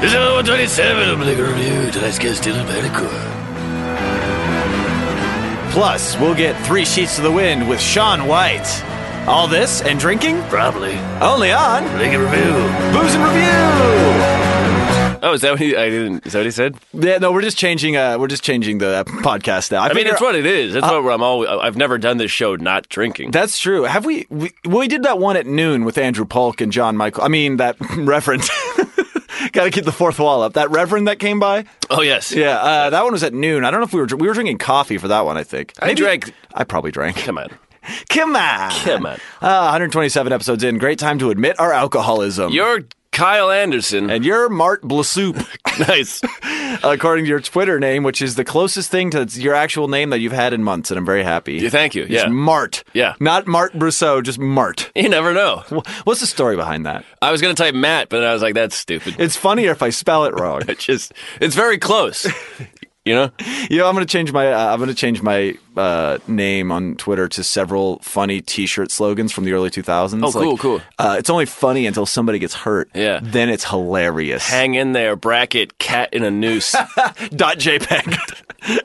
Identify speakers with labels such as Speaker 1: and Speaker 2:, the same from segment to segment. Speaker 1: This is number 127 of Malignant Review. Tonight's guest, Dylan Bannicore.
Speaker 2: Plus, we'll get three sheets to the wind with Sean White. All this and drinking
Speaker 1: Probably.
Speaker 2: only on
Speaker 1: Malignant Review.
Speaker 2: Booze and Review.
Speaker 3: Oh, is that what he? I didn't. Is that what he said?
Speaker 2: Yeah, no, we're just changing. Uh, we're just changing the podcast now.
Speaker 3: I mean,
Speaker 2: figure-
Speaker 3: it's what it is. That's what I'm always. I've never done this show not drinking.
Speaker 2: That's true. Have we, we? Well, we did that one at noon with Andrew Polk and John Michael. I mean, that reverend. Got to keep the fourth wall up. That reverend that came by.
Speaker 3: oh yes.
Speaker 2: Yeah, uh, that one was at noon. I don't know if we were dr- we were drinking coffee for that one. I think
Speaker 3: I drank-
Speaker 2: I probably drank.
Speaker 3: Come on.
Speaker 2: Come on,
Speaker 3: Come on.
Speaker 2: Uh, 127 episodes in. Great time to admit our alcoholism.
Speaker 3: You're Kyle Anderson.
Speaker 2: and you're Mart Blasoup,
Speaker 3: nice.
Speaker 2: according to your Twitter name, which is the closest thing to your actual name that you've had in months, and I'm very happy.
Speaker 3: Yeah, thank you.
Speaker 2: It's
Speaker 3: Yeah.
Speaker 2: Mart.
Speaker 3: Yeah.
Speaker 2: Not Mart Brousseau, just Mart.
Speaker 3: You never know.
Speaker 2: Wh- What's the story behind that?
Speaker 3: I was gonna type Matt, but I was like, that's stupid.
Speaker 2: It's funnier if I spell it wrong.
Speaker 3: It's just. It's very close. You know.
Speaker 2: You know, I'm gonna change my uh, I'm gonna change my uh, name on Twitter to several funny T-shirt slogans from the early 2000s.
Speaker 3: Oh, cool, cool.
Speaker 2: Uh, it's only funny until somebody gets hurt.
Speaker 3: Yeah.
Speaker 2: then it's hilarious.
Speaker 3: Hang in there, bracket cat in a noose.
Speaker 2: dot JPEG.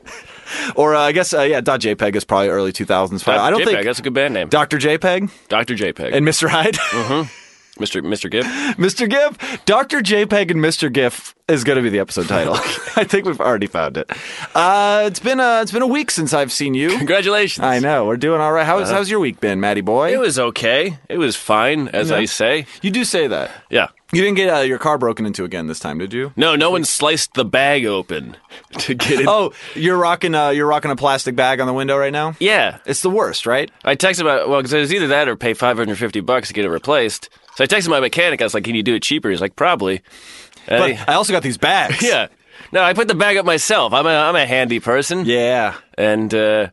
Speaker 2: or uh, I guess uh, yeah, dot JPEG is probably early 2000s. I don't
Speaker 3: JPEG,
Speaker 2: think
Speaker 3: that's a good band name.
Speaker 2: Doctor JPEG
Speaker 3: Doctor JPEG
Speaker 2: and Mr. Hyde,
Speaker 3: Oh. Mr. Mr. Gibb.
Speaker 2: Mr. GIF, Doctor JPEG and Mr. GIF is going to be the episode title. I think we've already found it. Uh, it's been a, it's been a week since I've seen you.
Speaker 3: Congratulations.
Speaker 2: I know we're doing all right. How's how's your week been, Matty boy?
Speaker 3: Uh-huh. It was okay. It was fine, as I say.
Speaker 2: you do say that.
Speaker 3: Yeah.
Speaker 2: You didn't get uh, your car broken into again this time, did you?
Speaker 3: No, no one sliced the bag open to get it.
Speaker 2: Oh, you're rocking uh, you're rocking a plastic bag on the window right now.
Speaker 3: yeah.
Speaker 2: It's the worst, right?
Speaker 3: I texted my well, because it was either that or pay five hundred fifty bucks to get it replaced. So I texted my mechanic. I was like, "Can you do it cheaper?" He's like, "Probably." And
Speaker 2: But
Speaker 3: he-
Speaker 2: I also got these bags.
Speaker 3: yeah. No, I put the bag up myself. I'm a I'm a handy person.
Speaker 2: yeah.
Speaker 3: And uh,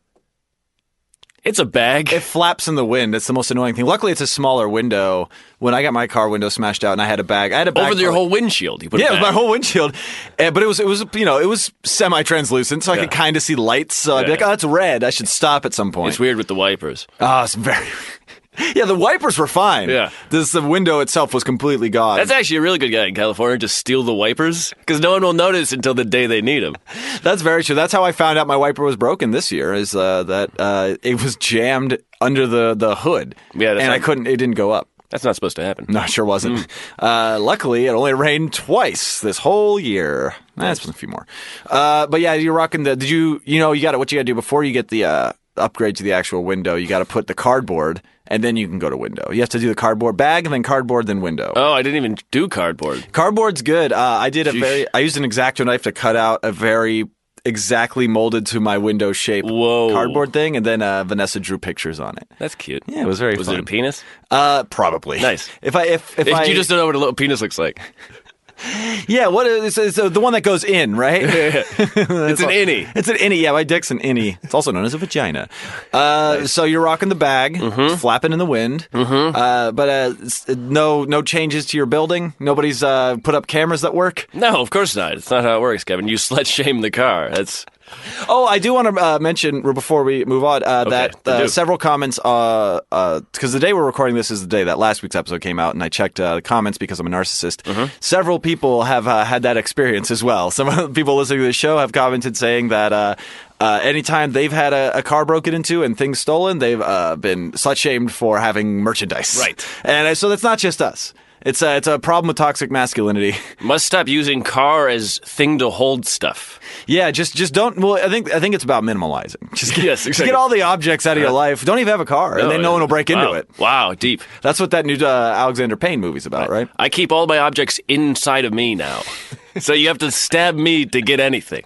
Speaker 3: it's a bag.
Speaker 2: It flaps in the wind. That's the most annoying thing. Luckily, it's a smaller window. When I got my car window smashed out, and I had a bag, I had a bag
Speaker 3: over
Speaker 2: for,
Speaker 3: your
Speaker 2: like,
Speaker 3: whole windshield. You put a
Speaker 2: Yeah, it was
Speaker 3: bag.
Speaker 2: my whole windshield, Uh, but it was it was you know it was semi translucent, so I could kind of see lights. So I'd be
Speaker 3: Yeah.
Speaker 2: like, oh, that's red. I should stop at some point.
Speaker 3: It's weird with the wipers.
Speaker 2: Oh, it's very. yeah, the wipers were fine.
Speaker 3: Yeah.
Speaker 2: This the window itself was completely gone.
Speaker 3: That's actually a really good guy in California. Just steal the wipers because no one will notice until the day they need them.
Speaker 2: That's very true. That's how I found out my wiper was broken this year. Is uh, that uh, it was jammed under the the hood.
Speaker 3: Yeah, that's
Speaker 2: and I
Speaker 3: right.
Speaker 2: couldn't. It didn't go up.
Speaker 3: That's not supposed to happen.
Speaker 2: No, it sure wasn't.
Speaker 3: Mm.
Speaker 2: Uh, luckily, it only rained twice this whole year. That's a few more. Uh, but yeah, you're rocking the. Did you? You know, you got to What you got to do before you get the uh, upgrade to the actual window? You got to put the cardboard, and then you can go to window. You have to do the cardboard bag, and then cardboard, then window.
Speaker 3: Oh, I didn't even do cardboard.
Speaker 2: Cardboard's good. Uh, I did a
Speaker 3: Sheesh.
Speaker 2: very. I used an exacto knife to cut out a very exactly molded to my window shape
Speaker 3: Whoa.
Speaker 2: cardboard thing, and then uh, Vanessa drew pictures on it.
Speaker 3: That's cute.
Speaker 2: Yeah, it was very
Speaker 3: Was
Speaker 2: fun.
Speaker 3: it a penis?
Speaker 2: Uh, probably.
Speaker 3: Nice.
Speaker 2: If I if if, I
Speaker 3: You just don't know what a little penis looks like.
Speaker 2: yeah, what is it's, it's the one that goes in right?
Speaker 3: it's an innie.
Speaker 2: It's an innie. Yeah, my dick's an innie. It's also known as a vagina. Uh, So you're rocking the bag, flapping in the wind. Mm-hmm. Uh, but uh, s- no no changes to your building. Nobody's uh, put up cameras that work.
Speaker 3: No, of course not. It's not how it works, Kevin. You slut shame the car. That's
Speaker 2: Oh, I do want to uh, mention r- before we move on uh, that
Speaker 3: then
Speaker 2: uh,
Speaker 3: do.
Speaker 2: several comments. Because uh, uh 'cause the day we're recording this is the day that last week's episode came out, and I checked uh, the comments because I'm a narcissist.
Speaker 3: Mm-hmm.
Speaker 2: Several people have uh, had that experience as well. Some of the people listening to the show have commented saying that. Uh, uh, anytime they've had a, a car broken into and things stolen, they've uh, been slut shamed for having merchandise.
Speaker 3: Right.
Speaker 2: and uh, so that's not just us. It's a it's a problem with toxic masculinity.
Speaker 3: must stop using car as thing to hold stuff.
Speaker 2: Yeah, just just don't. Well, I think I think it's about minimalizing. Just get,
Speaker 3: Yes,
Speaker 2: just
Speaker 3: exactly. Uh-huh.
Speaker 2: get all the objects out of your life. Don't even have a car, and then no one will break into
Speaker 3: Oh, Wow.
Speaker 2: it.
Speaker 3: Wow, deep.
Speaker 2: That's what that new uh, Alexander Payne movie's about, right?
Speaker 3: I keep all my objects inside of me now. so you have to stab me to get anything.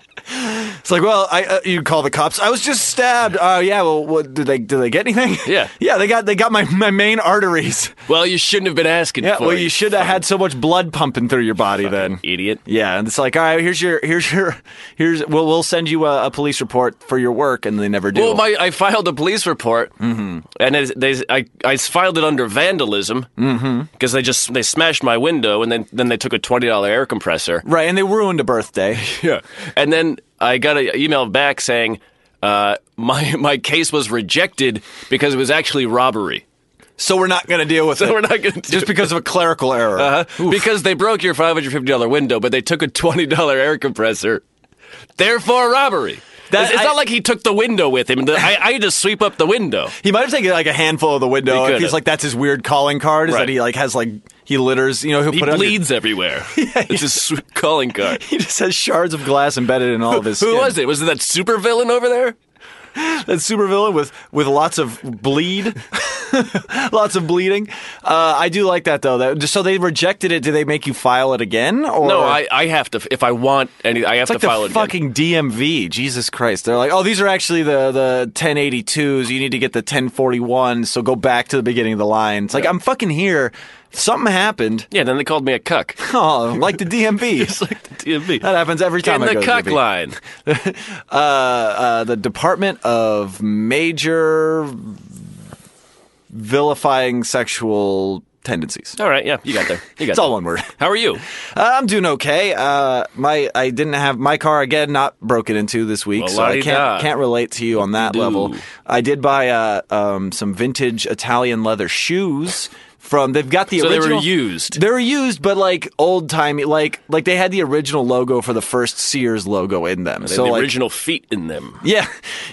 Speaker 2: It's like, well, I uh, you call the cops. I was just stabbed. Oh yeah. Well, what, did they did they get anything?
Speaker 3: Yeah.
Speaker 2: yeah. They got they got my my main arteries.
Speaker 3: Well, you shouldn't have been asking
Speaker 2: Yeah.
Speaker 3: for
Speaker 2: Well,
Speaker 3: it,
Speaker 2: you should have had so much blood pumping through your body then.
Speaker 3: idiot.
Speaker 2: Yeah, and it's like, all right, here's your, here's your, here's, we'll, we'll send you a, a police report for your work, and they never do.
Speaker 3: Well, my, Mm-hmm. I filed a police report, and it, they, I, I filed it under vandalism because they just they smashed my window, and then, then they took a twenty dollar air compressor,
Speaker 2: right, and they ruined a birthday.
Speaker 3: yeah, and then I got an email back saying uh, my my case was rejected because it was actually robbery.
Speaker 2: so we're not going to deal with it.
Speaker 3: we're not gonna do
Speaker 2: just
Speaker 3: it.
Speaker 2: because of a clerical error.
Speaker 3: Uh-huh. Because they broke your $550 window, but they took a $20 air compressor. Therefore, robbery.
Speaker 2: That-
Speaker 3: it's it's
Speaker 2: I-
Speaker 3: not like he took the window with him. The- I, I had to sweep up the window.
Speaker 2: He might have taken like a handful of the window.
Speaker 3: He
Speaker 2: If he's
Speaker 3: could've.
Speaker 2: like that's his weird calling card is
Speaker 3: Right.
Speaker 2: that he like has like he litters. You know, he'll
Speaker 3: He
Speaker 2: put it on your-
Speaker 3: bleeds everywhere. it's his sw- calling card.
Speaker 2: he just has shards of glass embedded in all of his.
Speaker 3: Who
Speaker 2: skin.
Speaker 3: was it? Was it that supervillain over there?
Speaker 2: that supervillain with with lots of bleed, lots of bleeding. Uh, I do like that though. That, so they rejected it. Do they make you file it again? Or
Speaker 3: No, I, I have to. If I want any, I have
Speaker 2: It's like
Speaker 3: to file
Speaker 2: the
Speaker 3: it. again.
Speaker 2: fucking DMV. Jesus Christ! They're like, oh, these are actually the the 1082s. You need to get the 1041. So go back to the beginning of the line. It's like I'm fucking here. Something happened.
Speaker 3: Yeah, then they called me a cuck.
Speaker 2: Oh, like the
Speaker 3: It's
Speaker 2: DMV.
Speaker 3: like the DMV.
Speaker 2: That happens every
Speaker 3: In
Speaker 2: time I
Speaker 3: the
Speaker 2: go to
Speaker 3: cuck
Speaker 2: DMV.
Speaker 3: line.
Speaker 2: uh, uh, the Department of Major Vilifying Sexual Tendencies.
Speaker 3: All right, yeah, you got there. Oh, You got
Speaker 2: It's all
Speaker 3: there.
Speaker 2: one word.
Speaker 3: How are you?
Speaker 2: Uh, I'm doing okay. Uh, my I didn't have my car again not broken into this week,
Speaker 3: Well,
Speaker 2: so I
Speaker 3: la-di-da.
Speaker 2: can't can't relate to you on that
Speaker 3: do.
Speaker 2: level. I did buy uh, um, some vintage Italian leather shoes from. They've got the
Speaker 3: So they were
Speaker 2: original.
Speaker 3: used.
Speaker 2: They were used, but like old timey, like like they had the original logo for the first Sears logo in them.
Speaker 3: They had
Speaker 2: so
Speaker 3: the
Speaker 2: like,
Speaker 3: original feet in them.
Speaker 2: Yeah.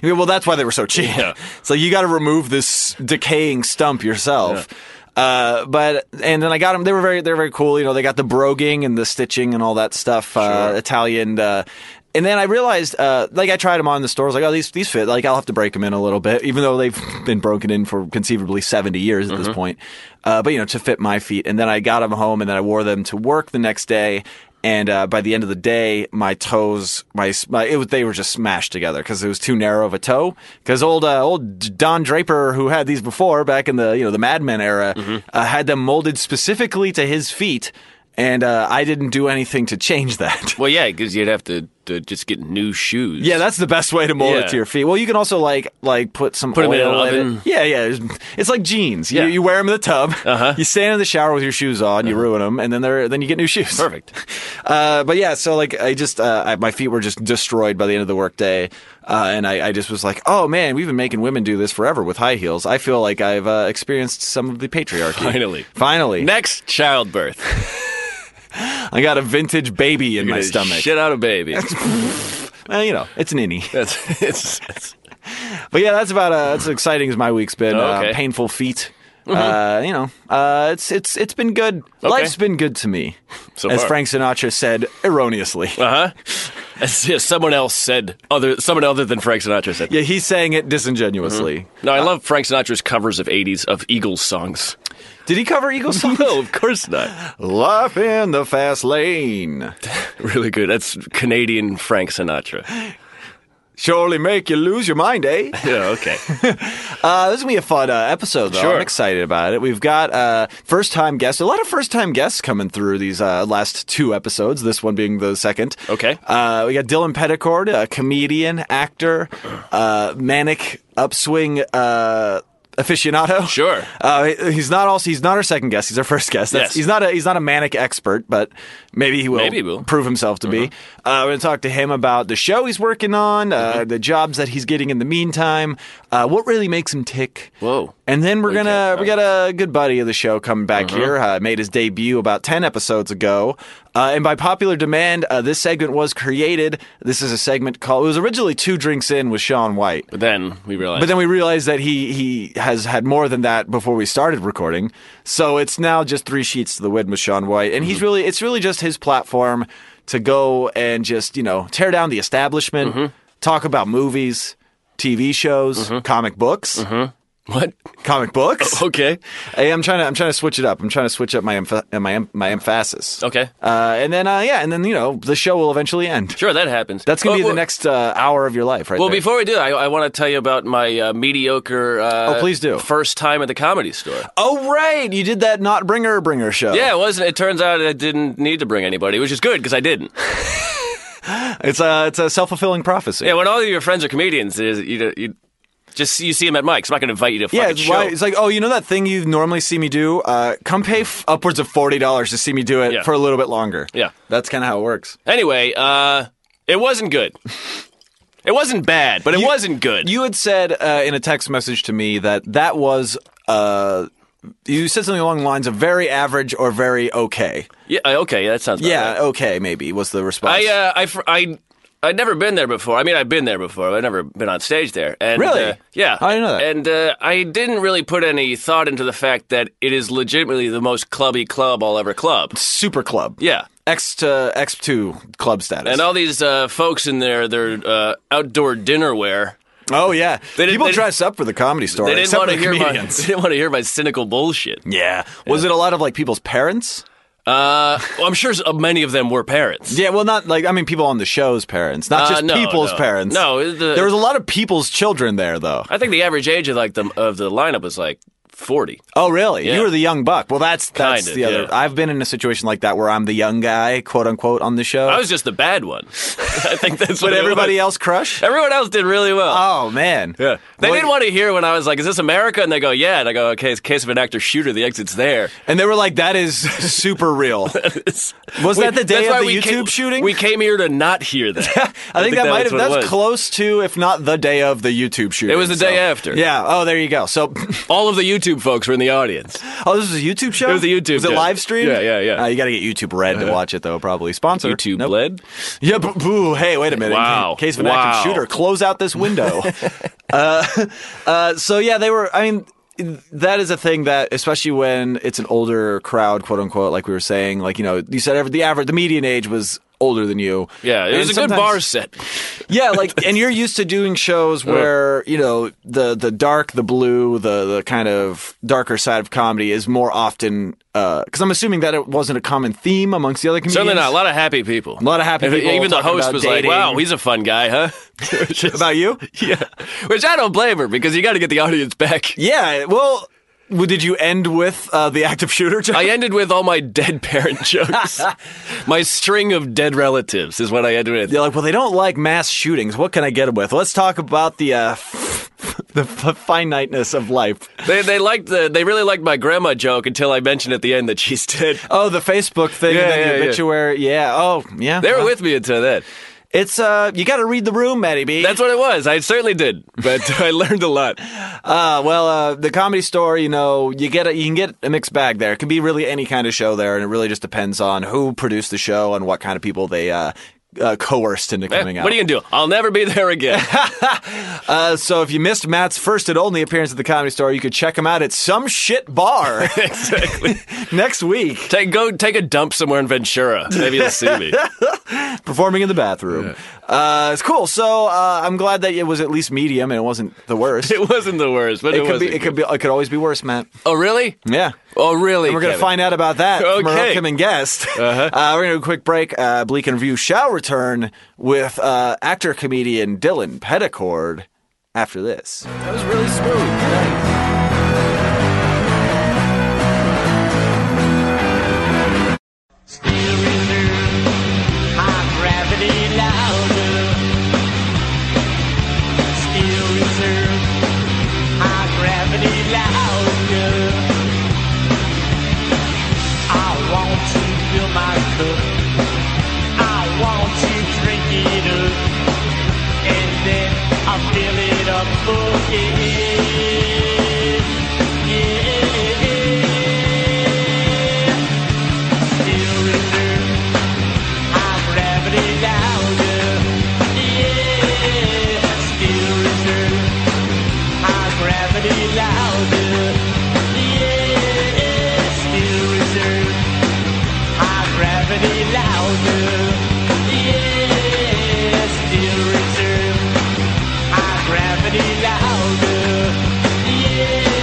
Speaker 2: Yeah, Well, that's why they were so cheap.
Speaker 3: Yeah.
Speaker 2: So you got to remove this decaying stump yourself. Uh, but and then I got them. They were very they're very cool. You know, they got the broguing and the stitching and all that stuff. Uh, Italian. Uh, and then I realized, uh, like I tried them on in the store. I was like, oh, these these fit. Like I'll have to break them in a little bit, even though they've been broken in for conceivably seventy years at this point. Uh, but you know, to fit my feet. And then I got them home, and then I wore them to work the next day. And uh, by the end of the day, my toes, my, my it was, they were just smashed together because it was too narrow of a toe. Because old uh, old Don Draper, who had these before back in the you know the Mad Men era,
Speaker 3: Mm-hmm.
Speaker 2: uh, had them molded specifically to his feet, and uh, I didn't do anything to change that.
Speaker 3: Well, yeah, because you'd have to, to just get new shoes.
Speaker 2: Yeah, that's the best way to mold
Speaker 3: Yeah.
Speaker 2: it to your feet. Well, you can also like like put some
Speaker 3: 'em
Speaker 2: oil
Speaker 3: in an
Speaker 2: it.
Speaker 3: oven.
Speaker 2: Yeah, yeah. It's like jeans. You,
Speaker 3: Yeah. Uh-huh.
Speaker 2: you wear them in the tub. You stand in the shower with your shoes on. You ruin them, and then they're then you get new shoes.
Speaker 3: Perfect.
Speaker 2: Uh, but yeah, so like I just uh, I, my feet were just destroyed by the end of the workday, uh, and I, I just was like, oh man, we've been making women do this forever with high heels. I feel like I've uh, experienced some of the patriarchy.
Speaker 3: Finally.
Speaker 2: finally,
Speaker 3: Next, childbirth.
Speaker 2: I got a vintage baby in my
Speaker 3: Gonna
Speaker 2: stomach.
Speaker 3: Shit out a baby.
Speaker 2: Well, you know, it's an innie.
Speaker 3: That's, it's, it's-
Speaker 2: But yeah, that's about uh, that's as exciting as my week's been.
Speaker 3: Oh, okay. Mm-hmm.
Speaker 2: Uh, painful feet. Uh, you know, uh, it's it's it's been good. Life's been good to me,
Speaker 3: So
Speaker 2: as
Speaker 3: far.
Speaker 2: Frank Sinatra said erroneously.
Speaker 3: uh-huh. As- yeah, someone else said, other someone other than Frank Sinatra said.
Speaker 2: yeah, he's saying it disingenuously.
Speaker 3: No, I love Frank Sinatra's covers of 80s of Eagles songs.
Speaker 2: Did he cover Eagles song?
Speaker 3: No, of course not.
Speaker 2: Life in the fast lane
Speaker 3: Really good. That's Canadian Frank Sinatra.
Speaker 2: surely make you lose your mind, eh?
Speaker 3: Yeah, okay.
Speaker 2: Uh, this is gonna be a fun uh, episode, though.
Speaker 3: Sure.
Speaker 2: I'm excited about it. We've got uh, first time guests, a lot of first time guests coming through these uh, last two episodes. This one being the second.
Speaker 3: Okay.
Speaker 2: Uh, we got Dylan Petticord, a comedian, actor, uh, manic upswing. Uh, Aficionado,
Speaker 3: Sure.
Speaker 2: Uh, he- he's not also he's not our second guest. He's our first guest. That's,
Speaker 3: Yes.
Speaker 2: he's not a he's not a manic expert, but maybe he will.
Speaker 3: Maybe he will. Uh-huh.
Speaker 2: prove himself to be. Uh, we're going to talk to him about the show he's working on, uh, the jobs that he's getting in the meantime, uh, what really makes him tick.
Speaker 3: Whoa.
Speaker 2: And then we're
Speaker 3: Okay.
Speaker 2: gonna we got a good buddy of the show coming back
Speaker 3: Uh-huh.
Speaker 2: here. Uh, made his debut about ten episodes ago, uh, and by popular demand, uh, this segment was created. This is a segment called. It was originally two drinks in with Sean White.
Speaker 3: But then we realized.
Speaker 2: But then we realized that he he has had more than that before we started recording. So it's now just three sheets to the wind with Sean White, and he's really it's really just his platform to go and just you know tear down the establishment, talk about movies, TV shows, comic books,
Speaker 3: what?
Speaker 2: comic books.
Speaker 3: Okay.
Speaker 2: Hey, I'm trying to I'm trying to switch it up. I'm trying to switch up my emph- my em- my emphasis.
Speaker 3: Okay.
Speaker 2: Uh, and then uh, yeah, and then you know the show will eventually end.
Speaker 3: Sure, that happens.
Speaker 2: That's gonna
Speaker 3: Oh,
Speaker 2: be
Speaker 3: well-
Speaker 2: the next uh, hour of your life, right?
Speaker 3: Well,
Speaker 2: there.
Speaker 3: before we do, I, I want to tell you about my uh, mediocre. Uh,
Speaker 2: Oh, please do.
Speaker 3: First time at the comedy store.
Speaker 2: oh right, you did that not bringer bringer show.
Speaker 3: Yeah, it wasn't. It turns out I didn't need to bring anybody, which is good because I didn't.
Speaker 2: It's a it's a self fulfilling prophecy.
Speaker 3: Yeah, when all of your friends are comedians, it is, you, you just you see them at Mike's. I'm not going to invite you to a
Speaker 2: Yeah,
Speaker 3: fucking
Speaker 2: it's,
Speaker 3: show.
Speaker 2: why, it's like, oh, you know that thing you normally see me do? Uh, come pay f- upwards of forty dollars to see me do it
Speaker 3: Yeah.
Speaker 2: for a little bit longer.
Speaker 3: Yeah.
Speaker 2: that's kind of how it works.
Speaker 3: Anyway, uh, it wasn't good. It wasn't bad, but it wasn't good.
Speaker 2: You had said uh, in a text message to me that that was uh, you said something along the lines of very average or very okay.
Speaker 3: Yeah. uh, Okay. That sounds. About
Speaker 2: Yeah, uh,
Speaker 3: right.
Speaker 2: okay, maybe was the response.
Speaker 3: I uh, I fr- I I'd never been there before. I mean, I've been there before. but I've never been on stage there. And,
Speaker 2: Really?
Speaker 3: uh, yeah.
Speaker 2: I didn't know that.
Speaker 3: And uh, I didn't really put any thought into the fact that it is legitimately the most clubby club I'll ever club.
Speaker 2: Super club.
Speaker 3: Yeah.
Speaker 2: X to X two club status.
Speaker 3: And all these uh, folks in there, their uh, outdoor dinnerware.
Speaker 2: oh yeah,
Speaker 3: They didn't-
Speaker 2: people
Speaker 3: they-
Speaker 2: dress up for the comedy store.
Speaker 3: They didn't
Speaker 2: except
Speaker 3: want to
Speaker 2: for the
Speaker 3: hear my. They
Speaker 2: comedians.
Speaker 3: didn't want to hear my cynical bullshit.
Speaker 2: Yeah. Was it a lot of like people's parents?
Speaker 3: Uh, well, I'm sure s- uh, many of them were parents.
Speaker 2: Yeah, well, not like I mean, people on the show's parents, not
Speaker 3: Uh,
Speaker 2: just
Speaker 3: no,
Speaker 2: people's
Speaker 3: no.
Speaker 2: parents.
Speaker 3: No, the-
Speaker 2: there was a lot of people's children there, though.
Speaker 3: I think the average age of like the of the lineup was like 40.
Speaker 2: Oh, really?
Speaker 3: Yeah.
Speaker 2: You were the young buck. Well, that's that's
Speaker 3: Kinda,
Speaker 2: the other.
Speaker 3: yeah.
Speaker 2: I've been in a situation like that where I'm the young guy, quote unquote, on the show.
Speaker 3: I was just the bad one. I think that's what
Speaker 2: Would
Speaker 3: it
Speaker 2: everybody
Speaker 3: was.
Speaker 2: else crush?
Speaker 3: Everyone else did really well.
Speaker 2: Oh man.
Speaker 3: Yeah. They
Speaker 2: Well,
Speaker 3: didn't want to hear when I was like, is this America? And they go, yeah. And I go, okay, it's a case of an actor shooter. The exit's there.
Speaker 2: And they were like, "That is super real."
Speaker 3: was
Speaker 2: Was that the day of the YouTube
Speaker 3: came,
Speaker 2: shooting?
Speaker 3: We came here to not hear that.
Speaker 2: I think that, might
Speaker 3: what
Speaker 2: have
Speaker 3: it
Speaker 2: that's
Speaker 3: was.
Speaker 2: close to, if not the day of the YouTube shooting.
Speaker 3: It was the day
Speaker 2: so-
Speaker 3: after.
Speaker 2: Yeah. Oh, there you go. So,
Speaker 3: All of the YouTube folks were in the audience.
Speaker 2: oh, this was a YouTube show.
Speaker 3: It was a YouTube
Speaker 2: Was it
Speaker 3: show.
Speaker 2: live streamed?
Speaker 3: Yeah, yeah, yeah.
Speaker 2: Uh, you got to get YouTube Red to watch it though. Probably sponsor
Speaker 3: YouTube
Speaker 2: Nope.
Speaker 3: led.
Speaker 2: Yeah, but boo. Hey, wait a minute.
Speaker 3: Wow.
Speaker 2: In case of an
Speaker 3: Wow.
Speaker 2: active shooter, close out this window. uh, uh, so yeah, they were. I mean, that is a thing that, especially when it's an older crowd, quote unquote, like we were saying, like you know, you said ever- the average, the median age was older than you.
Speaker 3: Yeah, it
Speaker 2: And
Speaker 3: was a good
Speaker 2: sometimes-
Speaker 3: bar Uh. set.
Speaker 2: Yeah, like, and you're used to doing shows where you know the the dark, the blue, the the kind of darker side of comedy is more often. Because I'm assuming that it wasn't a common theme amongst the other comedians.
Speaker 3: Certainly not. A lot of happy people. A
Speaker 2: lot of happy people
Speaker 3: Even the
Speaker 2: talking
Speaker 3: host
Speaker 2: about
Speaker 3: was
Speaker 2: dating.
Speaker 3: like, wow, he's a fun guy, huh? Which is-
Speaker 2: about you.
Speaker 3: yeah. Which I don't blame her because you got to get the audience back.
Speaker 2: Yeah. Well, w- did you end with uh, the active shooter? Joke?
Speaker 3: I ended with all my dead parent jokes. my string of dead relatives is what I ended with.
Speaker 2: They're like, well, they don't like mass shootings. What can I get 'em with? Let's talk about the uh, the f- finiteness of life.
Speaker 3: They, they liked the they really liked my grandma joke until I mentioned at the end that she's dead.
Speaker 2: Oh, the Facebook thing,
Speaker 3: Yeah,
Speaker 2: and then
Speaker 3: yeah, yeah.
Speaker 2: the obituary. Yeah. Oh, yeah.
Speaker 3: They were with me until then.
Speaker 2: It's uh, you got to read the room, Maddie B.
Speaker 3: That's what it was. I certainly did, but I learned a lot.
Speaker 2: uh, well, uh, the comedy store. You know, you get a, you can get a mixed bag there. It can be really any kind of show there, and it really just depends on who produced the show and what kind of people they uh, uh, coerced into
Speaker 3: Eh,
Speaker 2: coming out.
Speaker 3: What are you gonna do? I'll never be there again.
Speaker 2: Uh, so if you missed Matt's first and only appearance at the Comedy Store, you could check him out at some shit bar
Speaker 3: exactly.
Speaker 2: next week,
Speaker 3: Take go take a dump somewhere in Ventura. Maybe you'll see me.
Speaker 2: performing in the bathroom. Uh, it's cool. So uh, I'm glad that it was at least medium and it wasn't the worst.
Speaker 3: It wasn't the worst, but it,
Speaker 2: It could
Speaker 3: was.
Speaker 2: be. It could be. It could always be worse, Matt.
Speaker 3: oh really?
Speaker 2: Yeah.
Speaker 3: Oh really?
Speaker 2: We're going to
Speaker 3: Kevin?
Speaker 2: find out about that from our
Speaker 3: Okay.
Speaker 2: upcoming guest. Uh-huh. we're going to do a quick break. Uh, Bleak and Review shall return with uh, actor comedian Dylan Petticord after this. That was really smooth.
Speaker 4: High gravity louder. Steel reserve. High gravity louder. I want to fill my cup. I want to drink it up. And then I'll fill it up again. Yeah. Steel reserve. High gravity louder, yeah. Steel reserve, high gravity louder, yeah. Steel reserve, high gravity louder, yeah. Steel reserve, high gravity louder, yeah.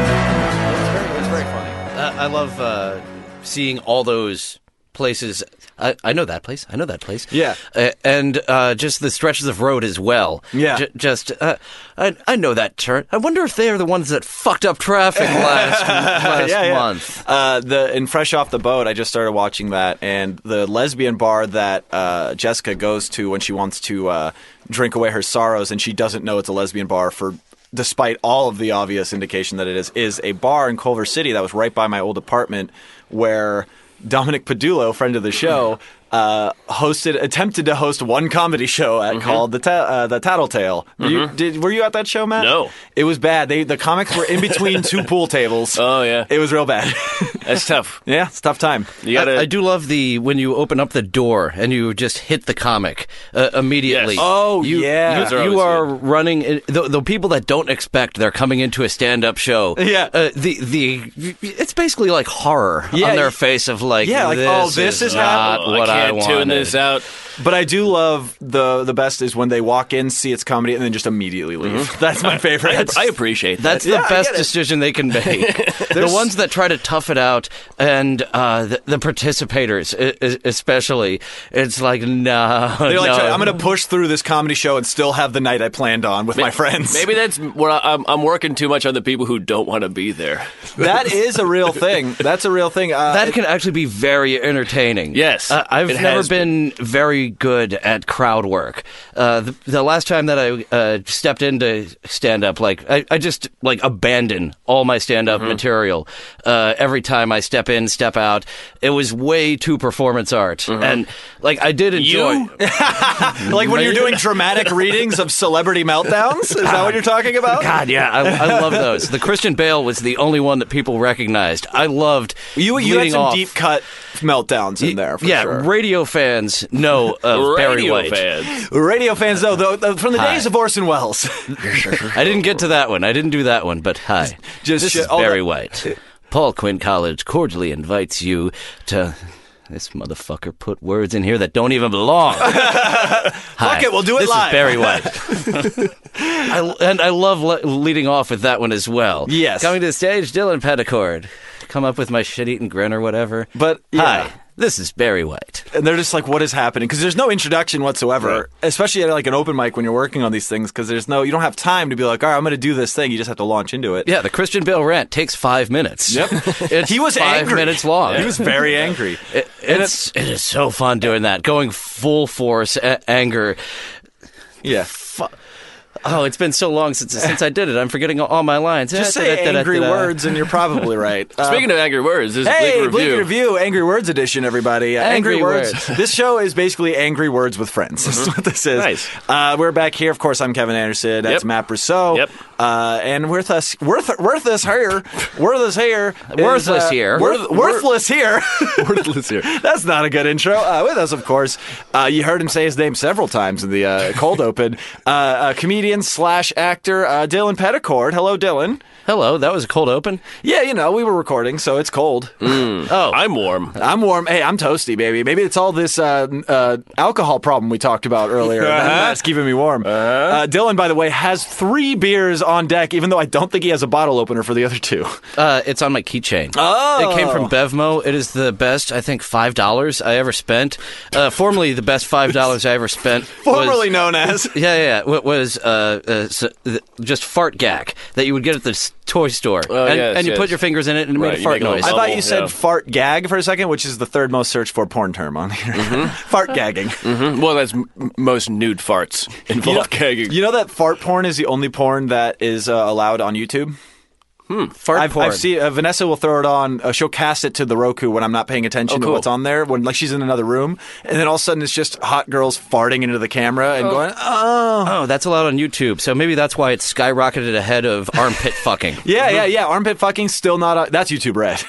Speaker 2: It's very funny.
Speaker 5: Uh, I love uh, seeing all those places. I, I know that place. I know that place.
Speaker 2: Yeah.
Speaker 5: Uh, and uh, just the stretches of road as well.
Speaker 2: Yeah.
Speaker 5: J- just, uh, I, I know that turn. I wonder if they are the ones that fucked up traffic last, last
Speaker 2: yeah, yeah.
Speaker 5: month.
Speaker 2: Uh, the in Fresh Off the Boat, I just started watching that, and the lesbian bar that uh, Jessica goes to when she wants to uh, drink away her sorrows, and she doesn't know it's a lesbian bar for. Despite all of the obvious indication that it is, is a bar in Culver City that was right by my old apartment where Dominic Padulo, friend of the show, uh, hosted attempted to host one comedy show
Speaker 5: Mm-hmm.
Speaker 2: at, called the Ta- uh, the Tattletale. Were you did were you at that show, Matt?
Speaker 3: No.
Speaker 2: it was bad. They the comics were in between two pool tables.
Speaker 3: Oh, yeah.
Speaker 2: it was real bad.
Speaker 3: That's tough.
Speaker 2: yeah, it's a tough time.
Speaker 3: You gotta.
Speaker 5: I, I do love the when you open up the door and you just hit the comic uh, immediately.
Speaker 3: Yes.
Speaker 2: Oh,
Speaker 5: you,
Speaker 2: yeah.
Speaker 5: you-
Speaker 2: Those
Speaker 3: are always
Speaker 5: you are running. in- The, the people that don't expect they're coming into a stand-up show.
Speaker 2: Yeah.
Speaker 5: uh, the the it's basically like horror
Speaker 2: Yeah,
Speaker 5: on
Speaker 2: y-
Speaker 5: their face of like,
Speaker 2: yeah, like,
Speaker 5: this
Speaker 2: oh, this is
Speaker 5: not
Speaker 3: Oh,
Speaker 5: what
Speaker 3: I
Speaker 5: I,
Speaker 3: can't
Speaker 5: wanted.
Speaker 3: tune this out.
Speaker 2: But I do love the the best is when they walk in, see it's comedy, and then just immediately leave. That's my favorite.
Speaker 3: I appreciate that.
Speaker 5: That's the best decision they can make. the ones that try to tough it out, and uh, the, the participators, e- e- especially, it's like no.
Speaker 2: They're like,
Speaker 5: no.
Speaker 2: I'm going to push through this comedy show and still have the night I planned on with my friends.
Speaker 3: Maybe that's where I, I'm, I'm working too much on the people who don't want to be there.
Speaker 2: that is a real thing. That's a real thing. Uh,
Speaker 5: That can actually be very entertaining.
Speaker 3: Yes,
Speaker 5: Uh, I've
Speaker 3: it
Speaker 5: never
Speaker 3: has
Speaker 5: been very good at crowd work. Uh, the, the last time that I uh, stepped into stand up, like I, I just like abandon all my stand
Speaker 3: Mm-hmm.
Speaker 5: up material. Uh, every time I step in, step out, it was way too performance art, and like I did enjoy.
Speaker 3: Mm-hmm. You?
Speaker 2: like when you're doing dramatic readings of celebrity meltdowns? Is that what you're talking about?
Speaker 5: God, yeah, I, I love those. The Christian Bale was the only one that people recognized. I loved
Speaker 2: You, you had
Speaker 5: leading
Speaker 2: some
Speaker 5: off.
Speaker 2: deep cut meltdowns in there, for
Speaker 5: yeah,
Speaker 2: sure.
Speaker 5: radio fans know of Barry
Speaker 3: Radio
Speaker 5: White.
Speaker 3: fans.
Speaker 2: Radio fans, though, though, though from the days of Orson Welles.
Speaker 5: I didn't get to that one. I didn't do that one, but hi.
Speaker 2: Just
Speaker 5: this
Speaker 2: shit-
Speaker 5: is
Speaker 2: all
Speaker 5: Barry
Speaker 2: that-
Speaker 5: White. Paul Quinn College cordially invites you to. This motherfucker put words in here that don't even belong. Fuck
Speaker 2: Fuck it, we'll do it
Speaker 5: this
Speaker 2: live.
Speaker 5: is Barry White. I, and I love le- leading off with that one as well.
Speaker 2: Yes.
Speaker 5: Coming to the stage, Dylan Petticord. Come up with my shit-eating grin or whatever.
Speaker 2: But, yeah.
Speaker 5: hi, this is Barry White.
Speaker 2: and they're just like, "What is happening?" Because there's no introduction whatsoever, especially at like an open mic when you're working on these things. Because there's no, you don't have time to be like, "All right, I'm going to do this thing." You just have to launch into it.
Speaker 5: Yeah, the Christian Bale rant takes five minutes.
Speaker 2: Yep.
Speaker 5: It's
Speaker 2: he was
Speaker 5: five
Speaker 2: angry.
Speaker 5: minutes long.
Speaker 2: He was very angry.
Speaker 5: It, it's it is so fun doing that, going full force a- anger.
Speaker 2: yeah.
Speaker 5: Oh, it's been so long since since I did it. I'm forgetting all my lines.
Speaker 2: Just say angry words, and you're probably right. Uh,
Speaker 3: Speaking of angry words, this
Speaker 2: Hey,
Speaker 3: is Bleak Review.
Speaker 2: Angry Words edition, everybody. Uh,
Speaker 5: Angry
Speaker 2: Words. this show is basically Angry Words with friends. That's what this is.
Speaker 3: Nice.
Speaker 2: Uh, we're back here. Of course, I'm Kevin Anderson. That's
Speaker 3: Yep.
Speaker 2: Matt Brousseau.
Speaker 3: Yep.
Speaker 2: Uh, and with us, worth, worthless here, worthless here, is,
Speaker 5: Worthless
Speaker 2: uh,
Speaker 5: here.
Speaker 2: worth- worthless here, worthless here. That's not a good intro. Uh, with us, of course, uh, you heard him say his name several times in the uh, cold open. Uh, uh, comedian slash actor uh, Dylan Petticord. Hello, Dylan.
Speaker 5: Hello, that was a cold open.
Speaker 2: Yeah, you know we were recording, so it's cold.
Speaker 5: Oh,
Speaker 3: I'm warm.
Speaker 2: I'm warm. Hey, I'm toasty, baby. Maybe it's all this uh, uh, alcohol problem we talked about earlier. That's keeping me warm. uh Dylan, by the way, has three beers on deck, even though I don't think he has a bottle opener for the other two.
Speaker 5: uh, it's on my keychain. Oh, it came from Bevmo. It is the best. I think five dollars I ever spent. Uh, formerly, the best five dollars I ever spent. was,
Speaker 2: Formerly known as.
Speaker 5: Yeah, yeah, yeah. What was uh, uh, s- th- just fart gack that you would get at the s- toy store,
Speaker 3: Oh,
Speaker 5: and,
Speaker 3: yes,
Speaker 5: and you
Speaker 3: yes.
Speaker 5: put your fingers in it and it
Speaker 3: Right,
Speaker 5: made a
Speaker 3: you
Speaker 5: fart
Speaker 3: make a little
Speaker 5: noise.
Speaker 2: I thought
Speaker 3: Bubble,
Speaker 2: you said
Speaker 3: yeah.
Speaker 2: fart gag for a second, which is the third most searched for porn term on here.
Speaker 3: Mm-hmm.
Speaker 2: fart gagging.
Speaker 3: Mm, Well, that's m- most nude farts
Speaker 2: You know,
Speaker 3: involved gagging.
Speaker 2: you know that fart porn is the only porn that is uh, allowed on YouTube?
Speaker 5: fart
Speaker 2: I've,
Speaker 5: porn.
Speaker 2: I've seen uh, Vanessa will throw it on. Uh, she'll cast it to the Roku when I'm not paying attention to
Speaker 3: cool.
Speaker 2: what's on there. When like she's in another room, and then all of a sudden it's just hot girls farting into the camera and going, "Oh,
Speaker 5: Oh, that's allowed on YouTube. So maybe that's why it's skyrocketed ahead of armpit fucking.
Speaker 2: yeah, yeah, yeah." Armpit fucking still not. on that's YouTube red.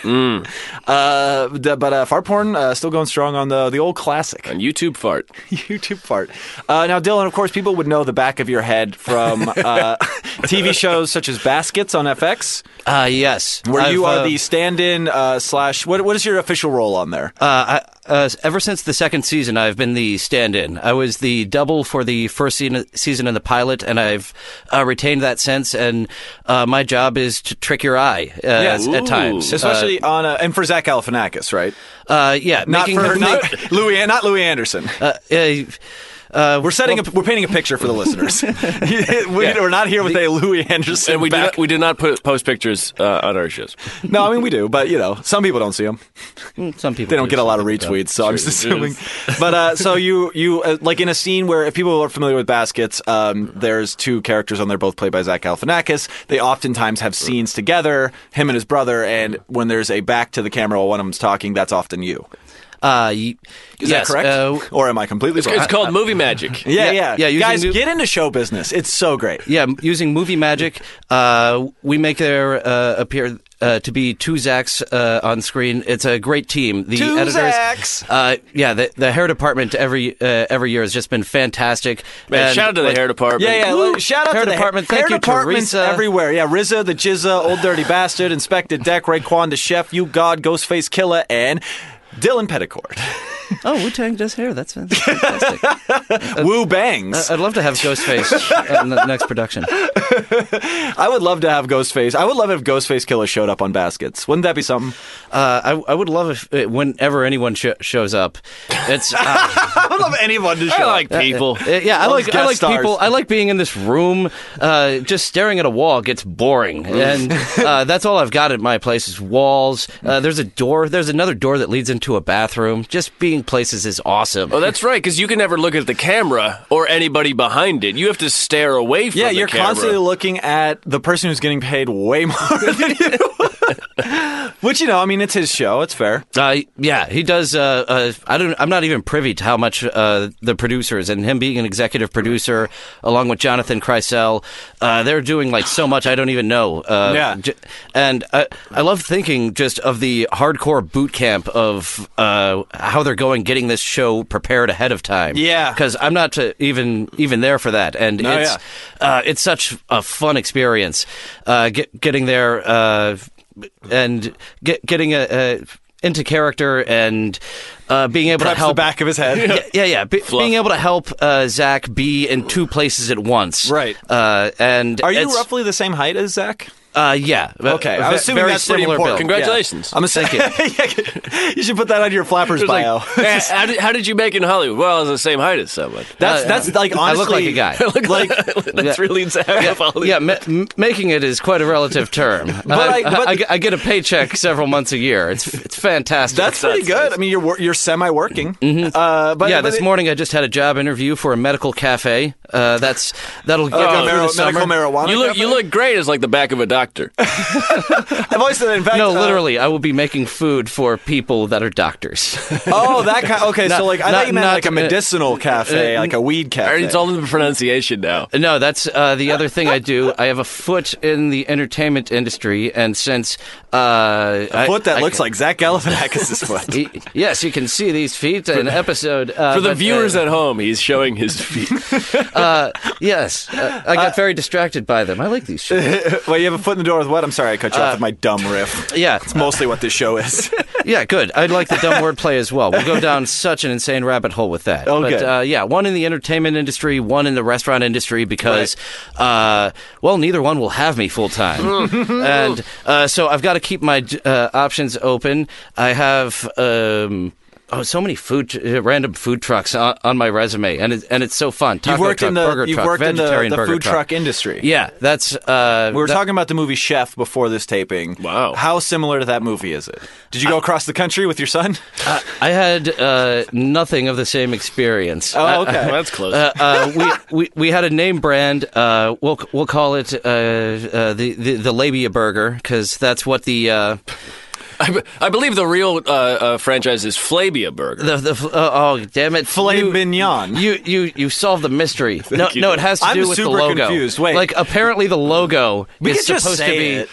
Speaker 2: Uh, d- but uh, fart porn uh, still going strong on the the old classic
Speaker 3: And YouTube fart.
Speaker 2: YouTube fart. Uh, now, Dylan, of course, people would know the back of your head from uh, TV shows such as Baskets on FX,
Speaker 5: Uh, yes.
Speaker 2: where you
Speaker 5: I've,
Speaker 2: are
Speaker 5: uh,
Speaker 2: the stand-in uh, slash. What what is your official role on there?
Speaker 5: Uh, I, uh, ever since the second season, I've been the stand-in. I was the double for the first season, season in the pilot, and I've uh, retained that since. And uh, my job is to trick your eye uh,
Speaker 2: Yes.
Speaker 5: at times,
Speaker 2: especially
Speaker 3: Uh,
Speaker 2: on a, and for Zach Galifianakis, right?
Speaker 5: Uh, uh, yeah,
Speaker 2: Not
Speaker 5: making
Speaker 2: for
Speaker 5: him
Speaker 2: not Louis, not Louis Anderson.
Speaker 5: Uh, uh, Uh,
Speaker 2: We're setting a, we're painting a picture for the listeners. we,
Speaker 3: Yeah.
Speaker 2: are not here with a Louis Anderson.
Speaker 3: And we do
Speaker 2: back.
Speaker 3: not, we do not put post pictures uh, on our shows.
Speaker 2: no, I mean we do, but you know, some people don't see them.
Speaker 5: some people
Speaker 2: They don't
Speaker 5: do,
Speaker 2: get a
Speaker 5: some
Speaker 2: lot of
Speaker 5: people don't.
Speaker 2: retweets, so I'm just
Speaker 3: Sure they do.
Speaker 2: assuming. But uh, so you you uh, like in a scene where if people are familiar with baskets, um, there's two characters on there, both played by Zach Galifianakis. They oftentimes have scenes together, him and his brother, and when there's a back to the camera while one of them's talking, that's often you.
Speaker 5: Uh, y-
Speaker 2: Is
Speaker 5: yes,
Speaker 2: that correct?
Speaker 5: uh,
Speaker 2: or am I completely wrong?
Speaker 3: It's called movie magic.
Speaker 2: yeah,
Speaker 5: Yeah,
Speaker 2: yeah,
Speaker 5: yeah, using
Speaker 2: Guys,
Speaker 5: new-
Speaker 2: get into show business. It's so great.
Speaker 5: yeah, m- using movie magic, uh, we make there uh, appear uh, to be two Zacks uh, on screen. It's a great team. The
Speaker 2: Two
Speaker 5: editors,
Speaker 2: Zacks!
Speaker 5: Uh, yeah, the, the hair department every uh, every year has just been fantastic.
Speaker 3: Man,
Speaker 5: And,
Speaker 3: shout out to the
Speaker 5: like,
Speaker 3: hair department.
Speaker 2: Yeah, yeah.
Speaker 5: Woo!
Speaker 2: like, shout out
Speaker 5: Hair
Speaker 2: to the
Speaker 5: department.
Speaker 2: Hair,
Speaker 5: Thank you,
Speaker 2: departments
Speaker 5: Teresa.
Speaker 2: everywhere. Yeah, Rizza, the Jizza, Old Dirty Bastard, Inspector Deck, Raekwon, the Chef, You God, Ghostface Killer, and Dylan Petticord.
Speaker 5: Oh, Wu Tang does hair. That's fantastic.
Speaker 2: Woo bangs.
Speaker 5: I'd love to have Ghostface in the next production.
Speaker 2: I would love to have Ghostface. I would love if Ghostface Killer showed up on baskets. Wouldn't that be something?
Speaker 5: Uh, I, I would love if uh, whenever anyone sh- shows up, it's. Uh,
Speaker 2: I would love anyone to
Speaker 3: I like people.
Speaker 5: Uh, yeah, I
Speaker 2: Loves
Speaker 5: like I
Speaker 2: guest
Speaker 5: like
Speaker 2: stars.
Speaker 5: people. I like being in this room. Uh, just staring at a wall gets boring, and uh, that's all I've got at my place is walls. Uh, there's a door. There's another door that leads into a bathroom. Just being places is awesome.
Speaker 3: Oh, that's right, because you can never look at the camera or anybody behind it. You have to stare away from
Speaker 2: Yeah,
Speaker 3: the
Speaker 2: you're
Speaker 3: camera.
Speaker 2: constantly looking at the person who's getting paid way more than you. Which you know, I mean, it's his show. It's fair.
Speaker 5: Uh, yeah, he does. Uh, uh, I don't. I'm not even privy to how much uh, the producers and him being an executive producer, along with Jonathan Kreisel, uh, they're doing like so much. I don't even know. Uh,
Speaker 2: Yeah.
Speaker 5: j- and I, I love thinking just of the hardcore boot camp of uh, how they're going, getting this show prepared ahead of time.
Speaker 2: Yeah.
Speaker 5: because I'm not uh even even there for that, and
Speaker 2: No,
Speaker 5: it's uh, it's such a fun experience uh, get, getting there uh, and get, getting a, a, into character and uh, being able
Speaker 2: Perhaps
Speaker 5: to
Speaker 2: the
Speaker 5: help
Speaker 2: back of his head.
Speaker 5: yeah, yeah, yeah. Be- being able to help uh, Zach be in two places at once,
Speaker 2: Right.
Speaker 5: Uh, and
Speaker 2: Are you
Speaker 5: it's-
Speaker 2: roughly the same height as Zach?
Speaker 5: Uh, yeah.
Speaker 2: Okay,
Speaker 5: Ve-
Speaker 2: I was assuming
Speaker 5: very
Speaker 2: that's pretty
Speaker 5: similar
Speaker 2: important.
Speaker 5: build.
Speaker 3: Congratulations.
Speaker 2: I'm a second. you should put that on your flapper's
Speaker 3: It's like,
Speaker 2: bio.
Speaker 5: Uh,
Speaker 3: "Eh, how, did, how did you make it in Hollywood? Well, I was the same height as someone.
Speaker 2: that's
Speaker 5: Uh,
Speaker 2: that's like
Speaker 5: I
Speaker 2: honestly.
Speaker 5: look like a guy.
Speaker 2: Like,
Speaker 3: That's
Speaker 5: Yeah.
Speaker 3: really Zach of Hollywood.
Speaker 5: Yeah, ma- m- making it is quite a relative term. but
Speaker 2: I-
Speaker 5: I,
Speaker 2: but-
Speaker 5: I, I get a paycheck several months a year. It's it's fantastic.
Speaker 2: that's pretty good. I mean, you're wor- you're semi working. Uh, but
Speaker 5: Mm-hmm.
Speaker 2: but
Speaker 5: yeah, this
Speaker 2: it-
Speaker 5: morning I just had a job interview for a medical cafe. Uh, that's that'll go
Speaker 2: Like a
Speaker 5: through
Speaker 2: mar-
Speaker 5: the
Speaker 2: medical
Speaker 5: uh, summer.
Speaker 2: marijuana.
Speaker 3: You look, you
Speaker 2: company?
Speaker 3: look great as like the back of a doctor.
Speaker 2: I've always said, in fact,
Speaker 5: No,
Speaker 2: uh,
Speaker 5: literally, I will be making food for people that are doctors.
Speaker 2: oh, that kind. Okay, so
Speaker 5: Not-
Speaker 2: like I thought
Speaker 5: not-
Speaker 2: you meant
Speaker 5: not- uh,
Speaker 2: like a medicinal cafe, like a weed cafe.
Speaker 3: It's all in the pronunciation now.
Speaker 5: No, that's uh, the other thing I do. I have a foot in the entertainment industry, and since uh,
Speaker 2: a foot that looks like Zach Galifianakis' foot.
Speaker 5: e, yes, you can see these feet in episode uh,
Speaker 3: For the
Speaker 5: but,
Speaker 3: viewers
Speaker 5: Uh,
Speaker 3: at home, he's showing his feet.
Speaker 5: uh, yes, uh, I got very distracted by them. I like these shows.
Speaker 2: well, you have a foot in the door with what? I'm sorry, I cut
Speaker 5: Uh,
Speaker 2: you off with my dumb riff.
Speaker 5: Yeah,
Speaker 2: It's mostly what this show is.
Speaker 5: yeah, good. I like the dumb wordplay as well. We'll go down such an insane rabbit hole with that.
Speaker 2: Oh,
Speaker 5: but,
Speaker 2: good.
Speaker 5: Uh, yeah, one in the entertainment industry, one in the restaurant industry, because uh, well, neither one will have me full time, and uh, so I've got to keep my uh, options open. I have. Um, Oh, so many food, uh, random food trucks on, on my resume, and it, and it's so fun. Taco
Speaker 2: you've worked
Speaker 5: truck,
Speaker 2: in the
Speaker 5: burger
Speaker 2: you've
Speaker 5: truck,
Speaker 2: worked in the,
Speaker 5: vegetarian
Speaker 2: the
Speaker 5: burger
Speaker 2: food truck, industry.
Speaker 5: Yeah, that's uh,
Speaker 2: We were
Speaker 5: that-
Speaker 2: talking about the movie Chef before this taping.
Speaker 3: Wow.
Speaker 2: How similar to that movie is it? Did you go across the country with your son?
Speaker 5: I- I had uh, nothing of the same experience.
Speaker 2: Oh, okay.
Speaker 3: Well, that's close.
Speaker 5: uh, uh, we, we we had a name brand. Uh, we'll we'll call it uh, uh, the, the the labia burger because that's what the uh,
Speaker 3: I, be- I believe the real uh, uh, franchise is Flabia Burger.
Speaker 5: the the uh, oh damn it
Speaker 2: Filet
Speaker 5: you,
Speaker 2: mignon.
Speaker 5: You you you solved the mystery. No
Speaker 3: you.
Speaker 5: no, it has to
Speaker 2: I'm
Speaker 5: do with
Speaker 2: super
Speaker 5: the logo.
Speaker 2: confused. Wait.
Speaker 5: like apparently the logo
Speaker 2: we
Speaker 5: is
Speaker 2: could just
Speaker 5: supposed
Speaker 2: say
Speaker 5: to be.
Speaker 2: it.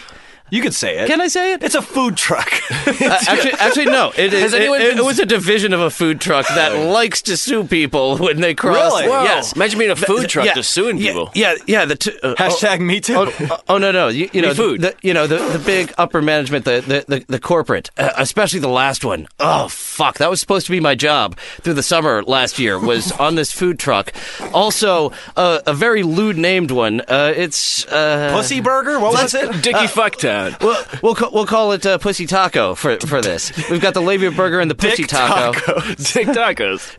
Speaker 2: You could say it.
Speaker 5: Can I say it?
Speaker 2: It's a food truck.
Speaker 5: Uh, actually, actually, no. It, is-
Speaker 3: Has
Speaker 5: it,
Speaker 3: anyone
Speaker 5: it-
Speaker 3: been-
Speaker 5: it was a division of a food truck that likes to sue people when they cross.
Speaker 2: Really? Whoa.
Speaker 5: Yes.
Speaker 3: Imagine being a food truck
Speaker 5: yeah,
Speaker 3: just suing
Speaker 5: yeah,
Speaker 3: people.
Speaker 5: Yeah, yeah. The t- uh, oh-
Speaker 2: Hashtag me too.
Speaker 5: Oh, oh, oh, no no you, you know
Speaker 3: food.
Speaker 5: The, you know the, the big upper management the the, the, the corporate uh, especially the last one. Oh fuck that was supposed to be my job through the summer last year was on this food truck also uh, a very lewd named one uh, it's uh,
Speaker 2: Pussy burger? What was it? Uh,
Speaker 3: Dicky Fucktown. out.
Speaker 5: We'll, we'll, ca- we'll call it uh, Pussy Taco for, for this. We've got the labia burger and the Pussy taco.
Speaker 3: Dick tacos.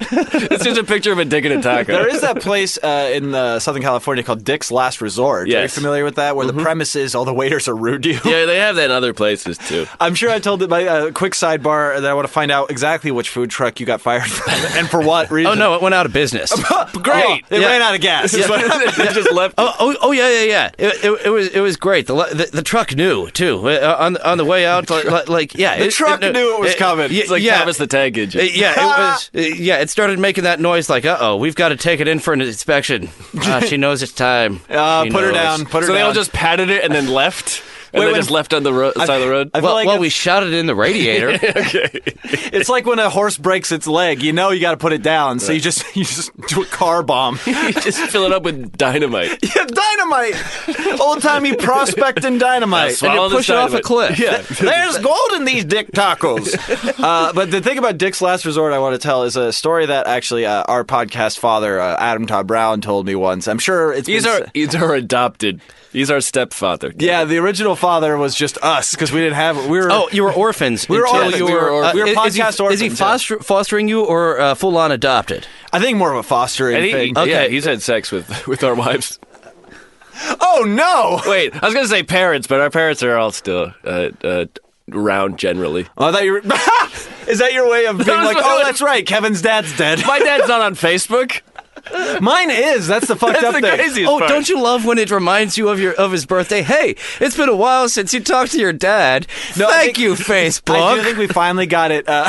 Speaker 3: it's just a picture of a dick and a taco.
Speaker 2: There is that place uh, in uh, Southern California called Dick's Last Resort. Are you
Speaker 3: Yes.
Speaker 2: familiar with that? Where
Speaker 5: Mm-hmm.
Speaker 2: the premise is all the waiters are rude to you.
Speaker 3: Yeah, they have that in other places too.
Speaker 2: I'm sure I told it by a quick sidebar that I want to find out exactly which food truck you got fired from and for what reason.
Speaker 5: Oh, no, it went out of business.
Speaker 2: Great! it
Speaker 5: Yeah.
Speaker 2: ran out of gas.
Speaker 3: This is what- they just left.
Speaker 5: Oh, oh, oh, yeah, yeah, yeah. It, it, it was it was great. The, li- the the truck knew too uh, on on the way out. Like, like- like yeah, the
Speaker 2: truck knew it was coming.
Speaker 3: it's like Travis the Tank Engine.
Speaker 5: Uh, yeah, it was. uh, Yeah, it started making that noise like, uh oh, we've got to take it in for an inspection. Ah, she knows it's time.
Speaker 2: Uh,
Speaker 5: She
Speaker 2: put her
Speaker 5: knows.
Speaker 2: down. Put her
Speaker 3: so
Speaker 2: down.
Speaker 3: they all just patted it and then left, and
Speaker 2: Wait,
Speaker 3: they
Speaker 2: wait.
Speaker 3: just left on the ro- side of the road.
Speaker 2: I feel
Speaker 5: Well,
Speaker 2: like
Speaker 5: well
Speaker 2: it's,
Speaker 5: we shot it in the radiator.
Speaker 2: it's like when a horse breaks its leg. You know you got to put it down. So you just you just do a car bomb. you
Speaker 3: You just fill it up with dynamite.
Speaker 2: have dynamite. Old timey prospecting dynamite.
Speaker 3: Now swallow
Speaker 2: And you
Speaker 3: this
Speaker 2: push it off a
Speaker 3: dynamite.
Speaker 2: cliff. Yeah. There's gold in these dick tacos. uh, but the thing about Dick's Last Resort I want to tell is a story that actually uh, our podcast father uh, Adam Todd Brown told me once. I'm sure it's
Speaker 3: These
Speaker 2: been
Speaker 3: are these are adopted. These are stepfather.
Speaker 2: Yeah, the original father was just us because we didn't have we were
Speaker 5: Oh, you were orphans.
Speaker 2: were
Speaker 5: until
Speaker 2: orphans.
Speaker 5: You
Speaker 2: We were
Speaker 5: were,
Speaker 2: orphans. We were
Speaker 5: is- is he-
Speaker 2: podcast
Speaker 5: Is he
Speaker 2: orphans, yeah.
Speaker 5: foster, fostering you or uh, full on adopted?
Speaker 2: I think more of a fostering
Speaker 3: And he,
Speaker 2: thing.
Speaker 3: yeah,
Speaker 5: Okay.
Speaker 3: he's had sex with with our wives.
Speaker 2: oh no!
Speaker 3: Wait, I was gonna say parents, but our parents are all still uh, uh, around generally.
Speaker 2: I thought you were. Is that your way of being
Speaker 3: was
Speaker 2: like,
Speaker 3: my-
Speaker 2: oh, that's right, Kevin's dad's dead.
Speaker 3: My dad's not on Facebook.
Speaker 2: Mine is. That's the fucked
Speaker 3: That's
Speaker 2: up
Speaker 3: the
Speaker 2: thing.
Speaker 3: craziest
Speaker 5: Oh,
Speaker 3: part.
Speaker 5: don't you love when it reminds you of your of his birthday? Hey, it's been a while since you talked to your dad.
Speaker 2: No, I
Speaker 5: Thank
Speaker 2: think-
Speaker 5: you,
Speaker 2: Oh, I do
Speaker 5: Facebook.
Speaker 2: think we finally got it. Uh,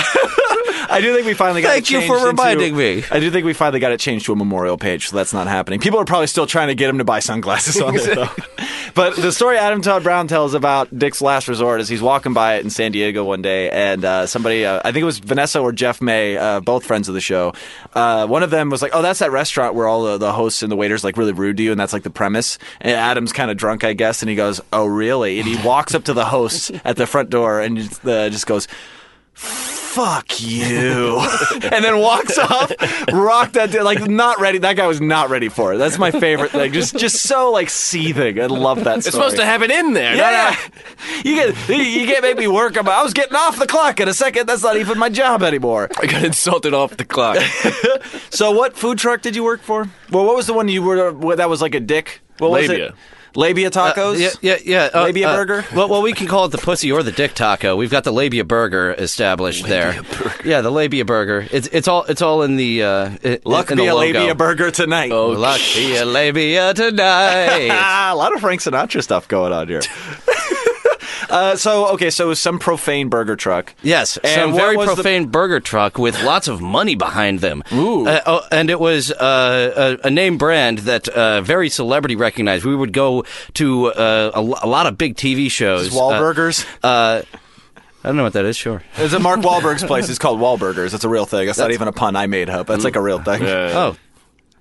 Speaker 2: I do think we finally got
Speaker 5: Thank
Speaker 2: it.
Speaker 5: you for
Speaker 2: changed into-
Speaker 5: reminding me.
Speaker 2: I do think we finally got it changed to a memorial page, so that's not happening. People are probably still trying to get him to buy sunglasses on it, though. But the story Adam Todd Brown tells about Dick's Last Resort is he's walking by it in San Diego one day, and uh, somebody, uh, I think it was Vanessa or Jeff May, uh, both friends of the show, uh, one of them was like, Oh, that's that restaurant where all the, the hosts and the waiters like really rude to you, and that's like the premise. And Adam's kind of drunk, I guess, and he goes, Oh, really? And he walks up to the host at the front door and just, uh, just goes, fuck you and then walks off rocked that dude like not ready that guy was not ready for it that's my favorite thing just just so like seething i love that story.
Speaker 3: It's supposed to happen in there. not
Speaker 2: yeah,
Speaker 3: out.
Speaker 2: yeah. you get you can't make me work about i was getting off the clock in a second that's not even my job anymore
Speaker 3: I got insulted off the clock.
Speaker 2: so what food truck did you work for well what was the one you were what- that was like a dick what was
Speaker 3: Labia.
Speaker 2: it labia tacos
Speaker 5: Uh, yeah, yeah, yeah. uh,
Speaker 2: Labia
Speaker 5: uh,
Speaker 2: burger?
Speaker 5: Well, well, we can call it the pussy or the dick taco. We've got the labia burger established there. Yeah, the labia burger. It's it's all it's all in the uh, i-
Speaker 2: luck
Speaker 5: in
Speaker 2: be
Speaker 5: the
Speaker 2: a
Speaker 5: logo.
Speaker 2: labia burger tonight oh
Speaker 5: Luck be a labia tonight.
Speaker 2: Ah, a lot of Frank Sinatra stuff going on here. uh, so okay, so it was some profane burger truck.
Speaker 5: Yes,
Speaker 2: And
Speaker 5: some
Speaker 2: what
Speaker 5: very
Speaker 2: was the-
Speaker 5: profane burger truck with lots of money behind them.
Speaker 2: Ooh.
Speaker 5: Uh, oh, and it was uh, a, a name brand that uh, very celebrity recognized. We would go to uh, a, lo- a lot of big TV shows.
Speaker 2: Wahlburgers.
Speaker 5: Uh, uh, I don't know what that is. Sure.
Speaker 2: It's at Mark Wahlberg's place. It's called Wahlburgers. It's a real thing. That's, not even a pun I made up. That's like a real thing. Yeah.
Speaker 5: Oh,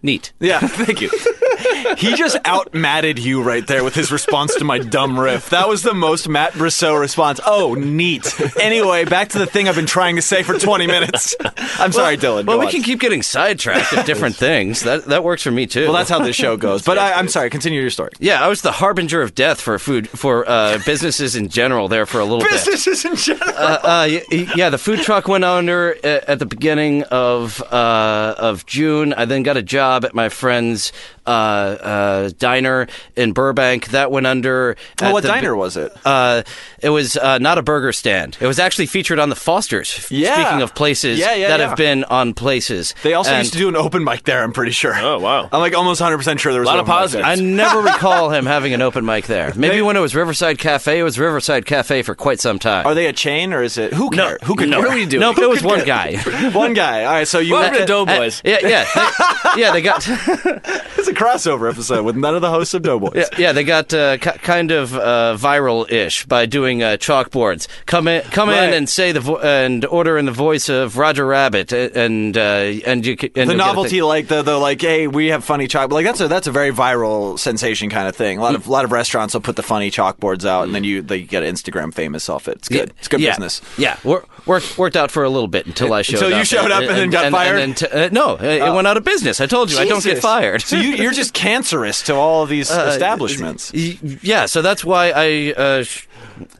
Speaker 5: neat.
Speaker 2: thank you. he just out matted you right there with his response to my dumb riff. That was the most Matt Brisseau response. Oh, neat. Anyway, back to the thing I've been trying to say for 20 minutes. I'm sorry, Dylan.
Speaker 5: Well,
Speaker 2: go
Speaker 5: we
Speaker 2: on.
Speaker 5: can keep getting sidetracked at different things. That that works for me too.
Speaker 2: Well, that's how this show goes. But I, I'm sorry. Continue your story.
Speaker 5: yeah, I was the harbinger of death for food for uh, businesses in general there for a little bit.
Speaker 2: Businesses in general.
Speaker 5: uh, uh, y- y- yeah, the food truck went under a- at the beginning of uh, of June. I then got a job at my friend's uh, uh, diner in Burbank. That went under.
Speaker 2: Well,
Speaker 5: at
Speaker 2: what
Speaker 5: the-
Speaker 2: diner was it?
Speaker 5: Uh, it was uh, not a burger stand. It was actually featured on the Fosters.
Speaker 2: Yeah.
Speaker 5: Speaking of places
Speaker 2: Yeah, yeah,
Speaker 5: that
Speaker 2: yeah.
Speaker 5: have been on places,
Speaker 2: They also
Speaker 5: And
Speaker 2: used to do an open mic there. I'm pretty sure.
Speaker 3: Oh, wow.
Speaker 2: I'm like almost 100 percent sure there was
Speaker 3: Lot
Speaker 2: an
Speaker 3: of
Speaker 2: open mic
Speaker 3: positives.
Speaker 2: there.
Speaker 5: I never recall him having an open mic there. Maybe when it was Riverside Cafe, it was Riverside Cafe for quite some time.
Speaker 2: Are they a chain or is it who
Speaker 5: No,
Speaker 2: cares? who could
Speaker 5: no.
Speaker 2: care? What are we doing?
Speaker 5: Nope,
Speaker 2: Who
Speaker 5: it was
Speaker 2: could
Speaker 5: one
Speaker 2: care?
Speaker 5: guy.
Speaker 2: one guy. All right, so you
Speaker 3: Welcome to
Speaker 2: went
Speaker 5: Uh,
Speaker 3: Doughboys.
Speaker 5: yeah, yeah, they, yeah. They got
Speaker 2: it's a crossover episode with none of the hosts of Doughboys.
Speaker 5: Yeah, yeah, they got uh, ki kind of uh, viral-ish by doing uh, chalkboards. Come in, come
Speaker 2: Right.
Speaker 5: in, and say the vo- and order in the voice of Roger Rabbit, a- and uh, and you ca- and
Speaker 2: The
Speaker 5: you'll get a
Speaker 2: novelty,
Speaker 5: thing.
Speaker 2: like the, the like, hey, we have funny chalk. Like that's a that's a very viral sensation kind of thing. A lot
Speaker 5: Mm.
Speaker 2: of lot of restaurants will put the funny chalkboards out, and then you they get Instagram famous off it. It's good. It's good
Speaker 5: yeah,
Speaker 2: business.
Speaker 5: Yeah, wor- work, worked out for a little bit until I showed
Speaker 2: Until
Speaker 5: up.
Speaker 2: you showed up and then got fired? Oh.
Speaker 5: then t- uh, no, it, it went out of business. I told you, I don't get
Speaker 2: Jesus.
Speaker 5: fired.
Speaker 2: so you, you're just cancerous to all of these
Speaker 5: Uh,
Speaker 2: establishments.
Speaker 5: y- yeah, so that's why I uh, sh-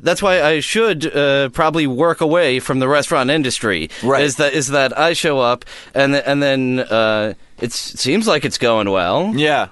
Speaker 5: that's why I should uh, probably work away from the restaurant industry.
Speaker 2: Right.
Speaker 5: Is that is that I show up and th- and then uh, it's, it seems like it's going well.
Speaker 2: Yeah,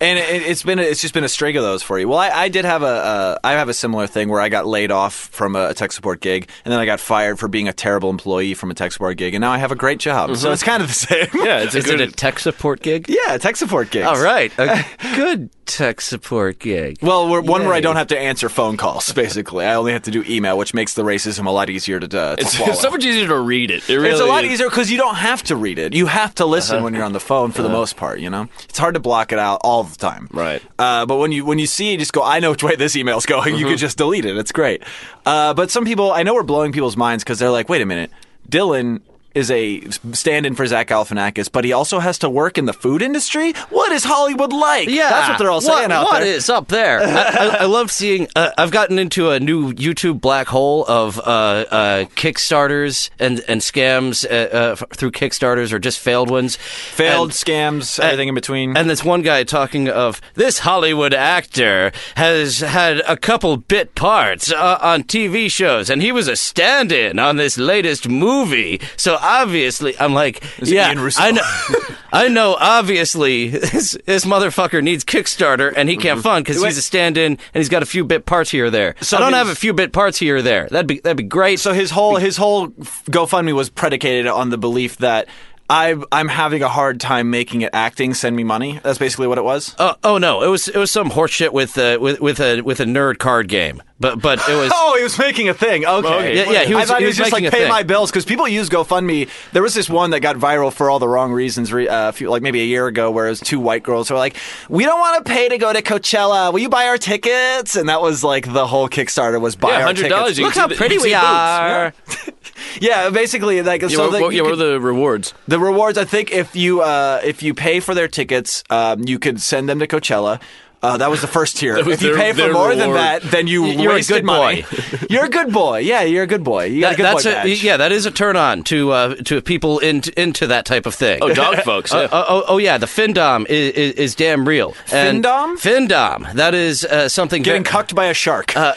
Speaker 2: and it, it's been it's just been a string of those for you. Well, I, I did have a uh, I have a similar thing where I got laid off from a, a tech support gig, and then I got fired for being a terrible employee from a tech support gig, and now I have a great job.
Speaker 5: Mm-hmm.
Speaker 2: So it's kind of the same.
Speaker 3: Yeah, it's a
Speaker 5: Is it
Speaker 3: good.
Speaker 5: a tech support gig?
Speaker 2: yeah, tech support gigs.
Speaker 5: All right, a good tech support gig.
Speaker 2: Well, we're, one where I
Speaker 5: Yay.
Speaker 2: don't have to answer phone calls. Basically, I only have to do email, which makes the racism a lot easier to, uh, to
Speaker 3: it's,
Speaker 2: swallow.
Speaker 3: it's so much easier to read it. It really
Speaker 2: It's a lot
Speaker 3: is.
Speaker 2: easier because you don't have to read it. You have to listen
Speaker 5: Uh-huh.
Speaker 2: when you're on the phone for the most part. You know, it's hard to block it out all the time.
Speaker 3: Right.
Speaker 2: Uh, but when you when you see, it, just go. I know which way this email's going. You
Speaker 5: Mm-hmm.
Speaker 2: could just delete it. It's great. Uh, but some people, I know, we're blowing people's minds because they're like, wait a minute, Dylan. Is a stand-in for Zach Galifianakis, but he also has to work in the food industry. What is Hollywood like?
Speaker 5: Yeah,
Speaker 2: that's what they're all saying
Speaker 5: What-
Speaker 2: out
Speaker 5: What
Speaker 2: there.
Speaker 5: is up there? I, I, I love seeing. Uh, I've gotten into a new YouTube black hole of uh, uh, Kickstarters and and scams uh, uh, f- through Kickstarters or just failed ones.
Speaker 2: Failed
Speaker 5: And-
Speaker 2: scams, everything in between.
Speaker 5: And this one guy talking of this Hollywood actor has had a couple bit parts uh, on TV shows, and he was a stand-in on this latest movie. So obviously, I'm like,
Speaker 2: it
Speaker 5: yeah,
Speaker 2: Ian Russo?
Speaker 5: I know, I know. Obviously, this, this motherfucker needs Kickstarter, and he can't fund because he's a stand-in, and he's got a few bit parts here or there. So I don't
Speaker 2: his-
Speaker 5: have a few bit parts here or there. That'd be that'd be great.
Speaker 2: So his whole his whole GoFundMe was predicated on the belief that I'm I'm having a hard time making it acting. Send me money. That's basically what it was.
Speaker 5: Oh, oh no! It was it was some horseshit with uh, with with a with a nerd card game, but but it was
Speaker 2: Oh, he was making a thing. Okay,
Speaker 3: Okay.
Speaker 5: Yeah, yeah, he
Speaker 2: I
Speaker 5: was-
Speaker 2: thought
Speaker 5: he
Speaker 2: he was,
Speaker 5: was
Speaker 2: just
Speaker 5: making
Speaker 2: like
Speaker 5: a
Speaker 2: pay
Speaker 5: thing.
Speaker 2: my bills because people use GoFundMe. There was this one that got viral for all the wrong reasons, re- uh, a few, like maybe a year ago, where it was two white girls who were like, "We don't want to pay to go to Coachella. Will you buy our tickets?" And that was like the whole Kickstarter was buy
Speaker 3: Yeah,
Speaker 2: our
Speaker 3: $100
Speaker 2: tickets.
Speaker 3: you
Speaker 5: Look
Speaker 3: can
Speaker 5: how
Speaker 3: see the-
Speaker 5: pretty
Speaker 3: you can
Speaker 5: we
Speaker 3: see the boots.
Speaker 5: are.
Speaker 2: Yeah, basically like
Speaker 3: Yeah,
Speaker 2: so.
Speaker 3: what,
Speaker 2: that
Speaker 3: what-
Speaker 2: you
Speaker 3: yeah, what
Speaker 2: could-
Speaker 3: are the rewards?
Speaker 2: The rewards, I think, if you uh, if you pay for their tickets, um, you could send them to Coachella. Uh, that was the first tier.
Speaker 3: was
Speaker 2: if you
Speaker 3: their-
Speaker 2: pay for
Speaker 3: their
Speaker 2: more than
Speaker 3: reward.
Speaker 2: that, then you
Speaker 5: Y- you're a
Speaker 2: wasted
Speaker 5: good
Speaker 2: money. you're a good boy. Yeah, you're a good boy. You got
Speaker 5: That-
Speaker 2: a good
Speaker 5: that's
Speaker 2: boy
Speaker 5: a-
Speaker 2: badge.
Speaker 5: yeah, that is a turn on to uh, to people into into that type of thing.
Speaker 3: Oh, dog folks.
Speaker 5: Uh,
Speaker 3: Yeah.
Speaker 5: oh, oh, oh, yeah, the findom is, is, is damn real. And
Speaker 2: Findom?
Speaker 5: Findom. That is uh, something.
Speaker 2: Getting
Speaker 5: ve-
Speaker 2: cucked by a shark.
Speaker 5: Uh,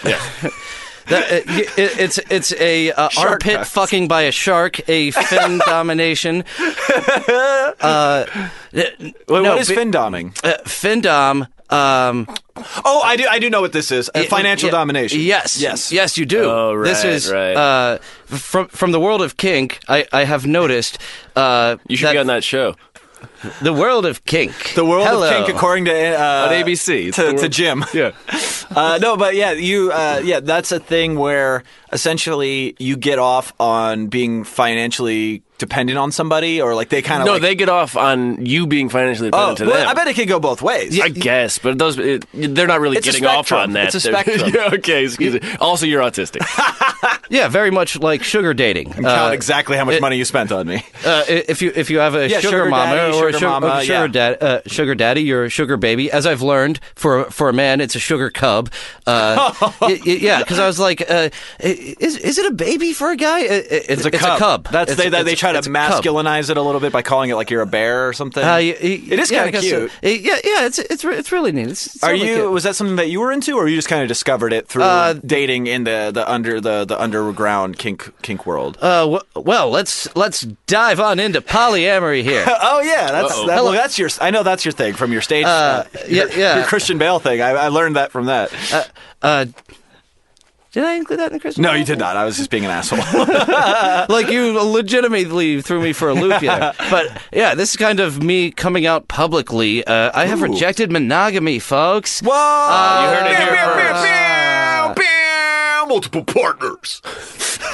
Speaker 5: that, uh, y- it, it's it's a uh,
Speaker 2: Shark
Speaker 5: armpit
Speaker 2: cucks.
Speaker 5: fucking by a shark, a fin domination. Uh, n-
Speaker 2: Wait,
Speaker 5: no,
Speaker 2: what is
Speaker 5: be-
Speaker 2: fin doming?
Speaker 5: uh, findom? Um,
Speaker 2: Oh, I do. I do know what this is. Uh, financial
Speaker 5: Yeah.
Speaker 2: domination.
Speaker 5: Yes,
Speaker 2: Yes.
Speaker 5: yes, you do.
Speaker 3: Oh, right,
Speaker 5: this is
Speaker 3: right.
Speaker 5: uh, from from the world of kink. I, I have noticed. Uh,
Speaker 3: you should be on that show.
Speaker 5: The world of kink.
Speaker 2: The world
Speaker 5: Hello.
Speaker 2: of kink, according to uh,
Speaker 3: On ABC, it's the
Speaker 2: to, to
Speaker 3: world-
Speaker 2: Jim. Yeah. uh, no, but yeah, you. Uh, yeah, that's a thing where essentially you get off on being financially dependent on somebody, or like they kind of
Speaker 3: No,
Speaker 2: like,
Speaker 3: they get off on you being financially
Speaker 2: Oh,
Speaker 3: dependent to
Speaker 2: well,
Speaker 3: them.
Speaker 2: I bet it could go both ways.
Speaker 3: I guess, but those it, they're not really
Speaker 2: It's a
Speaker 3: getting off
Speaker 2: spectrum.
Speaker 3: on that.
Speaker 2: It's a
Speaker 3: They're-
Speaker 2: spectrum.
Speaker 3: yeah, okay, excuse me. Also, you're autistic.
Speaker 5: Yeah, very much like sugar dating.
Speaker 2: Count
Speaker 5: Uh,
Speaker 2: exactly how much money you spent on me.
Speaker 5: uh, if you if you have a
Speaker 2: Yeah,
Speaker 5: sugar,
Speaker 2: sugar
Speaker 5: mama
Speaker 2: daddy,
Speaker 5: or a
Speaker 2: sugar
Speaker 5: sugar,
Speaker 2: mama,
Speaker 5: a sugar,
Speaker 2: yeah.
Speaker 5: dad, uh, sugar daddy, you're a sugar baby. As I've learned, for for a man, it's a sugar cub. Uh, y- y- yeah, because I was like, uh, i- is is it a baby for a guy? I- I-
Speaker 2: It's
Speaker 5: It's,
Speaker 2: a cub. That's
Speaker 5: It's-
Speaker 2: they, they,
Speaker 5: it's-
Speaker 2: they try to
Speaker 5: it's a cub.
Speaker 2: masculinize it a little bit by calling it like you're a bear or something.
Speaker 5: Uh, y- y-
Speaker 2: it is
Speaker 5: yeah, I
Speaker 2: kind of
Speaker 5: guess so.
Speaker 2: cute.
Speaker 5: Uh, yeah, yeah, it's it's re- it's really neat. It's, it's
Speaker 2: Are
Speaker 5: really
Speaker 2: you?
Speaker 5: cute.
Speaker 2: Was that something that you were into, or you just kind of discovered it through
Speaker 5: Uh,
Speaker 2: dating in the, the under the, the underground kink kink world?
Speaker 5: Uh, w- well, let's let's dive on into polyamory here.
Speaker 2: oh yeah, that's that, well, that's your. I know that's your thing from your stage.
Speaker 5: Uh, yeah,
Speaker 2: your,
Speaker 5: yeah.
Speaker 2: your Christian Bale thing. I, I learned that from that.
Speaker 5: Uh, did I include that in the Christmas?
Speaker 2: no, you did not. I was just being an asshole. Uh,
Speaker 5: Like you legitimately threw me for a loop here. but yeah, this is kind of me coming out publicly. Uh, I have rejected monogamy, folks.
Speaker 2: Whoa!
Speaker 5: Uh,
Speaker 3: you heard it here first.
Speaker 2: Multiple partners.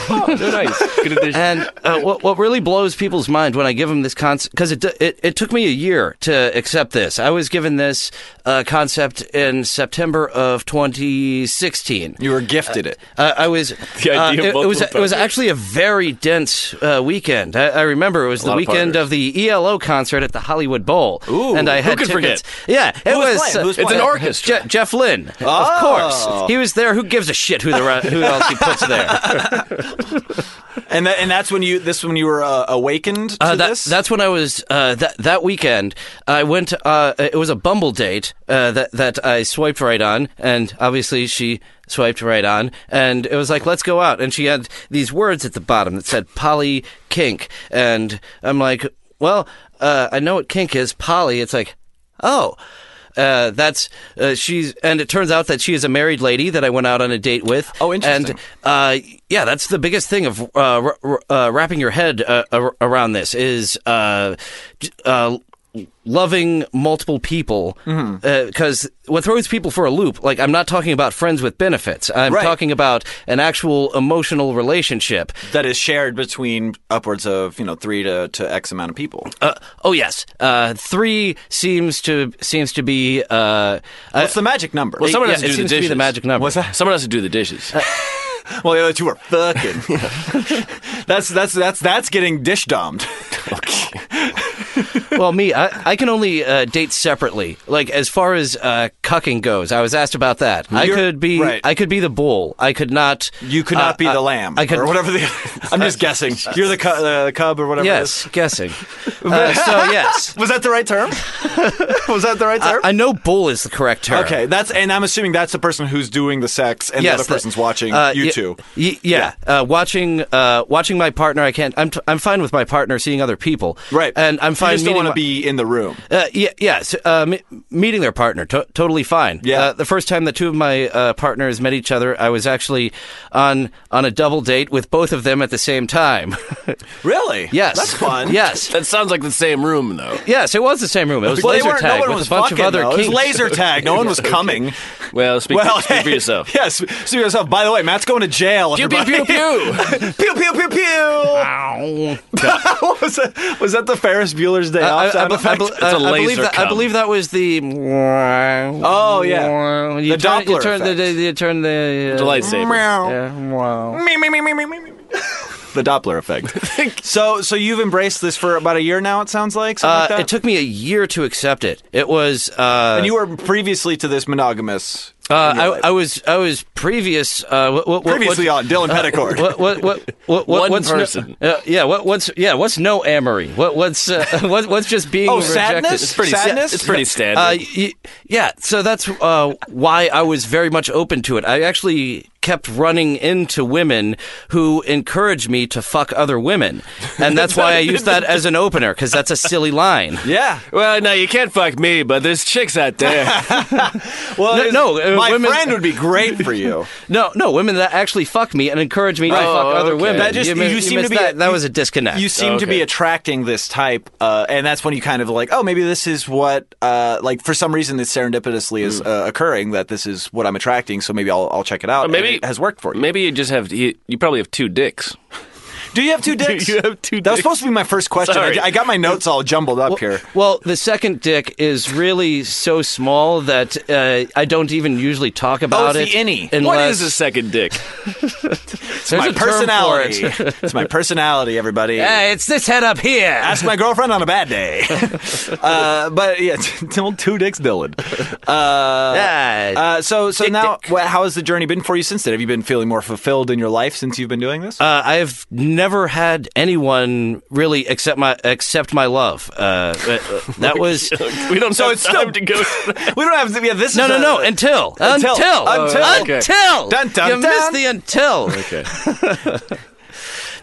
Speaker 2: Oh,
Speaker 3: nice. Good addition.
Speaker 5: And uh, what what really blows people's mind when I give them this concept because it, it it took me a year to accept this. I was given this uh, concept in September of 2016.
Speaker 2: You were gifted it.
Speaker 5: Uh, I was.
Speaker 3: The idea
Speaker 5: uh,
Speaker 3: of
Speaker 5: it, it
Speaker 3: multiple
Speaker 5: was. It was
Speaker 3: partners.
Speaker 5: actually a very dense uh, weekend. I, I remember it was the
Speaker 3: lot of
Speaker 5: weekend
Speaker 3: partners.
Speaker 5: of the ELO concert at the Hollywood Bowl.
Speaker 2: Ooh,
Speaker 5: and I
Speaker 2: who
Speaker 5: had
Speaker 3: could
Speaker 5: tickets.
Speaker 3: forget?
Speaker 5: Yeah, it
Speaker 2: was
Speaker 5: was.
Speaker 2: playing? Who was
Speaker 5: uh,
Speaker 2: playing?
Speaker 3: It's an orchestra.
Speaker 5: Je- Jeff Lynne, of
Speaker 2: Oh.
Speaker 5: course. He was there. Who gives a shit who the re- who else he puts there.
Speaker 2: And that, and that's when you this when you were uh, awakened to
Speaker 5: Uh, that,
Speaker 2: this.
Speaker 5: That's when I was uh, that that weekend. I went. Uh, it was a Bumble date uh, that that I swiped right on, and obviously she swiped right on, and it was like, "Let's go out." And she had these words at the bottom that said "poly kink," and I'm like, "Well, uh, I know what kink is. Poly." It's like, oh. Uh, that's uh, she's, and it turns out that she is a married lady that I went out on a date with.
Speaker 2: Oh, interesting.
Speaker 5: And uh, yeah, that's the biggest thing of uh, r- r- uh, wrapping your head uh, ar- around this is uh, j- uh, loving multiple people.
Speaker 3: Mm-hmm.
Speaker 5: Because what throws people for a loop, like I'm not talking about friends with benefits. I'm
Speaker 2: Right.
Speaker 5: talking about an actual emotional relationship.
Speaker 2: that is shared between upwards of you know three to, to x amount of people.
Speaker 5: Uh, oh yes, uh, three seems to seems to be. Uh,
Speaker 2: What's the magic number?
Speaker 3: Well, someone
Speaker 5: yeah,
Speaker 3: has to
Speaker 5: it
Speaker 3: do
Speaker 5: seems
Speaker 3: the
Speaker 5: to be
Speaker 3: dishes.
Speaker 5: the magic number.
Speaker 2: What's that?
Speaker 3: Someone has to do the dishes.
Speaker 2: uh, Well, the other two are fucking. that's that's that's that's getting dish domed.
Speaker 5: well, me, I, I can only uh, date separately. Like as far as uh, cucking goes, I was asked about that. I
Speaker 2: You're-
Speaker 5: could be,
Speaker 2: right.
Speaker 5: I could be the bull. I could not.
Speaker 2: You could not
Speaker 5: uh,
Speaker 2: be
Speaker 5: uh,
Speaker 2: the lamb,
Speaker 5: I could
Speaker 2: or whatever. The, I'm just guessing. You're the cu- uh, cub, or whatever. it
Speaker 5: Yes,
Speaker 2: is.
Speaker 5: guessing. Uh, so yes,
Speaker 2: Was that the right term? Was that the right
Speaker 5: I,
Speaker 2: term?
Speaker 5: I know bull is the correct term.
Speaker 2: okay, that's and I'm assuming that's the person who's doing the sex, and the other
Speaker 5: the-
Speaker 2: person's watching
Speaker 5: uh,
Speaker 2: you
Speaker 5: y-
Speaker 2: two.
Speaker 5: y- yeah, Uh, watching uh, watching my partner. I can't. I'm t- I'm fine with my partner seeing other people.
Speaker 2: Right,
Speaker 5: and I'm fine.
Speaker 2: You just don't
Speaker 5: meeting
Speaker 2: want to
Speaker 5: my-
Speaker 2: be in the room.
Speaker 5: Uh, yeah, yes. Uh, me- meeting their partner, to- totally fine.
Speaker 2: Yeah.
Speaker 5: Uh, the first time the two of my uh, partners met each other, I was actually on on a double date with both of them at the same time.
Speaker 2: Really?
Speaker 5: yes,
Speaker 2: That's fun.
Speaker 5: Yes,
Speaker 3: that sounds like the same room, though.
Speaker 5: yes. It was the same room. It was
Speaker 2: Well, they
Speaker 5: laser
Speaker 2: weren't-
Speaker 5: tag
Speaker 2: no one
Speaker 5: with
Speaker 2: was
Speaker 5: a bunch
Speaker 2: fucking,
Speaker 5: of other
Speaker 2: though. It was
Speaker 5: kinks.
Speaker 2: laser tag. No one was coming.
Speaker 3: Well, speak,
Speaker 2: Well,
Speaker 3: speak for yourself.
Speaker 2: Yes, speak for yourself. By the way, Matt's going to jail.
Speaker 3: Pew, pew,
Speaker 2: everybody.
Speaker 3: pew, pew.
Speaker 2: pew pew pew
Speaker 5: Ah,
Speaker 2: pew. was that was that the Ferris Bueller's Day
Speaker 5: I,
Speaker 2: Off
Speaker 5: I, I,
Speaker 2: sound
Speaker 5: I,
Speaker 2: effect?
Speaker 5: be-
Speaker 3: a
Speaker 5: I believe
Speaker 3: laser
Speaker 5: that, I
Speaker 3: cum.
Speaker 5: believe that was the. Oh
Speaker 2: yeah.
Speaker 5: you
Speaker 2: The
Speaker 5: turn, you
Speaker 2: Doppler
Speaker 5: turn
Speaker 2: effect.
Speaker 5: The, you turn the uh,
Speaker 3: The lightsaber.
Speaker 5: Yeah, wow.
Speaker 2: Me, me, me, me, me, me, me. The Doppler effect. so, so you've embraced this for about a year now. It sounds like. something
Speaker 5: Uh,
Speaker 2: like that?
Speaker 5: it took me a year to accept it. It was. Uh,
Speaker 2: And you were previously to this monogamous.
Speaker 5: Uh, I, I was I was previous uh, what, what, Uh,
Speaker 2: previously on Dylan Petticord.
Speaker 5: What, what, what, what, what,
Speaker 3: One
Speaker 5: what's
Speaker 3: person.
Speaker 5: No, uh, yeah. What, what's yeah. What's no amory? What, what's uh, what, what's just being?
Speaker 2: Oh,
Speaker 5: rejected?
Speaker 2: sadness?
Speaker 3: It's pretty
Speaker 2: Sadness?
Speaker 3: It's pretty standard.
Speaker 5: Uh, y- yeah, so that's uh, why I was very much open to it. I actually kept running into women who encouraged me to fuck other women, and that's why I used that as an opener because that's a silly line.
Speaker 2: yeah.
Speaker 3: well, no, you can't fuck me, but there's chicks out there.
Speaker 2: Well,
Speaker 5: No,
Speaker 2: it's-
Speaker 5: no, uh,
Speaker 2: my
Speaker 5: women-
Speaker 2: friend would be great for you.
Speaker 5: No, no, women that actually fuck me and encourage me to fuck other
Speaker 3: okay.
Speaker 5: women.
Speaker 2: Oh, That just
Speaker 5: you,
Speaker 2: you,
Speaker 5: mi- you
Speaker 2: seem to
Speaker 5: missed
Speaker 2: be
Speaker 5: that, that
Speaker 2: you-
Speaker 5: was a disconnect.
Speaker 2: You seem to
Speaker 3: Okay.
Speaker 2: be attracting this type, uh, and that's when you kind of like, oh, maybe this is what, uh, like, for some reason, this serendipitously is
Speaker 5: Hmm.
Speaker 2: uh, occurring that this is what I'm attracting. So maybe I'll, I'll check it out. and
Speaker 3: maybe
Speaker 2: it has worked for you.
Speaker 3: Maybe you just have you, you probably have two dicks.
Speaker 2: Do you have two dicks?
Speaker 3: you have two
Speaker 2: That
Speaker 3: dicks?
Speaker 2: was supposed to be my first question. I,
Speaker 3: Sorry.
Speaker 2: d- I got my notes all jumbled up here.
Speaker 5: Well, the second dick is really so small that uh, I don't even usually talk about
Speaker 2: Oh, it's
Speaker 5: it.
Speaker 2: the innie.
Speaker 5: Unless
Speaker 3: What is a second dick?
Speaker 5: There's
Speaker 2: my
Speaker 5: a term for it.
Speaker 2: personality. it's my personality, everybody.
Speaker 5: Hey, it's this head up here.
Speaker 2: Ask my girlfriend on a bad day. uh, but yeah, t- two dicks, Dylan. Uh,
Speaker 5: Yeah.
Speaker 2: Uh, so so
Speaker 5: Dick
Speaker 2: now,
Speaker 5: dick.
Speaker 2: wha how has the journey been for you since then? Have you been feeling more fulfilled in your life since you've been doing this?
Speaker 5: Uh, I've never had anyone really accept my accept my love. Uh, uh, uh, that was
Speaker 3: We don't
Speaker 2: So
Speaker 3: have
Speaker 2: it's
Speaker 3: time
Speaker 2: still-
Speaker 3: to go. to that.
Speaker 2: we don't have to. Yeah, this
Speaker 5: no,
Speaker 2: is
Speaker 5: no,
Speaker 2: a-
Speaker 5: no. Until
Speaker 2: Until.
Speaker 5: until
Speaker 2: Until. Okay.
Speaker 5: until.
Speaker 2: Dun, dun,
Speaker 5: you
Speaker 2: dun.
Speaker 5: missed the until.
Speaker 3: Okay.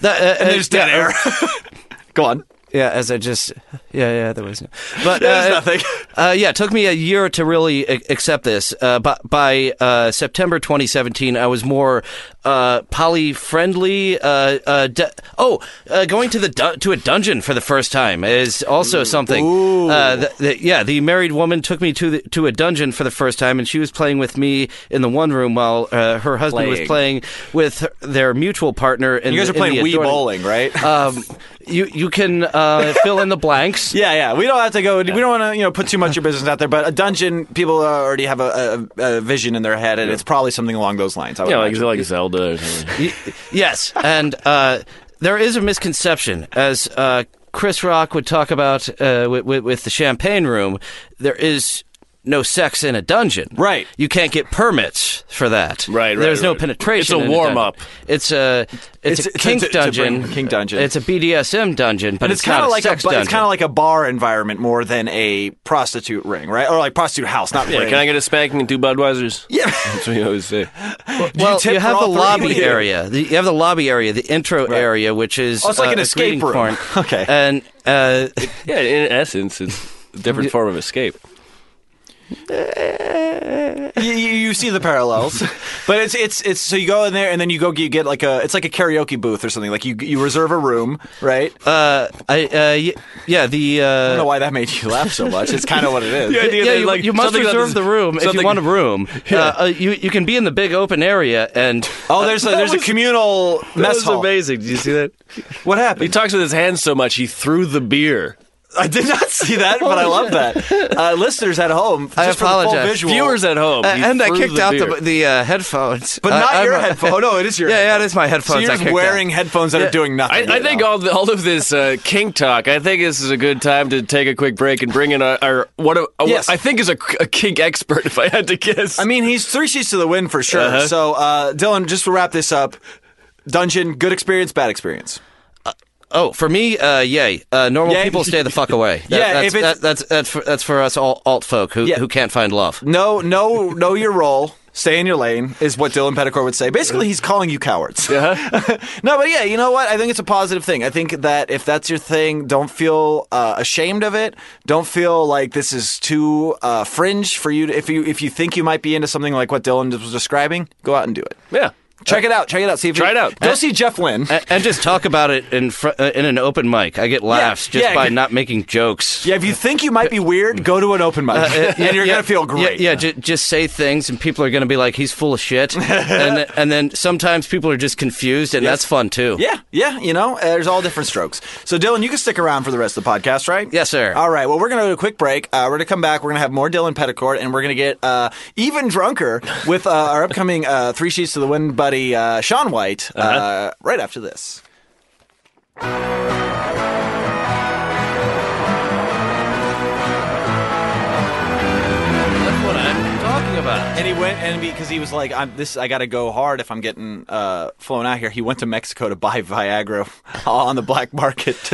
Speaker 5: That, uh, uh,
Speaker 2: There's dead
Speaker 5: yeah,
Speaker 2: air. Go on.
Speaker 5: Yeah, as I just, yeah, yeah, there was no, but uh,
Speaker 2: There's nothing.
Speaker 5: Uh, yeah, it took me a year to really a- accept this. Uh, by by uh, September 2017, I was more uh, poly friendly. Uh, uh, du- oh, uh, going to the du- to a dungeon for the first time is also
Speaker 2: Mm.
Speaker 5: something. Uh, th- th- yeah, the married woman took me to the, to a dungeon for the first time, and she was playing with me in the one room while uh, her husband was playing with her, their mutual partner. In
Speaker 2: You guys
Speaker 5: the-
Speaker 2: are playing
Speaker 5: in the
Speaker 2: Wii
Speaker 5: adjoining-
Speaker 2: bowling, right?
Speaker 5: um, you you can uh, fill in the blanks.
Speaker 2: Yeah, yeah. We don't have to go. We don't want to, you know, put too much of your business out there. But a dungeon, people uh, already have a, a, a vision in their head, and it's probably something along those lines. I would
Speaker 3: Yeah, like,
Speaker 2: imagine.
Speaker 3: like Zelda. Or something.
Speaker 5: Y- yes, and uh, there is a misconception as. Uh, Chris Rock would talk about uh, with, with, with the Champagne Room. There is no sex in a dungeon.
Speaker 2: Right.
Speaker 5: You can't get permits for that.
Speaker 3: Right, right,
Speaker 5: There's no
Speaker 3: right.
Speaker 5: penetration.
Speaker 3: It's a
Speaker 5: in dungeon.
Speaker 3: warm-up.
Speaker 5: It's a it's,
Speaker 2: It's-
Speaker 5: a
Speaker 2: it's-
Speaker 5: kink
Speaker 2: it's a- it's a
Speaker 5: dungeon.
Speaker 2: bring- kink dungeon.
Speaker 5: It's a BDSM dungeon, but
Speaker 2: And it's
Speaker 5: not
Speaker 2: kind of like a,
Speaker 5: sex
Speaker 2: bu- it's
Speaker 5: dungeon.
Speaker 2: kind of like a bar environment more than a prostitute ring, right? Or like prostitute house, not
Speaker 3: Yeah,
Speaker 2: ring.
Speaker 3: can I get a spanking and two Budweisers?
Speaker 2: Yeah.
Speaker 3: That's what you always say.
Speaker 2: you
Speaker 5: well,
Speaker 2: tip for
Speaker 5: have
Speaker 2: all
Speaker 5: the
Speaker 2: three?
Speaker 5: lobby area. The- you have the lobby area, the intro area, which is
Speaker 2: Oh, it's like
Speaker 5: uh,
Speaker 2: an
Speaker 5: a
Speaker 2: escape
Speaker 5: greeting
Speaker 2: room.
Speaker 5: card.
Speaker 2: Okay.
Speaker 5: and uh,
Speaker 3: Yeah, in essence, it's a different form of escape.
Speaker 2: you, you you see the parallels, but it's it's it's so you go in there and then you go you get like a it's like a karaoke booth or something. Like you you reserve a room, right?
Speaker 5: uh, I, uh, y- yeah, the
Speaker 2: I
Speaker 5: uh,
Speaker 2: don't know why that made you laugh so much. It's kind of what it is.
Speaker 3: The idea
Speaker 5: yeah,
Speaker 3: that,
Speaker 5: you,
Speaker 3: like,
Speaker 5: you must
Speaker 3: something that
Speaker 5: reserve
Speaker 3: is-
Speaker 5: the room if you
Speaker 3: something-
Speaker 5: want a room. Uh, uh, you you can be in the big open area, and
Speaker 2: Oh, there's a, there's a communal mess hall.
Speaker 3: amazing. Did you see that?
Speaker 2: What
Speaker 3: He
Speaker 2: happened?
Speaker 3: talks with his hands so much, he threw the beer.
Speaker 2: I did not see that, but I love that. Uh, listeners at home, just
Speaker 5: I
Speaker 2: For the full
Speaker 5: apologize.
Speaker 2: visual,
Speaker 3: Viewers at home,
Speaker 2: Oh,
Speaker 5: uh,
Speaker 3: he
Speaker 5: and I
Speaker 3: threw
Speaker 5: kicked
Speaker 3: the
Speaker 5: out
Speaker 3: beer.
Speaker 5: the the uh, headphones,
Speaker 2: but
Speaker 5: I-
Speaker 2: not
Speaker 5: I'm
Speaker 2: your
Speaker 5: a-
Speaker 2: headphones. Oh no, it is your.
Speaker 5: Yeah, yeah,
Speaker 2: headphones.
Speaker 5: it is my headphones.
Speaker 2: So you're
Speaker 5: I
Speaker 2: just
Speaker 5: kicked
Speaker 2: wearing
Speaker 5: out.
Speaker 2: headphones that are doing nothing.
Speaker 3: I, I
Speaker 2: right
Speaker 3: think
Speaker 2: now.
Speaker 3: all the, all of this uh, kink talk. I think this is a good time to take a quick break and bring in our, our what a, a-
Speaker 2: Yes.
Speaker 3: I think is a, a kink expert. If I had to guess,
Speaker 2: I mean, he's three sheets to the wind for sure.
Speaker 3: Uh-huh.
Speaker 2: So, uh, Dylan, just to wrap this up, dungeon, good experience, bad experience.
Speaker 5: Oh, for me, uh, yay. Uh, normal
Speaker 2: Yay.
Speaker 5: people stay the fuck away. That-
Speaker 2: Yeah,
Speaker 5: that's,
Speaker 2: if it's-
Speaker 5: that- that's that's for, that's for us all alt folk who
Speaker 2: Yeah.
Speaker 5: who can't find love.
Speaker 2: No, no, know your role. Stay in your lane is what Dylan Petticord would say. Basically, he's calling you cowards. no, but yeah, you know what? I think it's a positive thing. I think that if that's your thing, don't feel uh, ashamed of it. Don't feel like this is too uh, fringe for you. To, if you if you think you might be into something like what Dylan was describing, go out and do it.
Speaker 3: yeah.
Speaker 2: Check it out. Check it out. See if
Speaker 3: Try it
Speaker 2: you-
Speaker 3: out.
Speaker 2: Go
Speaker 3: Uh,
Speaker 2: see Jeff Lynne.
Speaker 5: A- and just talk about it in fr- uh, in an open mic. I get laughs just
Speaker 2: yeah.
Speaker 5: by not making jokes.
Speaker 2: Yeah, if you think you might be weird, go to an open
Speaker 3: uh,
Speaker 2: mic, and you're gonna feel great.
Speaker 5: Yeah, yeah ju- just say things, and people are gonna be like, "He's full of shit," and th- and then sometimes people are just confused, and that's fun too.
Speaker 2: yeah, yeah, You know, uh, there's all different strokes. So, Dylan, you can stick around for the rest of the podcast, right?
Speaker 5: Yes, sir.
Speaker 2: All right. Well, we're gonna do a quick break. Uh, we're gonna come back. We're gonna have more Dylan Petticord, and we're gonna get uh, even drunker with uh, our upcoming uh, Three Sheets to the Wind buddy uh, Sean White uh,
Speaker 6: Uh-huh.
Speaker 2: right after this.
Speaker 5: That's what I'm talking about.
Speaker 2: And he went and because he was like, I'm this I gotta go hard if I'm getting uh, flown out here. He went to Mexico to buy Viagra on the black market.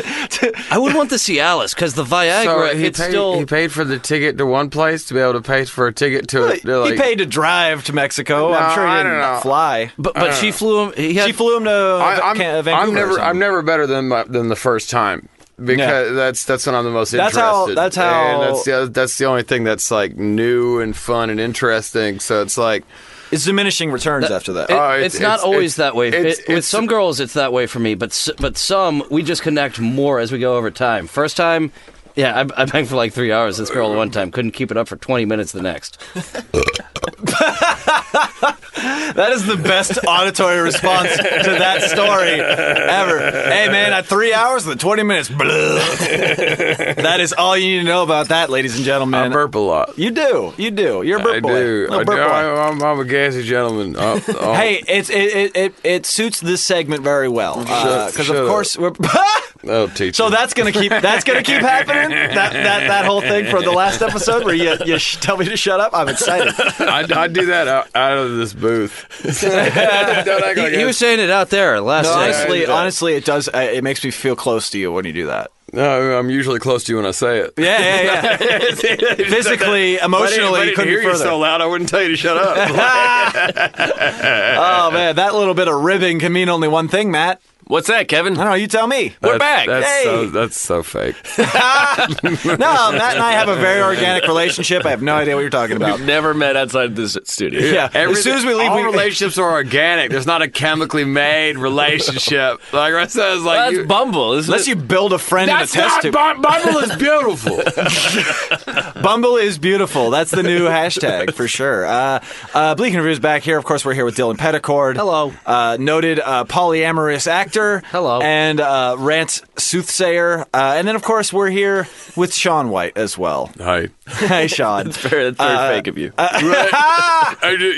Speaker 5: I would want the Cialis because the Viagra.
Speaker 6: So he
Speaker 5: it's
Speaker 6: paid,
Speaker 5: still
Speaker 6: he paid for the ticket to one place to be able to pay for a ticket to. a- to
Speaker 2: he
Speaker 6: like,
Speaker 2: paid to drive to Mexico. I'm
Speaker 6: No,
Speaker 2: sure he
Speaker 6: I
Speaker 2: didn't
Speaker 6: don't know.
Speaker 2: fly.
Speaker 5: But but she flew him. He had,
Speaker 2: Uh. She flew him to Va-
Speaker 6: I, am
Speaker 2: Can- uh, Vancouver. or
Speaker 6: never. I'm
Speaker 2: something.
Speaker 6: never better than my, than the first time because that's that's when I'm the most
Speaker 2: That's how-
Speaker 6: interested.
Speaker 2: that's how-
Speaker 6: And that's the that's the only thing that's like new and fun and interesting. So it's like
Speaker 2: It's diminishing returns after that.
Speaker 5: It-
Speaker 6: Oh,
Speaker 5: it's,
Speaker 6: it's-
Speaker 5: not
Speaker 6: it's-
Speaker 5: always
Speaker 6: it's-
Speaker 5: that way.
Speaker 6: it's-
Speaker 5: It- with
Speaker 6: it's-
Speaker 5: some girls, it's that way for me, but s- but some we just connect more as we go over time. First time, yeah, I, I banged for like three hours. This girl one time couldn't keep it up for twenty minutes. The next,
Speaker 2: that is the best auditory response to that story ever. Hey man, at three hours and twenty minutes, bleh. that is all you need to know about that, ladies and
Speaker 6: I
Speaker 2: gentlemen.
Speaker 6: burp a lot.
Speaker 2: You do, you do. You're a burp
Speaker 6: I
Speaker 2: boy.
Speaker 6: do.
Speaker 2: Little
Speaker 6: I do.
Speaker 2: burp boy.
Speaker 6: I, uh, am I'm a gassy gentleman. Oh, oh.
Speaker 2: Hey, it's it, it it it suits this segment very well
Speaker 6: Shut-
Speaker 2: because
Speaker 6: shut
Speaker 2: of
Speaker 6: up.
Speaker 2: course we're.
Speaker 6: oh, teacher.
Speaker 2: So that's gonna keep that's gonna keep happening. That that that whole thing from the last episode where you you sh- tell me to shut up. I'm excited.
Speaker 6: I, I do that out, out of this booth. Don't act like
Speaker 5: he, he
Speaker 6: I-
Speaker 5: was saying it out there last
Speaker 2: No,
Speaker 5: night.
Speaker 2: honestly,
Speaker 6: Yeah.
Speaker 2: honestly, it does. Uh, it makes me feel close to you when you do that.
Speaker 6: No, I'm usually close to you when I say it.
Speaker 2: Yeah, yeah, yeah. Physically,
Speaker 6: If
Speaker 2: emotionally,
Speaker 6: I
Speaker 2: you
Speaker 6: didn't
Speaker 2: couldn't
Speaker 6: hear
Speaker 2: be
Speaker 6: you
Speaker 2: further.
Speaker 6: so loud, I wouldn't tell you to shut up.
Speaker 2: oh man, that little bit of ribbing can mean only one thing, Matt.
Speaker 3: What's that, Kevin?
Speaker 2: I don't know. You tell me.
Speaker 3: We're back.
Speaker 6: That's
Speaker 2: Hey.
Speaker 6: so that's so fake.
Speaker 2: no, Matt and I have a very organic relationship. I have no idea what you're talking about.
Speaker 3: We've never met outside this studio.
Speaker 2: Yeah. as soon as we leave,
Speaker 6: all
Speaker 2: we
Speaker 6: relationships are organic. There's not a chemically made relationship. Like I said, it's
Speaker 3: Well,
Speaker 6: like
Speaker 3: that's
Speaker 6: Uh, you,
Speaker 3: Bumble, isn't
Speaker 2: unless
Speaker 3: it?
Speaker 2: you build a friend
Speaker 6: that's
Speaker 2: in a test
Speaker 6: not
Speaker 2: tube.
Speaker 6: Bu- Bumble is beautiful.
Speaker 2: Bumble is beautiful. That's the new hashtag for sure. Uh, uh, Bleak and Review is back here. Of course, we're here with Dylan Petticord.
Speaker 5: Hello.
Speaker 2: Uh, noted uh, polyamorous actor.
Speaker 5: Hello.
Speaker 2: And uh, rant soothsayer. Uh, and then, of course, we're here with Sean White as well.
Speaker 6: Hi.
Speaker 2: hey, Sean.
Speaker 3: Very, that's
Speaker 6: Uh,
Speaker 3: very fake of you.
Speaker 6: I do-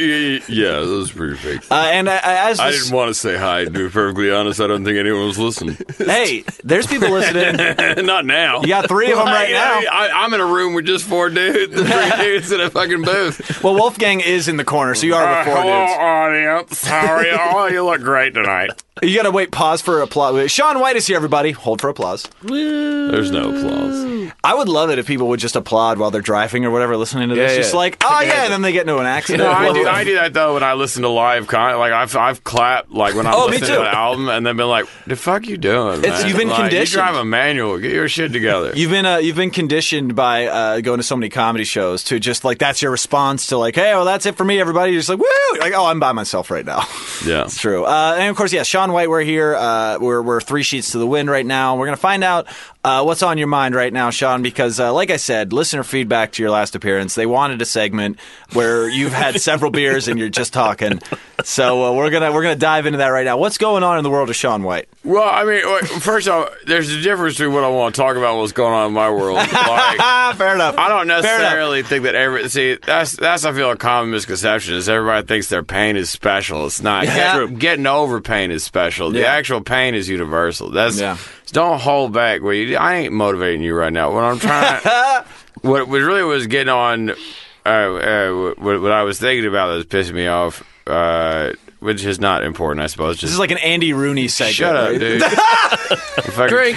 Speaker 6: yeah, that was pretty fake.
Speaker 2: Uh, and uh, as
Speaker 6: I
Speaker 2: this-
Speaker 6: didn't want to say hi. To be perfectly honest, I don't think anyone was listening.
Speaker 2: hey, there's people listening.
Speaker 6: Not now.
Speaker 2: You got three of them right now.
Speaker 6: I, I'm in a room with just four dudes. Three dudes in a fucking booth.
Speaker 2: Well, Wolfgang is in the corner, so you
Speaker 6: Uh,
Speaker 2: are with four dudes.
Speaker 6: audience. How are you? Oh, you look great tonight.
Speaker 2: You gotta wait. Pause for applause. Sean White is here, everybody. Hold for applause.
Speaker 6: There's no applause.
Speaker 2: I would love it if people would just applaud while they're driving or whatever, listening to this.
Speaker 3: Yeah,
Speaker 2: Just
Speaker 3: yeah.
Speaker 2: like, oh yeah, and then they get into an accident.
Speaker 6: No, I do, I do that though when I listen to live con. Like I've I've clapped like when I'm
Speaker 2: Oh, me
Speaker 6: listening
Speaker 2: too.
Speaker 6: to an album and then been like, "The fuck you doing?"
Speaker 2: It's-
Speaker 6: man?
Speaker 2: you've been
Speaker 6: Like,
Speaker 2: conditioned.
Speaker 6: You drive a manual. Get your shit together.
Speaker 2: You've been uh, you've been conditioned by uh, going to so many comedy shows to just like that's your response to like, hey, well that's it for me, everybody. You're just like, woo, You're like oh, I'm by myself right now.
Speaker 6: yeah.
Speaker 2: It's true. Uh, and of course, yeah, Sean White, we're here. Uh, we're, we're three sheets to the wind right now. We're going to find out uh, what's on your mind right now, Sean, because uh, like I said, listener feedback to your last appearance, they wanted a segment where you've had several beers and you're just talking. So uh, we're going to we're gonna dive into that right now. What's going on in the world of Sean White?
Speaker 6: Well, I mean, like, first off, there's a difference between what I want to talk about and what's going on in my world. Like,
Speaker 2: Ah, fair enough.
Speaker 6: I don't
Speaker 2: enough.
Speaker 6: necessarily think that every see that's that's I feel a common misconception is everybody thinks their pain is special. It's not.
Speaker 2: Yeah. True.
Speaker 6: Getting over pain is special. The
Speaker 2: Yeah.
Speaker 6: actual pain is universal. That's
Speaker 2: Yeah.
Speaker 6: don't hold back. Well, you, I ain't motivating you right now. What I'm trying, what was really was getting on, uh, uh, what, what I was thinking about that was pissing me off, uh, which is not important, I suppose.
Speaker 2: This
Speaker 6: Just
Speaker 2: is like an Andy Rooney segment.
Speaker 6: shut up,
Speaker 2: right?
Speaker 6: dude. Fucking-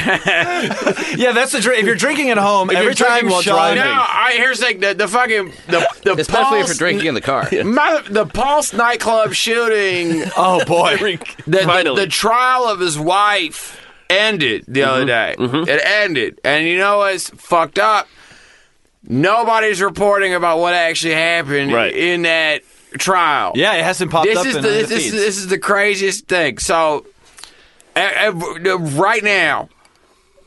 Speaker 2: Yeah, that's the drink. If you're drinking at home,
Speaker 6: If
Speaker 2: every
Speaker 6: you're
Speaker 2: time
Speaker 6: drinking
Speaker 2: while
Speaker 6: Sean-
Speaker 2: driving.
Speaker 6: No, I here's the, the the fucking the the
Speaker 5: Especially if
Speaker 6: Pulse-
Speaker 5: you're drinking in the car.
Speaker 6: Mother, the Pulse nightclub shooting, the,
Speaker 2: Oh boy!
Speaker 6: the,
Speaker 3: Finally.
Speaker 6: the trial of his wife ended the other day. It ended, and you know what's fucked up? Nobody's reporting about what actually happened
Speaker 3: Right.
Speaker 6: in that trial.
Speaker 2: Yeah, it hasn't popped
Speaker 6: This
Speaker 2: up.
Speaker 6: is the
Speaker 2: in any of
Speaker 6: this,
Speaker 2: the
Speaker 6: is
Speaker 2: feeds.
Speaker 6: this is the craziest thing. So, eh, eh, right now,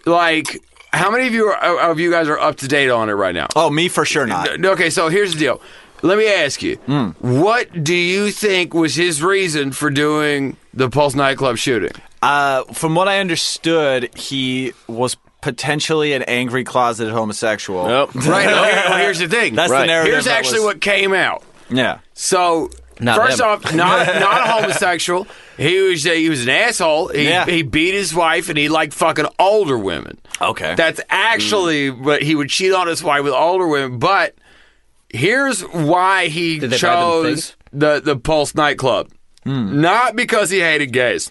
Speaker 6: like, how many of you are, of you guys are up to date on it right now?
Speaker 2: oh, me for sure not.
Speaker 6: Okay, so here's the deal. Let me ask you,
Speaker 2: Hmm.
Speaker 6: what do you think was his reason for doing the Pulse nightclub shooting?
Speaker 2: Uh, from what I understood, he was potentially an angry closeted homosexual.
Speaker 3: Nope.
Speaker 6: Right. well, here- well, here's the thing.
Speaker 2: Oh. That's the Right. narrative
Speaker 6: Here's
Speaker 2: that
Speaker 6: actually
Speaker 2: was-
Speaker 6: what came out.
Speaker 2: Yeah.
Speaker 6: So
Speaker 5: Not
Speaker 6: first
Speaker 5: him.
Speaker 6: off, not not a homosexual. He was a, he was an asshole. He
Speaker 2: Yeah.
Speaker 6: he beat his wife and he liked fucking older women.
Speaker 2: Okay.
Speaker 6: That's actually
Speaker 5: Mm.
Speaker 6: what he would cheat on his wife with older women. But here's why he
Speaker 5: Did they buy them
Speaker 6: chose
Speaker 5: things? Hmm.
Speaker 6: the the Pulse nightclub. Not because he hated gays.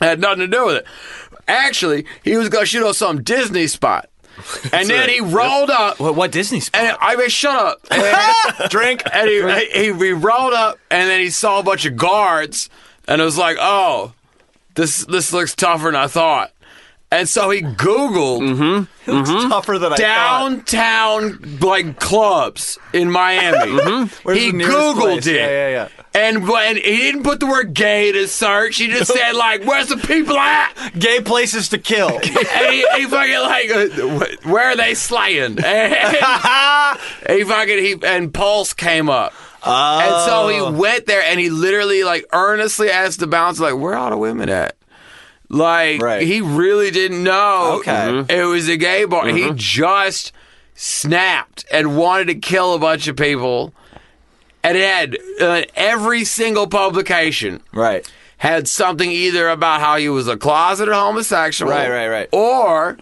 Speaker 6: It had nothing to do with it. Actually, he was gonna shoot on some Disney spot. And then he rolled up
Speaker 2: what, what Disney spot?
Speaker 6: and I mean, shut up. And- Drink. And he, he, he rolled up, and then he saw a bunch of guards, and it was like, oh, this this looks tougher than I thought. And so he
Speaker 5: Mm.
Speaker 6: Googled
Speaker 2: It's tougher than I thought.
Speaker 6: downtown like clubs in Miami.
Speaker 2: Mm-hmm. Where's
Speaker 6: He
Speaker 2: the nearest
Speaker 6: Googled
Speaker 2: place?
Speaker 6: it.
Speaker 2: Yeah, yeah, yeah.
Speaker 6: And when he didn't put the word gay in his search, he just said like, "Where's the people at?"
Speaker 2: Gay places to kill.
Speaker 6: and he, he fucking like, uh, wh- where are they slaying? And he fucking he and Pulse came up. And
Speaker 2: Oh.
Speaker 6: so he went there and he literally like earnestly asked the bouncer like, "Where are the women at?" Like
Speaker 2: Right.
Speaker 6: he really didn't know Mm-hmm.
Speaker 2: Okay. Mhm.
Speaker 6: it was a gay bar. He just snapped and wanted to kill a bunch of people. And it had uh, every single publication
Speaker 2: right.
Speaker 6: had something either about how he was a closeted homosexual.
Speaker 2: Right, right, right.
Speaker 6: Or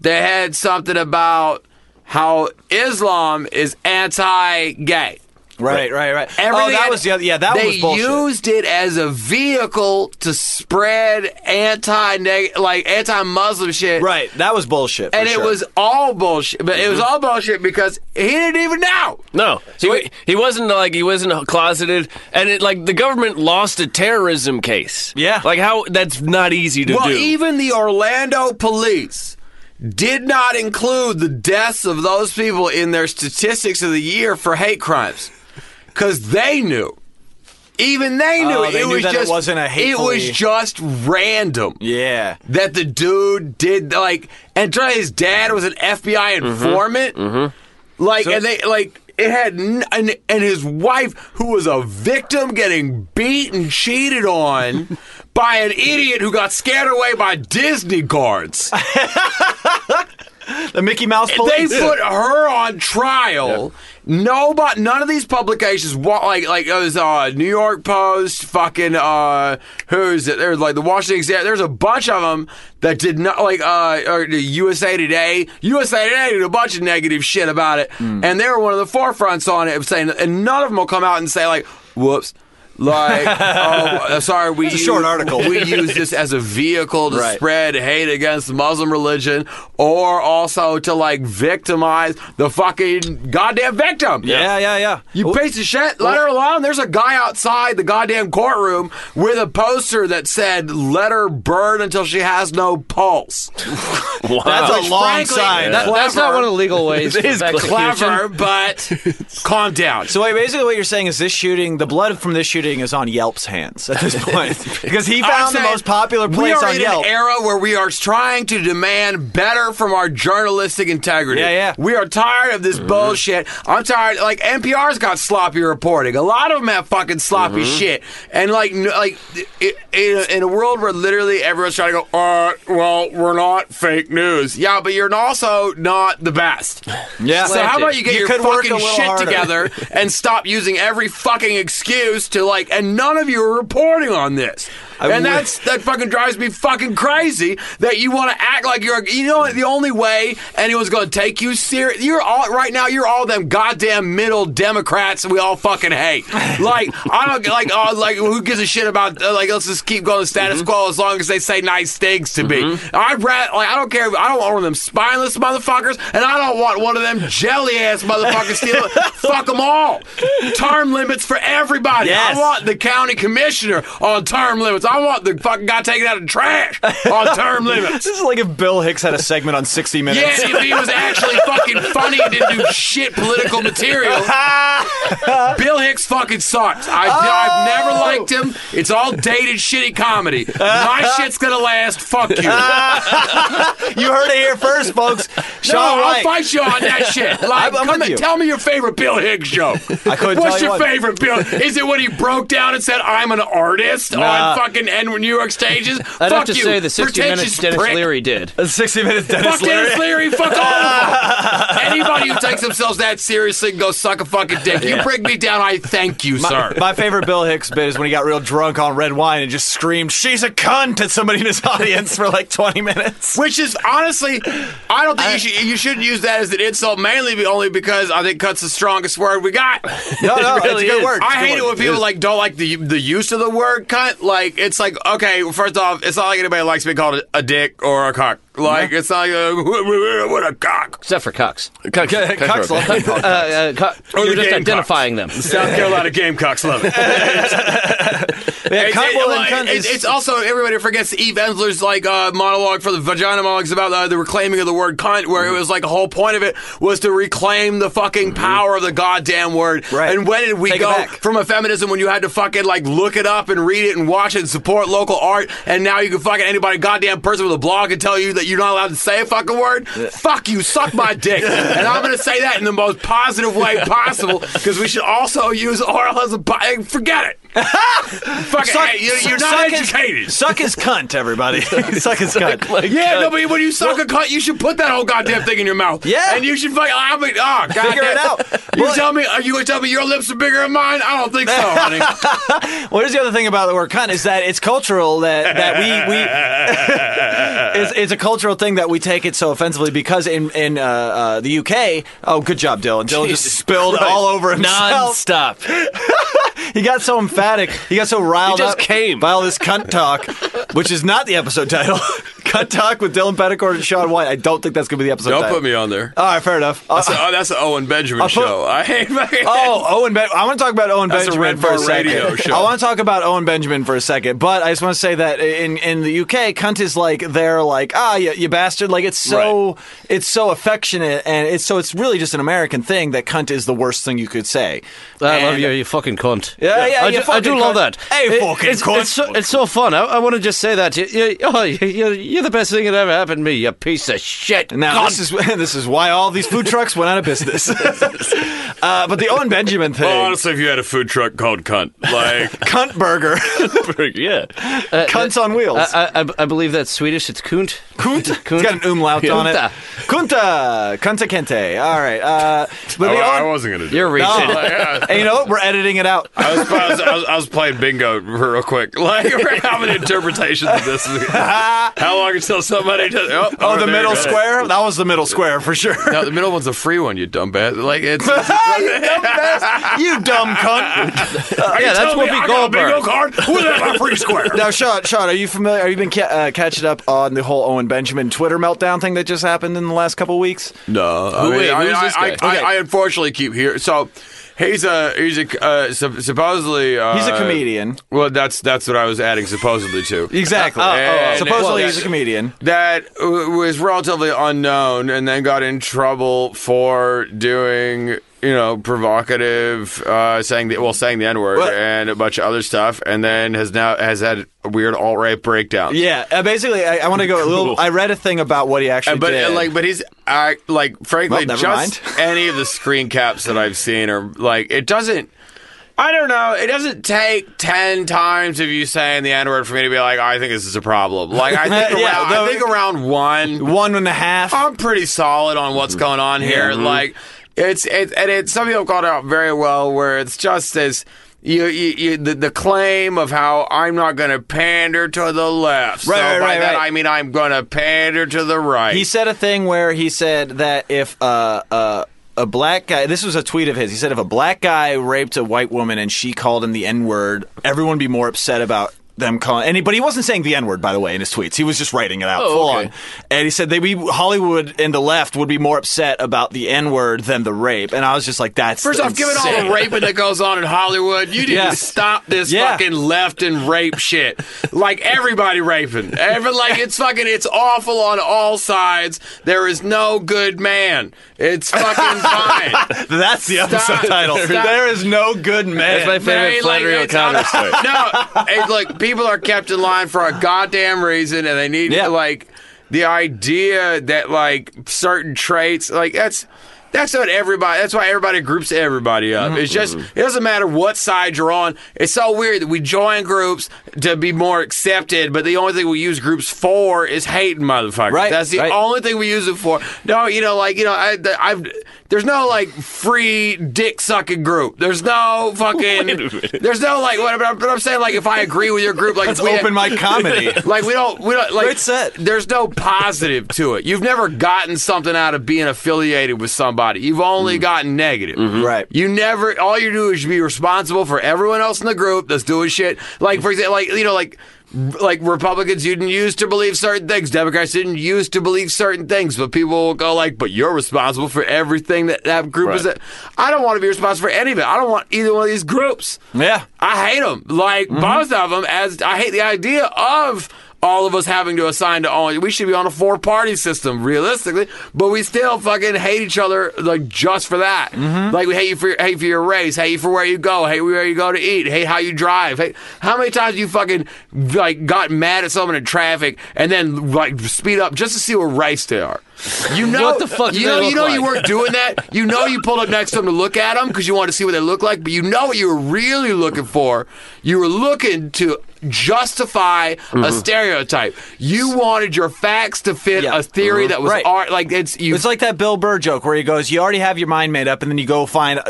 Speaker 6: they had something about how Islam is anti gay.
Speaker 2: Right, right, right. oh, that was the other, yeah, that
Speaker 6: they
Speaker 2: was bullshit.
Speaker 6: used it as a vehicle to spread anti like anti Muslim shit.
Speaker 2: right, that was bullshit. for
Speaker 6: And it
Speaker 2: sure. Mm-hmm.
Speaker 6: was all bullshit. But it was all bullshit because he didn't even know.
Speaker 3: No, he, he wasn't like he wasn't closeted, and it like the government lost a terrorism case.
Speaker 2: Yeah.
Speaker 3: like how that's not easy to
Speaker 6: Well,
Speaker 3: do.
Speaker 6: even the Orlando police did not include the deaths of those people in their statistics of the year for hate crimes because they knew. Even they knew
Speaker 2: Oh,
Speaker 6: it,
Speaker 2: they knew
Speaker 6: was
Speaker 2: that it
Speaker 6: just
Speaker 2: wasn't a
Speaker 6: It was
Speaker 2: hatefully-
Speaker 6: just random
Speaker 2: Yeah.
Speaker 6: that the dude did like and try his dad was an FBI informant. Like and they like it had n- and and his wife who was a victim getting beat and cheated on by an idiot who got scared away by Disney guards.
Speaker 2: The Mickey Mouse
Speaker 6: They
Speaker 2: police.
Speaker 6: put her on trial. Nobody, none of these publications, wa- like like it was uh, New York Post, fucking uh, who's it? There's like the Washington Examiner. There's a bunch of them that did not like uh, or the USA Today. USA Today did a bunch of negative shit about it,
Speaker 2: Hmm.
Speaker 6: and they were one of the forefronts on it, of saying, and none of them will come out and say like, whoops. Like, oh, sorry, we
Speaker 2: It's a short
Speaker 6: use-
Speaker 2: article.
Speaker 6: We use this as a vehicle to
Speaker 2: Right.
Speaker 6: spread hate against Muslim religion, or also to like victimize the fucking goddamn victim.
Speaker 2: yeah, yeah, yeah.
Speaker 6: You piece of shit. Let her alone. There's a guy outside the goddamn courtroom with a poster that said, "Let her burn until she has no pulse."
Speaker 3: Wow.
Speaker 2: That's a long
Speaker 6: frankly-
Speaker 2: sign.
Speaker 5: That- that's not
Speaker 6: Clever.
Speaker 5: one of the legal ways.
Speaker 3: It is
Speaker 5: of execution.
Speaker 6: Clever, but calm down.
Speaker 2: So wait, basically, what you're saying is this shooting, the blood from this shooting is on Yelp's hands at this point because he
Speaker 6: I'm
Speaker 2: found the
Speaker 6: saying
Speaker 2: most popular
Speaker 6: we
Speaker 2: place
Speaker 6: are
Speaker 2: on
Speaker 6: in
Speaker 2: Yelp.
Speaker 6: an era where we are trying to demand better from our journalistic integrity.
Speaker 2: Yeah, yeah.
Speaker 6: We are tired of this bullshit. I'm tired. Like NPR's got sloppy reporting. A lot of them have fucking sloppy shit. And like, n- like i- i- in a world where literally everyone's trying to go, uh, well, we're not fake news. Yeah, but you're also not the best.
Speaker 2: yeah.
Speaker 6: So how about you get
Speaker 2: You
Speaker 6: your
Speaker 2: could work a
Speaker 6: fucking
Speaker 2: little
Speaker 6: shit
Speaker 2: harder.
Speaker 6: together and stop using every fucking excuse to like? And none of you are reporting on this,
Speaker 2: I would-
Speaker 6: and that's that fucking drives me fucking crazy that you want to act like you're. You know what? The only way anyone's going to take you serious, you're all right now. You're all them goddamn middle Democrats we all fucking hate. Like I don't like oh like who gives a shit about uh, like let's just keep going to status quo as long as they say nice things to me. I'd rather like I don't care. I don't want one of them spineless motherfuckers, and I don't want one of them jelly ass motherfuckers stealing. Fuck them all. Term limits for everybody.
Speaker 2: Yes.
Speaker 6: I want the county commissioner on term limits. I want the fucking guy taking out the trash on term limits.
Speaker 2: This is like if Bill Hicks had a segment on 60
Speaker 6: Yeah,
Speaker 2: Minutes.
Speaker 6: if he was actually fucking funny and didn't do shit political material, Bill Hicks fucking sucks. I, I've never liked him. It's all dated, shitty comedy. My shit's gonna last. Fuck you.
Speaker 2: you heard it here first, folks.
Speaker 6: No,
Speaker 2: Sean
Speaker 6: I'll
Speaker 2: White.
Speaker 6: fight you on that shit. Like,
Speaker 2: I'm- I'm
Speaker 6: come
Speaker 2: with
Speaker 6: and
Speaker 2: you.
Speaker 6: tell me your favorite Bill Hicks joke.
Speaker 2: I couldn't tell
Speaker 6: What's
Speaker 2: you
Speaker 6: your
Speaker 2: what.
Speaker 6: favorite Bill? Is it when he broke down and said, "I'm an artist"
Speaker 2: Nah.
Speaker 6: on fucking N- New York stages?
Speaker 5: I'd
Speaker 6: Fuck
Speaker 5: have to
Speaker 6: you,
Speaker 5: say the 60 Minutes
Speaker 6: pretentious
Speaker 5: Dennis
Speaker 6: prick.
Speaker 5: Leary did.
Speaker 2: Uh, 60 Minutes Dennis
Speaker 6: Fuck Dennis
Speaker 2: Leary.
Speaker 6: Leary. Fuck all of them. Anybody who takes themselves that seriously can go suck a fucking dick. You bring me down, I thank you, sir.
Speaker 2: My favorite Bill Hicks bit is when he got real drunk on red wine and just screamed, She's a cunt at somebody in his audience for like 20 minutes.
Speaker 6: Which is honestly, I don't think you should you shouldn't use that as an insult. Mainly, be- only because I think "cut's the strongest word we got.
Speaker 2: No, no, it's Oh, a
Speaker 3: really
Speaker 2: good
Speaker 3: is.
Speaker 2: word. It's a
Speaker 6: I
Speaker 2: good
Speaker 6: hate it
Speaker 2: word.
Speaker 6: when people like don't like the the use of the word "cunt." Like it's like okay, well, first off, it's not like anybody likes to be called a, a dick or a cock. Like it's not like uh, what a cock.
Speaker 5: Except for Cox.
Speaker 3: Cuck- cuck-
Speaker 2: Cucks
Speaker 3: cuck-
Speaker 2: love
Speaker 5: Uh, uh, Cox-
Speaker 6: Or
Speaker 5: you're
Speaker 6: the
Speaker 5: just
Speaker 6: Gamecocks.
Speaker 5: identifying them.
Speaker 6: South Carolina Gamecocks love it.
Speaker 2: Yeah,
Speaker 6: It's-
Speaker 2: cunt
Speaker 6: it-
Speaker 2: well,
Speaker 6: well,
Speaker 2: and cunt
Speaker 6: it's-
Speaker 2: is-
Speaker 6: it's also everybody forgets Eve Ensler's like uh, monologue for the vagina monologues about uh, the reclaiming of the word cunt, where
Speaker 2: Mm-hmm.
Speaker 6: it was like the whole point of it was to reclaim the fucking power of the goddamn word.
Speaker 2: Right.
Speaker 6: And when did we
Speaker 2: Take it
Speaker 6: go
Speaker 2: back.
Speaker 6: from a feminism when you had to fucking like look it up and read it and watch it and support local art, and now you can fucking anybody goddamn person with a blog can tell you that you're not allowed to say a fucking word? Fuck you, suck my dick, and I'm gonna say that in the most positive way possible because we should also use oral as a bi- forget it. Fucking, hey, you- you're
Speaker 2: suck
Speaker 6: not
Speaker 2: his-
Speaker 6: educated.
Speaker 2: Suck his cunt, everybody. suck his cunt.
Speaker 6: yeah, no, but when you suck a cut, you should put that whole goddamn thing in your mouth.
Speaker 2: Yeah.
Speaker 6: and you should fucking. I mean, oh, goddamn.
Speaker 2: Figure it out.
Speaker 6: You
Speaker 2: Well-
Speaker 6: tell me. Are you gonna tell me your lips are bigger than mine? I don't think so, honey.
Speaker 2: What is the other thing about the word cunt is that it's cultural that, that we, we it's, it's a cultural thing that we take it so offensively because in in uh, uh, the UK, oh good job Dylan. Dylan just
Speaker 3: Jesus
Speaker 2: spilled
Speaker 3: Christ.
Speaker 2: all over himself.
Speaker 3: Non-stop.
Speaker 2: He got so emphatic. He got so
Speaker 3: He
Speaker 2: riled
Speaker 3: just
Speaker 2: up
Speaker 3: came.
Speaker 2: by all this cunt talk, which is not the episode title. cunt talk with Dylan Petticord and Sean White. I don't think that's gonna be the episode. title.
Speaker 6: on there.
Speaker 2: All right, fair enough. Uh,
Speaker 6: oh, that's the Owen Benjamin
Speaker 2: put-
Speaker 6: I hate fucking.
Speaker 2: Oh, Owen. Ben- I want to talk about Owen
Speaker 6: That's a
Speaker 2: Benjamin
Speaker 6: Red
Speaker 2: for a
Speaker 6: Bar
Speaker 2: second.
Speaker 6: radio show.
Speaker 2: I want to talk about Owen Benjamin for a second, but I just want to say that in in the UK, cunt is like they're like ah you, you bastard. Like it's so it's so affectionate, and it's so it's really just an American thing that cunt is the worst thing you could say.
Speaker 5: I
Speaker 2: And-
Speaker 5: love you, you fucking cunt.
Speaker 2: Yeah, yeah,
Speaker 5: I,
Speaker 2: you
Speaker 5: do, I
Speaker 2: fucking
Speaker 5: do love
Speaker 2: cunt.
Speaker 5: that.
Speaker 2: Hey, fucking
Speaker 5: it's,
Speaker 2: cunt.
Speaker 5: It's so, it's so fun. I, I want to just say that. You, you, oh, you, you- you're the best thing that ever happened to me, you piece of shit.
Speaker 2: Now
Speaker 5: God
Speaker 2: this is this is why all these food trucks went out of business. uh, but the Owen Benjamin thing,
Speaker 6: Well, honestly, if you had a food truck called cunt, like
Speaker 2: cunt burger,
Speaker 3: yeah.
Speaker 2: cunts on wheels.
Speaker 6: Uh,
Speaker 5: I, I- I, I believe that's Swedish. It's kunt.
Speaker 2: Kunt?
Speaker 5: Kunt.
Speaker 2: It's got an umlaut on it.
Speaker 5: Kunta.
Speaker 2: Kunta. Kunta Kente. All right. Uh, but
Speaker 6: I,
Speaker 2: the
Speaker 6: Oh, I
Speaker 2: on- Oh,
Speaker 6: wasn't gonna do.
Speaker 5: You're
Speaker 6: it. Oh,
Speaker 5: reaching.
Speaker 2: and you know what? We're editing it out.
Speaker 6: I was, I, was, I, was, I was playing bingo real quick. Like we're having interpretations of this. How long until somebody does? Oh,
Speaker 2: Oh,
Speaker 6: over
Speaker 2: the
Speaker 6: there,
Speaker 2: middle
Speaker 6: right.
Speaker 2: square? That was the middle square for sure.
Speaker 6: No, Oh, the middle one's a free one. You dumbass. Like it's. it's
Speaker 2: you dumb bastard. You dumb cunt.
Speaker 5: yeah, that's Whoopi Goldberg.
Speaker 6: card without my free square.
Speaker 2: Now, Sean, Sean, are you familiar? Are you been ca- uh, catching up on the whole Owen Benjamin Twitter meltdown thing that just happened in the last couple weeks?
Speaker 6: No, I, mean,
Speaker 5: wait,
Speaker 6: I,
Speaker 5: who's
Speaker 6: I-
Speaker 5: this
Speaker 6: I-
Speaker 5: guy?
Speaker 6: I-
Speaker 5: Okay.
Speaker 6: I unfortunately keep here. So he's a he's a uh, sup- supposedly uh,
Speaker 2: He's a comedian.
Speaker 6: Well, that's that's what I was adding supposedly to.
Speaker 2: Exactly.
Speaker 6: Uh, oh, oh.
Speaker 2: Supposedly,
Speaker 6: Well,
Speaker 2: he's a comedian.
Speaker 6: that w- was relatively unknown and then got in trouble for doing you know provocative uh saying the well saying the n-word
Speaker 2: Well-
Speaker 6: and a bunch of other stuff and then has now has had weird alt-right breakdowns
Speaker 2: Yeah. Uh, basically, I, I want to go a little. I read a thing about what he actually
Speaker 6: And- but
Speaker 2: did.
Speaker 6: and, like, but he's I like, frankly,
Speaker 2: Well, never
Speaker 6: just
Speaker 2: mind.
Speaker 6: any of the screen caps that I've seen are like, it doesn't. I don't know. It doesn't take ten times of you saying the N word for me to be like, "Oh, I think this is a problem. Like, I think,
Speaker 2: Yeah,
Speaker 6: around,
Speaker 2: though-
Speaker 6: I think around one,
Speaker 2: one and a half.
Speaker 6: I'm pretty solid on
Speaker 2: Mm-hmm.
Speaker 6: what's going on here. Like it's it, and it's some people called it out very well where it's just this. You, you, you the, the claim of how I'm not going to pander to the left.
Speaker 2: Right,
Speaker 6: so
Speaker 2: right,
Speaker 6: by
Speaker 2: right,
Speaker 6: that
Speaker 2: right.
Speaker 6: I mean I'm going to pander to the right.
Speaker 2: He said a thing where he said that if uh, uh, a black guy, this was a tweet of his, he said if a black guy raped a white woman and she called him the N word, everyone would be more upset about them calling. And he, but he wasn't saying the N word, by the way, in his tweets. He was just writing it out
Speaker 6: Oh,
Speaker 2: full
Speaker 3: okay.
Speaker 2: on. And he said they be Hollywood and the left would be more upset about the N word than the rape. And I was just like, that's
Speaker 6: First off, given all
Speaker 2: insane.
Speaker 6: the raping that goes on in Hollywood, you need
Speaker 2: Yeah.
Speaker 6: to stop this
Speaker 2: Yeah.
Speaker 6: fucking left and rape shit. Like everybody raping, Every, like it's fucking, it's awful on all sides. There is no good man. It's fucking fine.
Speaker 2: That's the other
Speaker 6: Stop.
Speaker 2: subtitle.
Speaker 6: Stop.
Speaker 2: There is no good man.
Speaker 5: That's my favorite
Speaker 6: Very, like,
Speaker 5: Flannery
Speaker 6: it's-
Speaker 5: O'Connor story.
Speaker 6: No, it's like people are kept in line for a goddamn reason, and they need
Speaker 2: Yeah.
Speaker 6: like the idea that like certain traits, like that's. That's what everybody. That's why everybody groups everybody up. It's just
Speaker 5: Mm-hmm.
Speaker 6: it doesn't matter what side you're on. It's so weird that we join groups to be more accepted, but the only thing we use groups for is hating motherfuckers.
Speaker 2: Right,
Speaker 6: That's the
Speaker 2: right.
Speaker 6: only thing we use it for. No, you know, like you know, I, I've there's no like free dick sucking group. There's no fucking. There's no like what, but I'm, but I'm saying like if I agree with your group, like
Speaker 2: That's
Speaker 6: we
Speaker 2: open mic comedy.
Speaker 6: Like we don't, we don't like.
Speaker 2: Great set.
Speaker 6: There's no positive to it. You've never gotten something out of being affiliated with somebody. You've only gotten negative.
Speaker 2: Right.
Speaker 6: You never. All you do is be responsible for everyone else in the group that's doing shit. Like for example, like you know, like like Republicans you didn't used to believe certain things. Democrats didn't used to believe certain things. But people will go like, "But you're responsible for everything that that group is." At. I don't want to be responsible for any of it. I don't want either one of these groups.
Speaker 2: yeah.
Speaker 6: I hate them. Like
Speaker 5: Mm-hmm.
Speaker 6: both of them. As I hate the idea of all of us having to assign to only. We should be on a four party system, realistically. But we still fucking hate each other, like just for that.
Speaker 5: Mm-hmm.
Speaker 6: Like we hate you for your, hate for your race, hate you for where you go, hate where you go to eat, hate how you drive. Hate, how many times you fucking like got mad at someone in traffic and then like speed up just to see what race they are. You know
Speaker 5: What the fuck do
Speaker 6: You
Speaker 5: they
Speaker 6: know
Speaker 5: look
Speaker 6: you know
Speaker 5: like?
Speaker 6: you weren't doing that. You know you pulled up next to them to look at them because you wanted to see what they look like, but you know what you were really looking for. You were looking to justify a stereotype. You wanted your facts to fit
Speaker 2: Mm-hmm. Yeah.
Speaker 6: a theory that was
Speaker 2: Right.
Speaker 6: art. Like it's you.
Speaker 2: It's like that Bill Burr joke where he goes, "You already have your mind made up, and then you go find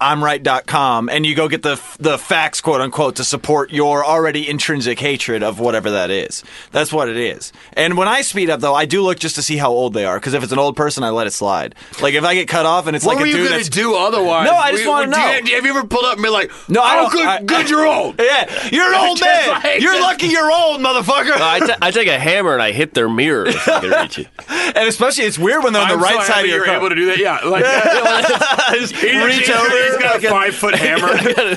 Speaker 2: www.imright.com, and you go get the the facts, quote unquote, to support your already intrinsic hatred of whatever that is." That's what it is. And when I speed up, though, I do look just to see how old they are, because if it's an old person, I let it slide. Like if I get cut off and it's
Speaker 6: what
Speaker 2: like
Speaker 6: were
Speaker 2: a
Speaker 6: you
Speaker 2: dude
Speaker 6: gonna
Speaker 2: that's
Speaker 6: do otherwise?
Speaker 2: No, I just
Speaker 6: We-
Speaker 2: wanna
Speaker 6: do you-
Speaker 2: know.
Speaker 6: have you ever pulled up and be like,
Speaker 2: No, I
Speaker 6: oh,
Speaker 2: don't-
Speaker 6: good,
Speaker 2: I-
Speaker 6: good, you're old."
Speaker 2: yeah, you're an old
Speaker 6: Just
Speaker 2: man.
Speaker 6: like-
Speaker 2: you're lucky you're old, motherfucker.
Speaker 3: I, t- I take a hammer and I hit their mirror if I can reach it.
Speaker 2: and especially, it's weird when they're on
Speaker 6: I'm
Speaker 2: the right
Speaker 6: so
Speaker 2: side
Speaker 6: happy
Speaker 2: of your
Speaker 6: you're
Speaker 2: car.
Speaker 6: able to do that. Yeah, like
Speaker 2: Just reach
Speaker 6: he's-
Speaker 2: over.
Speaker 6: He's got a
Speaker 2: fucking-
Speaker 6: five foot hammer.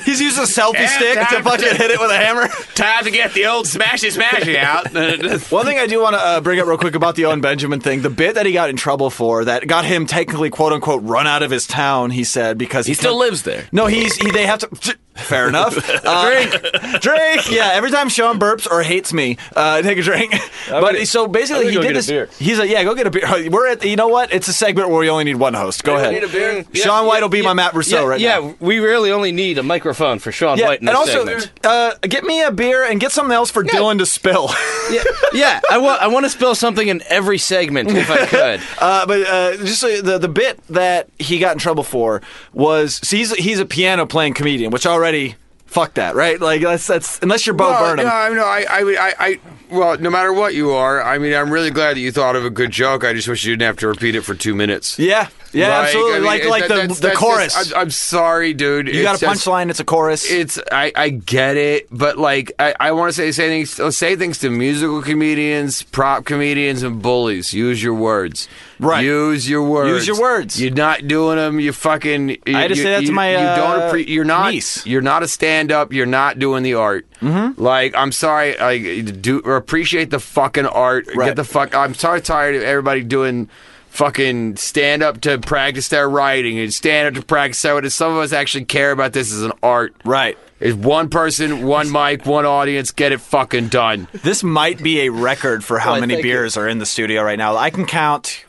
Speaker 2: He's used a selfie
Speaker 6: Yeah,
Speaker 2: stick to
Speaker 6: time-
Speaker 2: fucking hit it with a hammer.
Speaker 6: Time to get the old smashy smashy out.
Speaker 2: One thing I do want to uh, bring up real quick about the Owen Benjamin thing, the bit that he got in trouble for that got him technically quote unquote run out of his town, he said because
Speaker 3: He still
Speaker 2: kept-
Speaker 3: lives there.
Speaker 2: No, he's he, they have to Fair enough. drink, drink. Yeah, every time Sean burps or hates me, uh, take a drink. but
Speaker 3: gonna-
Speaker 2: so
Speaker 3: I'm
Speaker 2: basically,
Speaker 3: gonna
Speaker 2: he
Speaker 3: go
Speaker 2: did
Speaker 3: get a
Speaker 2: this.
Speaker 3: beer.
Speaker 2: He's like, yeah, go get a beer. We're at. You know what? It's a segment where we only need one host. Go ahead.
Speaker 6: need a beer.
Speaker 2: Sean
Speaker 6: Yeah,
Speaker 2: White will be my Matt Rousseau
Speaker 5: yeah,
Speaker 2: right
Speaker 5: yeah,
Speaker 2: now.
Speaker 5: we really only need a microphone for Sean
Speaker 2: Yeah,
Speaker 5: White in
Speaker 2: and
Speaker 5: this
Speaker 2: also
Speaker 5: segment.
Speaker 2: uh, get me a beer and get something else for Dylan to spill.
Speaker 5: yeah, yeah, I want I want to spill something in every segment if I could.
Speaker 2: Uh, but uh, just uh, the the bit that he got in trouble for was so he's he's a piano playing comedian, which already fuck that, right? Like that's that's unless you're Bo
Speaker 6: Well,
Speaker 2: Burnham.
Speaker 6: No, I no, I, I, I, I, well, no matter what you are, I mean, I'm really glad that you thought of a good joke. I just wish you didn't have to repeat it for two minutes.
Speaker 2: Yeah, yeah,
Speaker 6: Like,
Speaker 2: absolutely.
Speaker 6: I mean,
Speaker 2: like
Speaker 6: it-
Speaker 2: like
Speaker 6: that-
Speaker 2: the
Speaker 6: that's-
Speaker 2: the
Speaker 6: that's
Speaker 2: chorus.
Speaker 6: just- I'm, I'm sorry, dude.
Speaker 2: you got a punchline. It's a chorus.
Speaker 6: It's I, I get it, but like I, I want to say say things uh, say things to musical comedians, prop comedians, and bullies. Use your words,
Speaker 2: Right.
Speaker 6: Use your words.
Speaker 2: Use your words.
Speaker 6: You're not doing them. You fucking. You,
Speaker 2: I had to
Speaker 6: you-
Speaker 2: say that to
Speaker 6: you-
Speaker 2: my,
Speaker 6: You
Speaker 2: uh,
Speaker 6: don't. appre- you're not.
Speaker 2: niece.
Speaker 6: You're not a stand up. You're not doing the art. Mm-hmm. Like I'm sorry. Like do or appreciate the fucking art.
Speaker 2: Right.
Speaker 6: Get the fuck. I'm so tired of everybody doing. Fucking stand up to practice their writing and stand up to practice their. Some of us actually care about this as an art.
Speaker 2: right.
Speaker 6: It's one person, one mic, one audience. Get it fucking done.
Speaker 2: This might be a record for how
Speaker 5: Well, I
Speaker 2: many
Speaker 5: think it-
Speaker 2: beers are in the studio right now. I can count.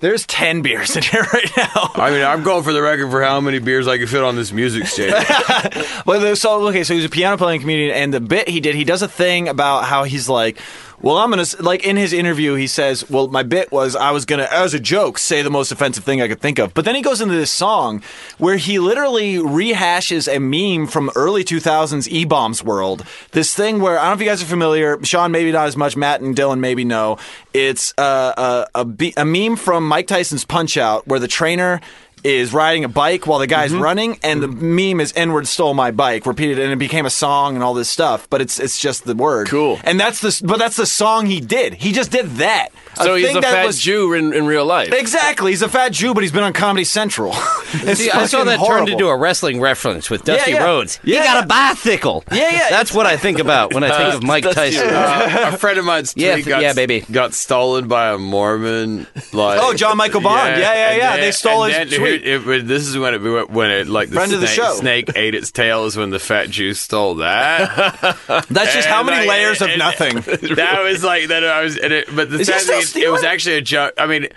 Speaker 2: There's ten beers in here right now.
Speaker 6: I mean, I'm going for the record for how many beers I can fit on this music stage.
Speaker 2: Well, there's- so okay, so he's a piano playing comedian, and the bit he did, he does a thing about how he's like, well, I'm gonna s- like in his interview, he says, well, my bit was I was gonna as a joke say the most offensive thing I could think of, but then he goes into this song where he literally rehashes a meme from early 2000s E Bombs world. This thing where I don't know if you guys are familiar, Sean maybe not as much, Matt and Dylan maybe know. It's uh, a a, be- a meme from Mike Tyson's Punch Out where the trainer is riding a bike while the guy's running, and the meme is "N-word stole my bike," repeated, and it became a song and all this stuff. But it's it's just the word.
Speaker 3: Cool.
Speaker 2: And that's the but that's the song he did. He just did that.
Speaker 3: So he's
Speaker 2: thing
Speaker 3: a
Speaker 2: that
Speaker 3: fat
Speaker 2: was-
Speaker 3: Jew in, in real life.
Speaker 2: Exactly. He's a fat Jew, but he's been on Comedy Central. It's
Speaker 5: See, I saw
Speaker 2: fucking
Speaker 5: that
Speaker 2: horrible.
Speaker 5: turned into a wrestling reference with Dusty
Speaker 2: yeah.
Speaker 5: Rhodes.
Speaker 2: Yeah,
Speaker 5: he got
Speaker 2: yeah.
Speaker 5: a bicycle.
Speaker 2: Yeah, yeah.
Speaker 5: That's what I think about when I think of Mike Tyson.
Speaker 6: Uh, a friend of mine's tweet
Speaker 5: Yeah,
Speaker 6: got,
Speaker 5: yeah, baby.
Speaker 6: got stolen by a Mormon. Like,
Speaker 2: Oh, John Michael Bond. Yeah, yeah,
Speaker 6: and
Speaker 2: yeah.
Speaker 6: then-
Speaker 2: They stole
Speaker 6: and
Speaker 2: his
Speaker 6: then
Speaker 2: tweet.
Speaker 6: It, it- this is when it when it like the,
Speaker 2: Friend
Speaker 6: snake,
Speaker 2: of the show.
Speaker 6: snake ate its tail is when the fat Jew stole that.
Speaker 2: That's just how
Speaker 6: And,
Speaker 2: many
Speaker 6: like,
Speaker 2: layers of
Speaker 6: and-
Speaker 2: nothing.
Speaker 6: that was like that. I was, and it, but the
Speaker 2: Is he
Speaker 6: sad
Speaker 2: still
Speaker 6: thing is, it was
Speaker 2: stealing?
Speaker 6: actually a joke. I mean,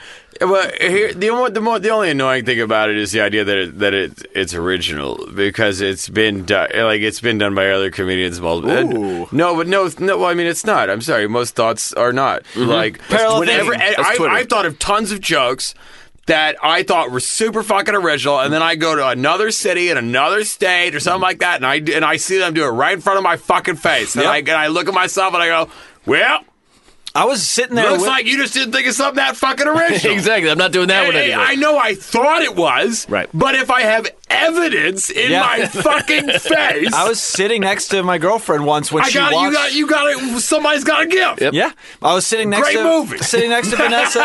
Speaker 6: well, here the only the, more, the only annoying thing about it is the idea that it, that it it's original because it's been done like it's been done by other comedians multiple. and-
Speaker 2: Ooh.
Speaker 6: No, but no, no. Well, I mean, it's not. I'm sorry. Most thoughts are not like
Speaker 2: Parallel
Speaker 6: whenever.
Speaker 2: thinking.
Speaker 6: and
Speaker 3: That's Twitter.
Speaker 6: I, I thought of tons of jokes. That I thought were super fucking original, and then I go to another city and another state or something like that, and I do- and I see them do it right in front of my fucking face, and,
Speaker 2: Yep.
Speaker 6: I, and I look at myself and I go, "Well,
Speaker 2: I was sitting there.
Speaker 6: Looks
Speaker 2: with-
Speaker 6: like you just didn't think of something that fucking original.
Speaker 3: Exactly. I'm not doing that
Speaker 6: And-
Speaker 3: one
Speaker 6: and
Speaker 3: anymore.
Speaker 6: I know I thought it was,
Speaker 3: Right.
Speaker 6: But if I have evidence in
Speaker 2: Yeah.
Speaker 6: my fucking face,
Speaker 2: I was sitting next to my girlfriend once when
Speaker 6: I
Speaker 2: she
Speaker 6: got
Speaker 2: watched.
Speaker 6: you got you got it. Somebody's got to give.
Speaker 3: Yep.
Speaker 2: Yeah, I was sitting next
Speaker 6: Great
Speaker 2: to
Speaker 6: movie.
Speaker 2: sitting next to Vanessa.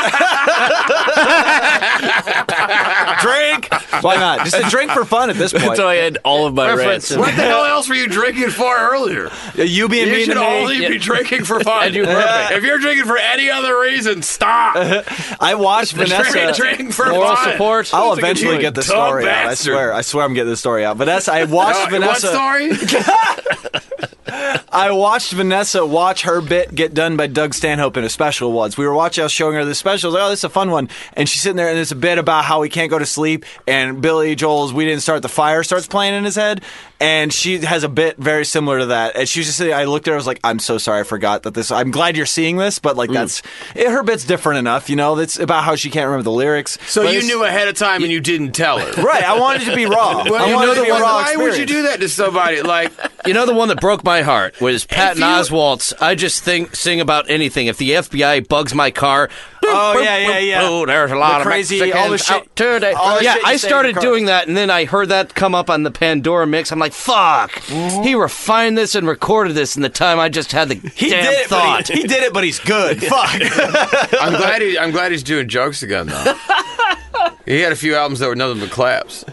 Speaker 2: drink? Why not? Just a drink for fun at this point.
Speaker 3: So I had all of my rants.
Speaker 5: Reference.
Speaker 6: What the hell else were you drinking for earlier?
Speaker 2: you being
Speaker 6: You
Speaker 2: mean
Speaker 6: should
Speaker 2: to me.
Speaker 6: only be drinking for fun.
Speaker 5: do perfect.
Speaker 6: If you're drinking for any other reason, stop.
Speaker 2: I watched Vanessa.
Speaker 6: Drink, drink for
Speaker 5: Moral
Speaker 6: fun.
Speaker 5: support.
Speaker 2: I'll eventually get the
Speaker 6: dumb
Speaker 2: story out. I
Speaker 6: bastard.
Speaker 2: swear. I swear I'm getting the story out. Vanessa, I watched
Speaker 6: Uh, what
Speaker 2: Vanessa.
Speaker 6: story?
Speaker 2: I watched Vanessa watch her bit get done by Doug Stanhope in a special once. We were watching, I was showing her the special. I was like, oh, this is a fun one. And she's sitting there, and it's a bit about how he can't go to sleep. And Billy Joel's "We Didn't Start the Fire" starts playing in his head, and she has a bit very similar to that. And she was just sitting. I looked at her, I was like, "I'm so sorry, I forgot that this. I'm glad you're seeing this, but
Speaker 6: Mm.
Speaker 2: like that's it, her bit's different enough, you know. That's about how she can't remember the lyrics.
Speaker 6: So
Speaker 2: But
Speaker 6: you
Speaker 2: it's-
Speaker 6: knew ahead of time and you didn't tell her.
Speaker 2: right? I wanted it to be raw.
Speaker 6: Well,
Speaker 2: I
Speaker 6: you
Speaker 2: wanted
Speaker 6: know
Speaker 2: it to
Speaker 6: the
Speaker 2: be a
Speaker 6: one.
Speaker 2: raw
Speaker 6: Why would you
Speaker 2: experience.
Speaker 6: do that to somebody? Like,
Speaker 5: You know the one that broke my heart was Patton
Speaker 6: you-
Speaker 5: Oswalt's "I Just Think Sing About Anything." If the FBI bugs my car,
Speaker 2: Oh, yeah, yeah, yeah.
Speaker 5: Oh, there's a lot
Speaker 2: The crazy-
Speaker 5: of Mexicans
Speaker 2: all the shit-
Speaker 5: out today.
Speaker 2: all the
Speaker 5: yeah,
Speaker 2: shit you
Speaker 5: I
Speaker 2: say in your
Speaker 5: started
Speaker 2: car.
Speaker 5: doing that, and then I heard that come up on the Pandora mix. I'm like, fuck, he refined this and recorded this in the time I just had the
Speaker 2: He
Speaker 5: damn
Speaker 2: did it,
Speaker 5: thought.
Speaker 2: but he, he did it, but he's good. Fuck.
Speaker 6: I'm glad. He, I'm glad he's doing jokes again, though. He had a few albums that were nothing but claps.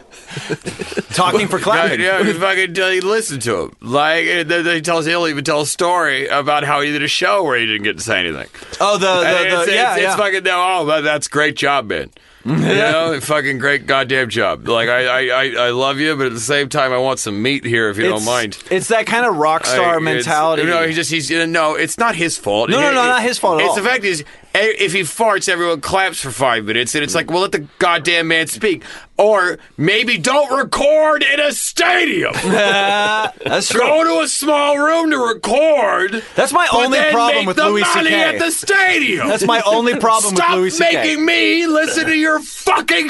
Speaker 2: Talking for
Speaker 6: Yeah,
Speaker 2: clapping.
Speaker 6: yeah, if I could tell you, listen to him. Like, uh, th- th- he tells, he'll even tell a story about how he did a show where he didn't get to say anything.
Speaker 2: Oh, the, the,
Speaker 6: And
Speaker 2: the
Speaker 6: it's,
Speaker 2: yeah,
Speaker 6: it's,
Speaker 2: yeah.
Speaker 6: it's fucking no. Oh, that- that's great job, man. You know, fucking great goddamn job. Like I, I, I, I love you, but at the same time, I want some meat here if you don't mind.
Speaker 2: It's that kind of rock
Speaker 6: I-
Speaker 2: star
Speaker 6: it's-
Speaker 2: mentality.
Speaker 6: No, he just he's no. It's not his fault.
Speaker 2: No, no,
Speaker 6: It-
Speaker 2: no,
Speaker 6: it-
Speaker 2: not his fault at
Speaker 6: it's
Speaker 2: all.
Speaker 6: the fact is, e- if he farts, everyone claps for five minutes, and it's like, well, let the goddamn man speak, or maybe don't record in a stadium.
Speaker 2: That's true.
Speaker 6: Go to a small room to record.
Speaker 2: That's my
Speaker 6: but
Speaker 2: only
Speaker 6: then
Speaker 2: problem
Speaker 6: make
Speaker 2: with
Speaker 6: the
Speaker 2: Louis
Speaker 6: money
Speaker 2: CK.
Speaker 6: at the stadium.
Speaker 2: That's my only problem
Speaker 6: Stop
Speaker 2: with Louis C.K.
Speaker 6: making me listen to your fucking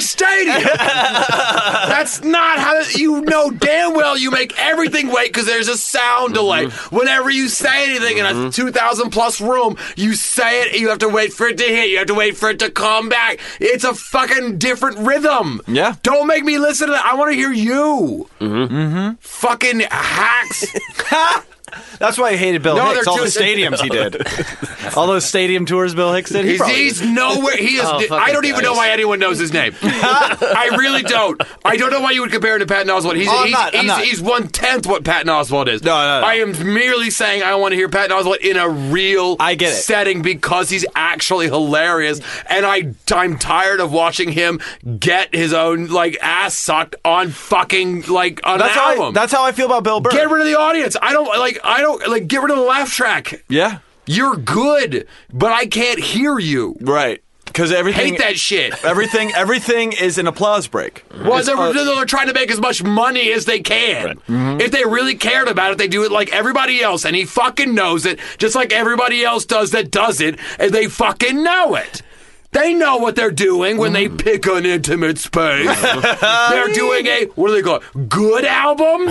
Speaker 6: stadium. That's not how you know damn well you make everything wait because there's a
Speaker 2: Mm-hmm.
Speaker 6: sound delay. Whenever you say anything in a 2,000 plus room, you say it, you have to wait for it to hit, you have to wait for it to come back. It's a fucking different rhythm.
Speaker 2: Yeah.
Speaker 6: Don't make me listen to that. I want to hear you. Mm-hmm. Fucking hacks.
Speaker 2: That's why I hated Bill
Speaker 6: No,
Speaker 2: Hicks.
Speaker 6: they're
Speaker 2: All the
Speaker 6: too-
Speaker 2: stadiums he did. all those stadium tours Bill Hicks did. He
Speaker 6: He's,
Speaker 2: probably
Speaker 6: he's nowhere. He is.
Speaker 5: fucking
Speaker 6: I don't even know
Speaker 5: Christ.
Speaker 6: why anyone knows his name. I really don't. I don't know why you would compare him to Patton Oswald. He's
Speaker 2: Oh, I'm
Speaker 6: he's,
Speaker 2: not, I'm
Speaker 6: he's,
Speaker 2: not.
Speaker 6: he's one tenth what Patton Oswald is.
Speaker 2: No, no, no.
Speaker 6: I am merely saying I want to hear Patton Oswald in a real
Speaker 2: I get it.
Speaker 6: setting because he's actually hilarious, and I I'm tired of watching him get his own like ass sucked on fucking like on
Speaker 2: That's
Speaker 6: an
Speaker 2: how, I,
Speaker 6: album.
Speaker 2: that's how I feel about Bill Burr.
Speaker 6: get rid of the audience. I don't like. I don't like. Get rid of the laugh track.
Speaker 2: yeah,
Speaker 6: You're good, but I can't hear you.
Speaker 2: right. Because everything,
Speaker 6: Hate that shit.
Speaker 2: everything, everything is an applause break. uh,
Speaker 6: Well, they're,
Speaker 5: uh,
Speaker 6: they're trying to make as much money as they can.
Speaker 5: Mm-hmm.
Speaker 6: If they really cared about it, they do it like everybody else, and he fucking knows it, just like everybody else does that does it, and they fucking know it. They know what they're doing when
Speaker 5: Mm.
Speaker 6: they pick an intimate space. they're doing a what do they call it? Good album.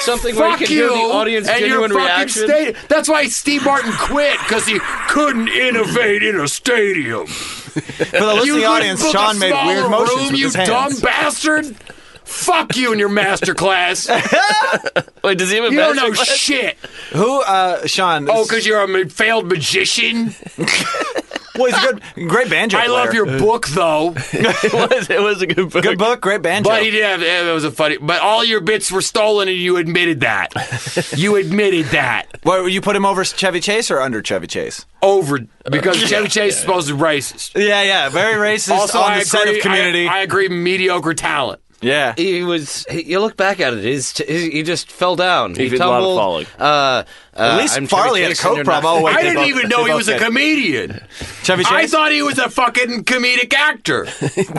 Speaker 5: Something where you
Speaker 6: Fuck
Speaker 5: can hear
Speaker 6: you
Speaker 5: the audience
Speaker 6: and your
Speaker 5: genuine
Speaker 6: fucking
Speaker 5: reaction.
Speaker 6: sta- That's why Steve Martin quit because he couldn't innovate in a stadium.
Speaker 2: For the listening
Speaker 6: You couldn't
Speaker 2: audience,
Speaker 6: book a
Speaker 2: Sean made
Speaker 6: smaller
Speaker 2: weird motions
Speaker 6: room,
Speaker 2: with
Speaker 6: you
Speaker 2: his hands.
Speaker 6: dumb bastard. Fuck you and your master class.
Speaker 3: Wait, does he have a
Speaker 6: You don't know
Speaker 3: master class?
Speaker 6: shit.
Speaker 2: Who, uh, Sean?
Speaker 6: Oh, because you're a ma- failed magician.
Speaker 2: well, he's a good, great banjo.
Speaker 6: I love
Speaker 2: player.
Speaker 6: your book, though.
Speaker 3: it, was, it was a good book.
Speaker 2: good book, great banjo.
Speaker 6: But he did have. eh, It was a funny. But all your bits were stolen, and you admitted that. You admitted that
Speaker 2: What, you put him over Chevy Chase or under Chevy Chase?
Speaker 6: over because Chevy Chase is supposed to be racist.
Speaker 2: Yeah, yeah, very racist
Speaker 6: Also,
Speaker 2: on
Speaker 6: I
Speaker 2: the
Speaker 6: agree.
Speaker 2: set of Community.
Speaker 6: I, I agree. Mediocre talent.
Speaker 2: yeah,
Speaker 5: He was. He, you look back at it. He's t- he, he just fell down. He,
Speaker 3: did a lot of
Speaker 5: tumbled.
Speaker 3: falling.
Speaker 5: Uh, uh,
Speaker 2: at least
Speaker 5: I'm Chevy
Speaker 2: Farley had a
Speaker 5: Chase
Speaker 2: coke
Speaker 5: and you're not-
Speaker 2: problem. Oh, wait,
Speaker 6: I
Speaker 2: they
Speaker 6: didn't
Speaker 2: both-
Speaker 6: even
Speaker 2: they
Speaker 6: know he
Speaker 2: both
Speaker 6: was a
Speaker 2: did.
Speaker 6: comedian.
Speaker 2: Chevy Chase.
Speaker 6: I thought he was a fucking comedic actor.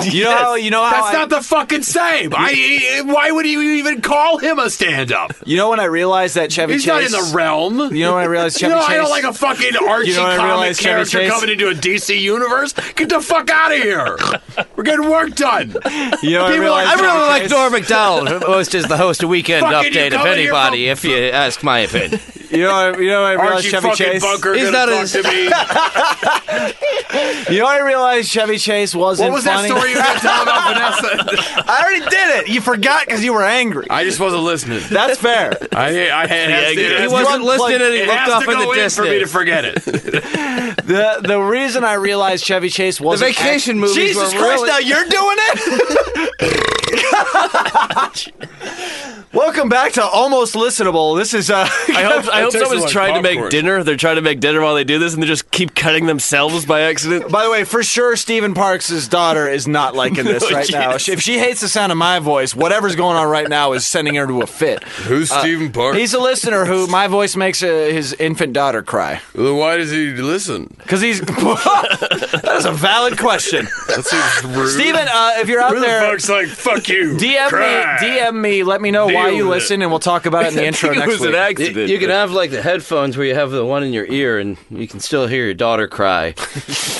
Speaker 2: you know, how, you know how
Speaker 6: That's
Speaker 2: I-
Speaker 6: not the fucking same. I, I- why would you even call him a stand-up?
Speaker 2: You know when I realized that Chevy
Speaker 6: He's
Speaker 2: Chase
Speaker 6: not in the realm.
Speaker 2: You know when I realized
Speaker 6: You
Speaker 2: Chevy
Speaker 6: know,
Speaker 2: Chase
Speaker 6: I don't like a fucking Archie
Speaker 2: You know what I
Speaker 6: comic
Speaker 2: realized, Chevy
Speaker 6: character
Speaker 2: Chase?
Speaker 6: coming into a DC universe. Get the fuck out of here. We're getting work done.
Speaker 2: You know what I
Speaker 6: People are
Speaker 2: realized
Speaker 5: I really
Speaker 2: Chevy
Speaker 5: like
Speaker 2: Chase-
Speaker 5: Norm Macdonald, who host is the host of Weekend
Speaker 6: Fucking you
Speaker 5: Update. If
Speaker 6: coming here
Speaker 5: anybody, if you ask my opinion,
Speaker 2: You know, you know what I realized
Speaker 6: Archie
Speaker 2: Chevy
Speaker 6: fucking
Speaker 2: Chase.
Speaker 6: Bunker
Speaker 5: He's
Speaker 6: gonna
Speaker 5: not
Speaker 6: talk
Speaker 5: as-
Speaker 6: to me.
Speaker 2: You know what I realized Chevy Chase wasn't
Speaker 6: What was that
Speaker 2: funny.
Speaker 6: story you were going to tell about Vanessa?
Speaker 2: I already did it. You forgot because you were angry.
Speaker 6: I just wasn't listening.
Speaker 2: That's fair.
Speaker 6: I, I had
Speaker 3: Yeah, he
Speaker 5: he
Speaker 6: it has
Speaker 5: wasn't
Speaker 6: to-
Speaker 2: wasn't plugged-
Speaker 5: listening and he
Speaker 6: it
Speaker 5: looked
Speaker 6: has
Speaker 5: off
Speaker 6: to
Speaker 5: in
Speaker 6: go
Speaker 5: the
Speaker 6: in for me to
Speaker 5: distance.
Speaker 6: forget it.
Speaker 2: the The reason I realized Chevy Chase wasn't act-
Speaker 5: vacation movies
Speaker 2: Jesus
Speaker 5: were
Speaker 2: Christ!
Speaker 5: really-
Speaker 2: Now you're doing it. Welcome back to Almost Listenable. This is uh,
Speaker 3: I hope, I hope
Speaker 6: tastes
Speaker 3: someone's
Speaker 6: like
Speaker 3: trying to make
Speaker 6: popcorn.
Speaker 3: dinner. They're trying to make dinner while they do this, and they just keep cutting themselves by accident.
Speaker 2: By the way, for sure, Stephen Parks' daughter is not liking this right now. If she hates the sound of my voice, whatever's going on right now is sending her to a fit.
Speaker 6: Who's Stephen Park?
Speaker 2: He's a listener who my voice makes uh, his infant daughter cry.
Speaker 6: Why does he listen?
Speaker 2: Because he's. that is a valid question.
Speaker 6: That seems rude.
Speaker 2: Stephen, uh, if you're out
Speaker 6: Who the
Speaker 2: there.
Speaker 6: fuck's like, fuck you?
Speaker 2: DM
Speaker 6: Cry.
Speaker 2: me, DM me. Let me know why
Speaker 6: Deal
Speaker 2: you
Speaker 6: with
Speaker 2: listen, and we'll talk about it in the intro
Speaker 3: it
Speaker 2: next
Speaker 3: was
Speaker 2: week.
Speaker 3: an accident.
Speaker 5: You, you can have like the headphones where you have the one in your ear and you can still hear your daughter cry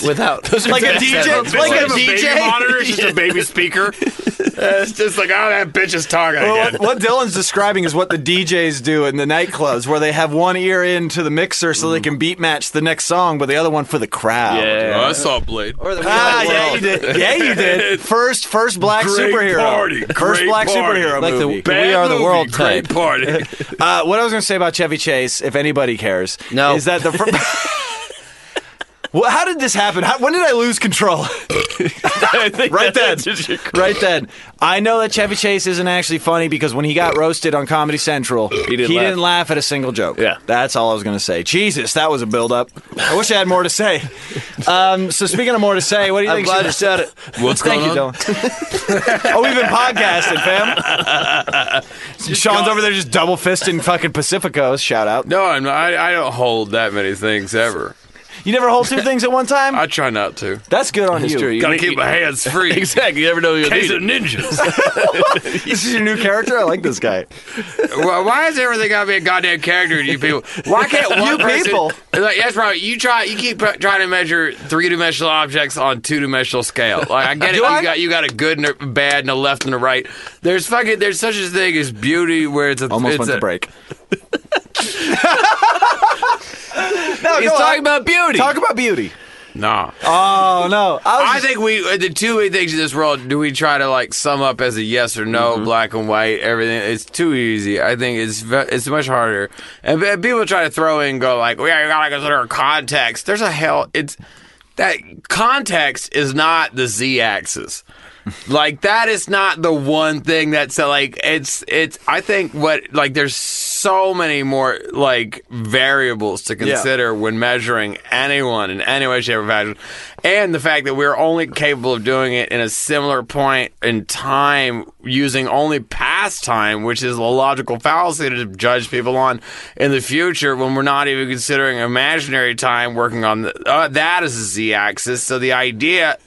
Speaker 5: without.
Speaker 2: Like a DJ,
Speaker 6: It's
Speaker 2: like a
Speaker 6: a baby
Speaker 2: DJ.
Speaker 6: monitor. It's just a baby speaker. Uh, it's just like, oh, that bitch is talking
Speaker 2: Well,
Speaker 6: again.
Speaker 2: what, what Dylan's describing is what the DJs do in the nightclubs, where they have one ear into the mixer so they can beat match the next song, but the other one for the crowd.
Speaker 3: Yeah.
Speaker 6: I saw Blade.
Speaker 5: or the
Speaker 2: Ah,
Speaker 5: Real
Speaker 2: yeah,
Speaker 5: World.
Speaker 2: you did. Yeah, you did. First, first black
Speaker 6: Great
Speaker 2: superhero.
Speaker 6: party,
Speaker 2: first
Speaker 6: great
Speaker 2: black
Speaker 6: party.
Speaker 2: superhero
Speaker 5: Like the-
Speaker 2: movie.
Speaker 5: Bad We Are the movie, World great
Speaker 6: great
Speaker 5: type.
Speaker 6: party.
Speaker 2: uh, what I was going to say about Chevy Chase, if anybody cares,
Speaker 5: No.
Speaker 2: is that the fir- Well, how did this happen? How, when did I lose control? right then. Right then. I know that Chevy Chase isn't actually funny because when he got roasted on Comedy Central, he
Speaker 3: didn't laugh.
Speaker 2: laugh at a single joke.
Speaker 3: Yeah.
Speaker 2: That's all I was going to say. Jesus, that was a build-up. I wish I had more to say. Um, so speaking of more to say, what do you
Speaker 5: I'm
Speaker 2: think?
Speaker 5: glad
Speaker 2: should-
Speaker 5: you said it.
Speaker 6: What's
Speaker 2: Thank you, Dylan. oh, we've been podcasting, fam. Sean's over there just double fisting fucking Pacificos. Shout out.
Speaker 6: No, I'm not, I, I don't hold that many things ever.
Speaker 2: You never hold two things at one time?
Speaker 6: I try not to.
Speaker 2: That's good on you.
Speaker 6: Gotta keep my hands free.
Speaker 3: Exactly. You never know you'll
Speaker 6: Case
Speaker 3: need
Speaker 6: of
Speaker 3: it.
Speaker 6: ninjas.
Speaker 2: This is your new character. I like this guy.
Speaker 6: why, why is everything gotta be a goddamn character to you people? Why can't one
Speaker 2: You
Speaker 6: person?
Speaker 2: people.
Speaker 6: Like, that's right. You try. You keep pr- trying to measure three dimensional objects on two dimensional scale. Like I get it.
Speaker 2: Do
Speaker 6: you
Speaker 2: I?
Speaker 6: got you got a good and a bad and a left and a right. There's fucking there's such a thing as beauty where it's a
Speaker 2: Almost
Speaker 6: it's
Speaker 2: went
Speaker 6: a,
Speaker 2: to break. no,
Speaker 6: He's
Speaker 2: go on.
Speaker 6: talking about beauty.
Speaker 2: Talk about beauty.
Speaker 6: nah.
Speaker 2: Oh no, I, was
Speaker 6: I
Speaker 2: just-
Speaker 6: think we uh, the two main things in this world do we try to like sum up as a yes or no,
Speaker 2: Mm-hmm.
Speaker 6: black and white, everything. It's too easy. I think it's ve- it's much harder. And, and people try to throw in and go like, "We well, got to consider context." There's a hell. It's that context is not the z-axis. like that is not the one thing that's uh, like it's it's. I think what like there's so many more like variables to consider consider when measuring anyone in any way, shape, or fashion, and the fact that we're only capable of doing it in a similar point in time using only past time, which is a logical fallacy to judge people on in the future when we're not even considering imaginary time working on the, uh, that as a z axis. So the idea.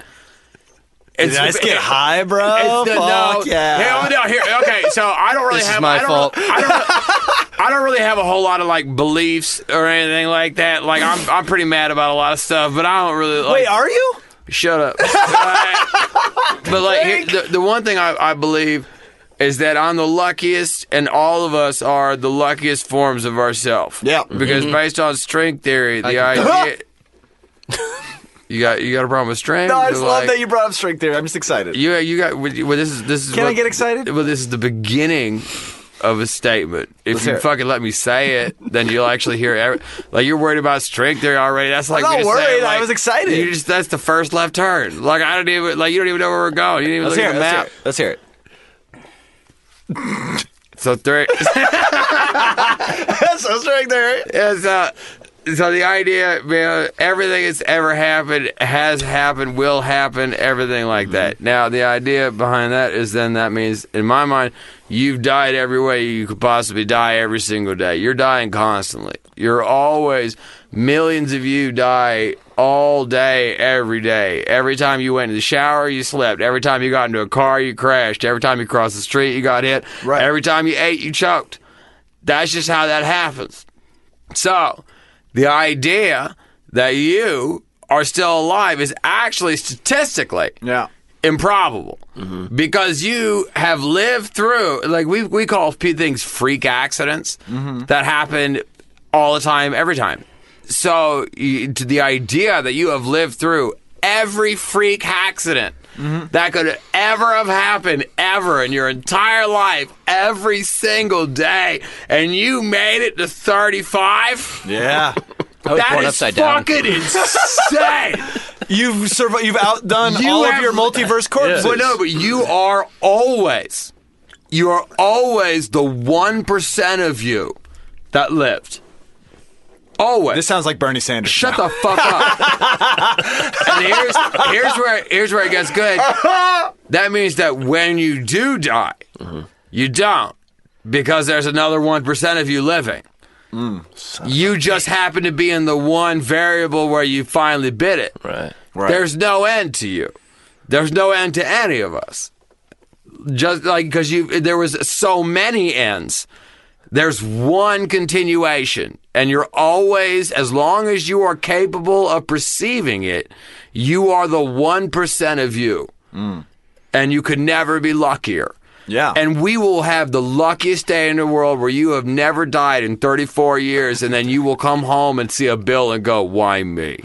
Speaker 2: Did I just get high, bro?
Speaker 6: It's the, no,
Speaker 2: Oh, Fuck yeah.
Speaker 6: Hell no, here, okay, so I don't really
Speaker 5: This is
Speaker 6: have
Speaker 5: my
Speaker 6: I don't,
Speaker 5: fault.
Speaker 6: I don't, I don't really have a whole lot of like beliefs or anything like that. Like I'm, I'm pretty mad about a lot of stuff, but I don't really like.
Speaker 2: Wait, are you?
Speaker 6: Shut up. Alright. but like here, the, the one thing I, I believe is that I'm the luckiest, and all of us are the luckiest forms of ourselves.
Speaker 2: Yeah.
Speaker 6: Because based on string theory, the idea. you got you got a problem with string?
Speaker 2: No, I just
Speaker 6: Like-
Speaker 2: love that you brought up string theory. I'm just excited.
Speaker 6: you you got well. This is this is.
Speaker 2: Can I
Speaker 6: what-
Speaker 2: get excited?
Speaker 6: Well, this is the beginning of a statement. If
Speaker 2: Let's
Speaker 6: you
Speaker 2: hear it.
Speaker 6: fucking let me say it, then you'll actually hear. Every, like you're worried about strength there already. That's like
Speaker 2: I'm not
Speaker 6: me just saying,
Speaker 2: worried. I
Speaker 6: like,
Speaker 2: was excited.
Speaker 6: You just that's the first left turn. Like I don't even like you don't even know where we're going. You didn't
Speaker 2: Let's
Speaker 6: even look
Speaker 2: hear
Speaker 6: at
Speaker 2: it.
Speaker 6: the
Speaker 2: Let's hear
Speaker 6: map.
Speaker 2: it. Let's hear it.
Speaker 6: So three.
Speaker 2: so string theory.
Speaker 6: is uh so the idea man everything that's ever happened has happened will happen everything like that now the idea behind that is then that means in my mind you've died every way you could possibly die every single day you're dying constantly you're always millions of you die all day every day every time you went to the shower you slept every time you got into a car you crashed every time you crossed the street you got hit
Speaker 2: Right.
Speaker 6: every time you ate you choked that's just how that happens so, the idea that you are still alive is actually statistically
Speaker 2: Yeah.
Speaker 6: improbable because you have lived through like we we call p- things freak accidents that happen all the time every time so you, to the idea that you have lived through every freak accident that could ever have happened ever in your entire life every single day and you made it to 35
Speaker 2: Yeah.
Speaker 5: I was
Speaker 6: that
Speaker 5: born
Speaker 6: is
Speaker 5: upside down.
Speaker 6: fucking insane
Speaker 2: You've survived. You've outdone
Speaker 6: You
Speaker 2: all of
Speaker 6: have-
Speaker 2: your multiverse corpses.
Speaker 6: Well, no, but you are always, you are always the one percent of you that lived. Always.
Speaker 2: This sounds like Bernie Sanders.
Speaker 6: Shut the fuck up. and here's here's where here's where it gets good. That means that when you do die, you don't because there's another one percent of you living. you just happen to be in the one variable where you finally bit it.
Speaker 3: Right.
Speaker 2: Right.
Speaker 6: There's no end to you. There's no end to any of us. Just like because you, there was so many ends. There's one continuation, and you're always, as long as you are capable of perceiving it, you are the one percent of you, and you could never be luckier.
Speaker 2: Mm. Yeah.
Speaker 6: And we will have the luckiest day in the world where you have never died in 34 years, and then you will come home and see a bill and go, Why me?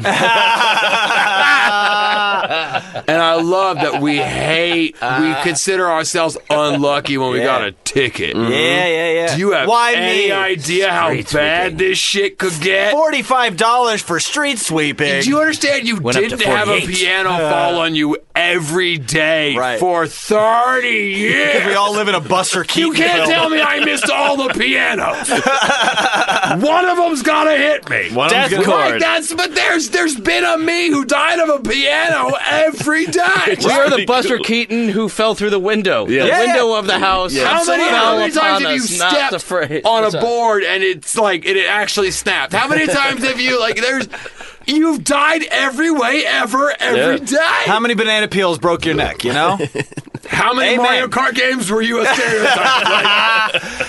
Speaker 6: And I love that we hate, we consider ourselves unlucky when we
Speaker 2: Uh. Yeah.
Speaker 6: got a ticket.
Speaker 2: Yeah, yeah, yeah.
Speaker 6: Do you have
Speaker 2: Why
Speaker 6: any
Speaker 2: me?
Speaker 6: idea how bad this shit could get?
Speaker 2: Forty-five dollars for street sweeping.
Speaker 6: Do you understand? You
Speaker 5: up to
Speaker 6: didn't have a
Speaker 5: 48.
Speaker 6: piano fall on you every day
Speaker 2: Uh. Right.
Speaker 6: for 30
Speaker 2: we
Speaker 6: years.
Speaker 2: all live in a Buster Keaton.
Speaker 6: You can't
Speaker 2: film.
Speaker 6: tell me I missed all the pianos. One of them's gotta hit me.
Speaker 3: One of them's
Speaker 6: Death
Speaker 3: gonna-
Speaker 6: Right, that's but there's there's been a me who died of a piano every day.
Speaker 5: We are the
Speaker 3: Pretty
Speaker 5: Buster
Speaker 3: cool.
Speaker 5: Keaton who fell through the window. The
Speaker 2: Yeah.
Speaker 5: window of the house.
Speaker 6: How many,
Speaker 5: fell
Speaker 6: how many
Speaker 5: upon
Speaker 6: times have you
Speaker 5: us, not the phrase.
Speaker 6: stepped on a
Speaker 5: Sorry.
Speaker 6: board and it's like and it actually snapped? How many times have you like there's you've died every way ever every
Speaker 3: Yeah.
Speaker 6: day?
Speaker 2: How many banana peels broke your neck? You know.
Speaker 6: How many
Speaker 2: Amen.
Speaker 6: Mario Kart games were you a stereotype?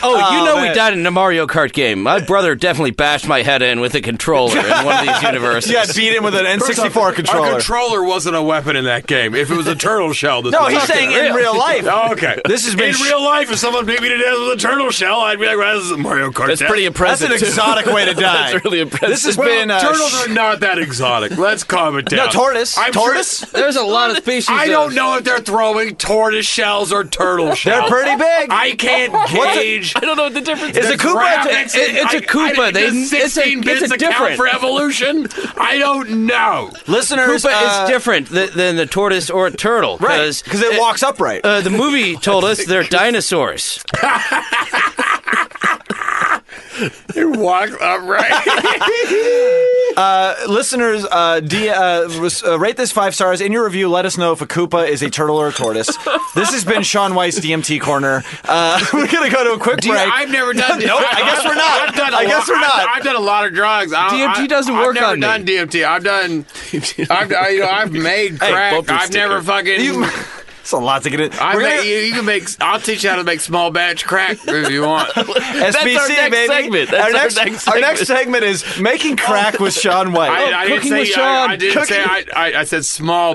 Speaker 5: Oh, you know
Speaker 2: man.
Speaker 5: we died in a Mario Kart game. My brother definitely bashed my head in with a controller in one of these universes.
Speaker 2: You got beat in with an N64
Speaker 6: A
Speaker 2: controller.
Speaker 6: controller wasn't a weapon in that game. If it was a turtle shell, this
Speaker 2: no,
Speaker 6: was
Speaker 2: he's
Speaker 6: fucking
Speaker 2: saying in
Speaker 6: real.
Speaker 2: real life.
Speaker 6: Oh, okay.
Speaker 2: This has been
Speaker 6: in
Speaker 2: sh-
Speaker 6: real life. If someone beat me to death with a turtle shell, I'd be like, well, "This is a Mario Kart."
Speaker 3: That's
Speaker 6: death."
Speaker 3: pretty
Speaker 2: That's
Speaker 3: impressive.
Speaker 2: an
Speaker 3: too.
Speaker 2: exotic way to die.
Speaker 3: That's really impressive.
Speaker 2: This has
Speaker 6: Well,
Speaker 2: been uh,
Speaker 6: turtles
Speaker 2: sh-
Speaker 6: are not that exotic. Let's calm it down.
Speaker 2: no tortoise.
Speaker 6: I'm sure-
Speaker 2: tortoise.
Speaker 5: There's a lot of species.
Speaker 6: I don't
Speaker 5: of-
Speaker 6: know if they're throwing tortoise shells or turtle
Speaker 2: They're
Speaker 6: shells.
Speaker 2: pretty big.
Speaker 6: I can't
Speaker 2: What's it-
Speaker 6: gauge.
Speaker 3: I don't know what the difference
Speaker 2: Is
Speaker 3: is.
Speaker 2: it Koopa?
Speaker 5: it-
Speaker 6: graphics
Speaker 5: it-
Speaker 6: and-
Speaker 5: it's a
Speaker 6: I-
Speaker 5: Koopa.
Speaker 6: I-
Speaker 5: They- it's
Speaker 6: does
Speaker 5: a-
Speaker 6: 16
Speaker 5: it's
Speaker 6: bits
Speaker 5: a
Speaker 6: account
Speaker 5: different-
Speaker 6: for evolution. I don't know.
Speaker 2: Listeners,
Speaker 5: Koopa
Speaker 2: uh,
Speaker 5: is different th- than the tortoise or a turtle.
Speaker 2: right? Because it, walks upright.
Speaker 5: Uh, the movie told us they're dinosaurs.
Speaker 6: It walks upright.
Speaker 2: listeners, uh, D, uh, res- uh, rate this five stars in your review. Let us know if a Koopa is a turtle or a tortoise. this has been Sean Weiss DMT Corner. Uh, we're gonna go to a quick
Speaker 6: Dude,
Speaker 2: break.
Speaker 6: I've never done.
Speaker 2: No, I guess we're not.
Speaker 6: I've done a
Speaker 2: I guess
Speaker 6: lot-
Speaker 2: we're
Speaker 6: I've-
Speaker 2: not.
Speaker 6: I've, done a lot of drugs. I,
Speaker 5: DMT
Speaker 6: I-
Speaker 5: doesn't work
Speaker 6: I've
Speaker 5: on
Speaker 6: never
Speaker 5: me.
Speaker 6: done DMT. I've done. I've I, you know I've made crack.
Speaker 3: bumper
Speaker 6: I've never fucking.
Speaker 2: You- it's a lot to get in.
Speaker 6: I
Speaker 2: We're
Speaker 6: make,
Speaker 2: gonna-
Speaker 6: you, you can make. I'll teach you how to make small batch crack if you want.
Speaker 2: SBC,
Speaker 3: our next
Speaker 2: baby.
Speaker 3: segment. That's our
Speaker 2: next,
Speaker 3: next
Speaker 2: our next segment is making crack with Sean White.
Speaker 6: I, I didn't
Speaker 5: Oh, cooking
Speaker 6: say.
Speaker 5: with
Speaker 6: I,
Speaker 5: Sean.
Speaker 6: I didn't say. I, I, I said small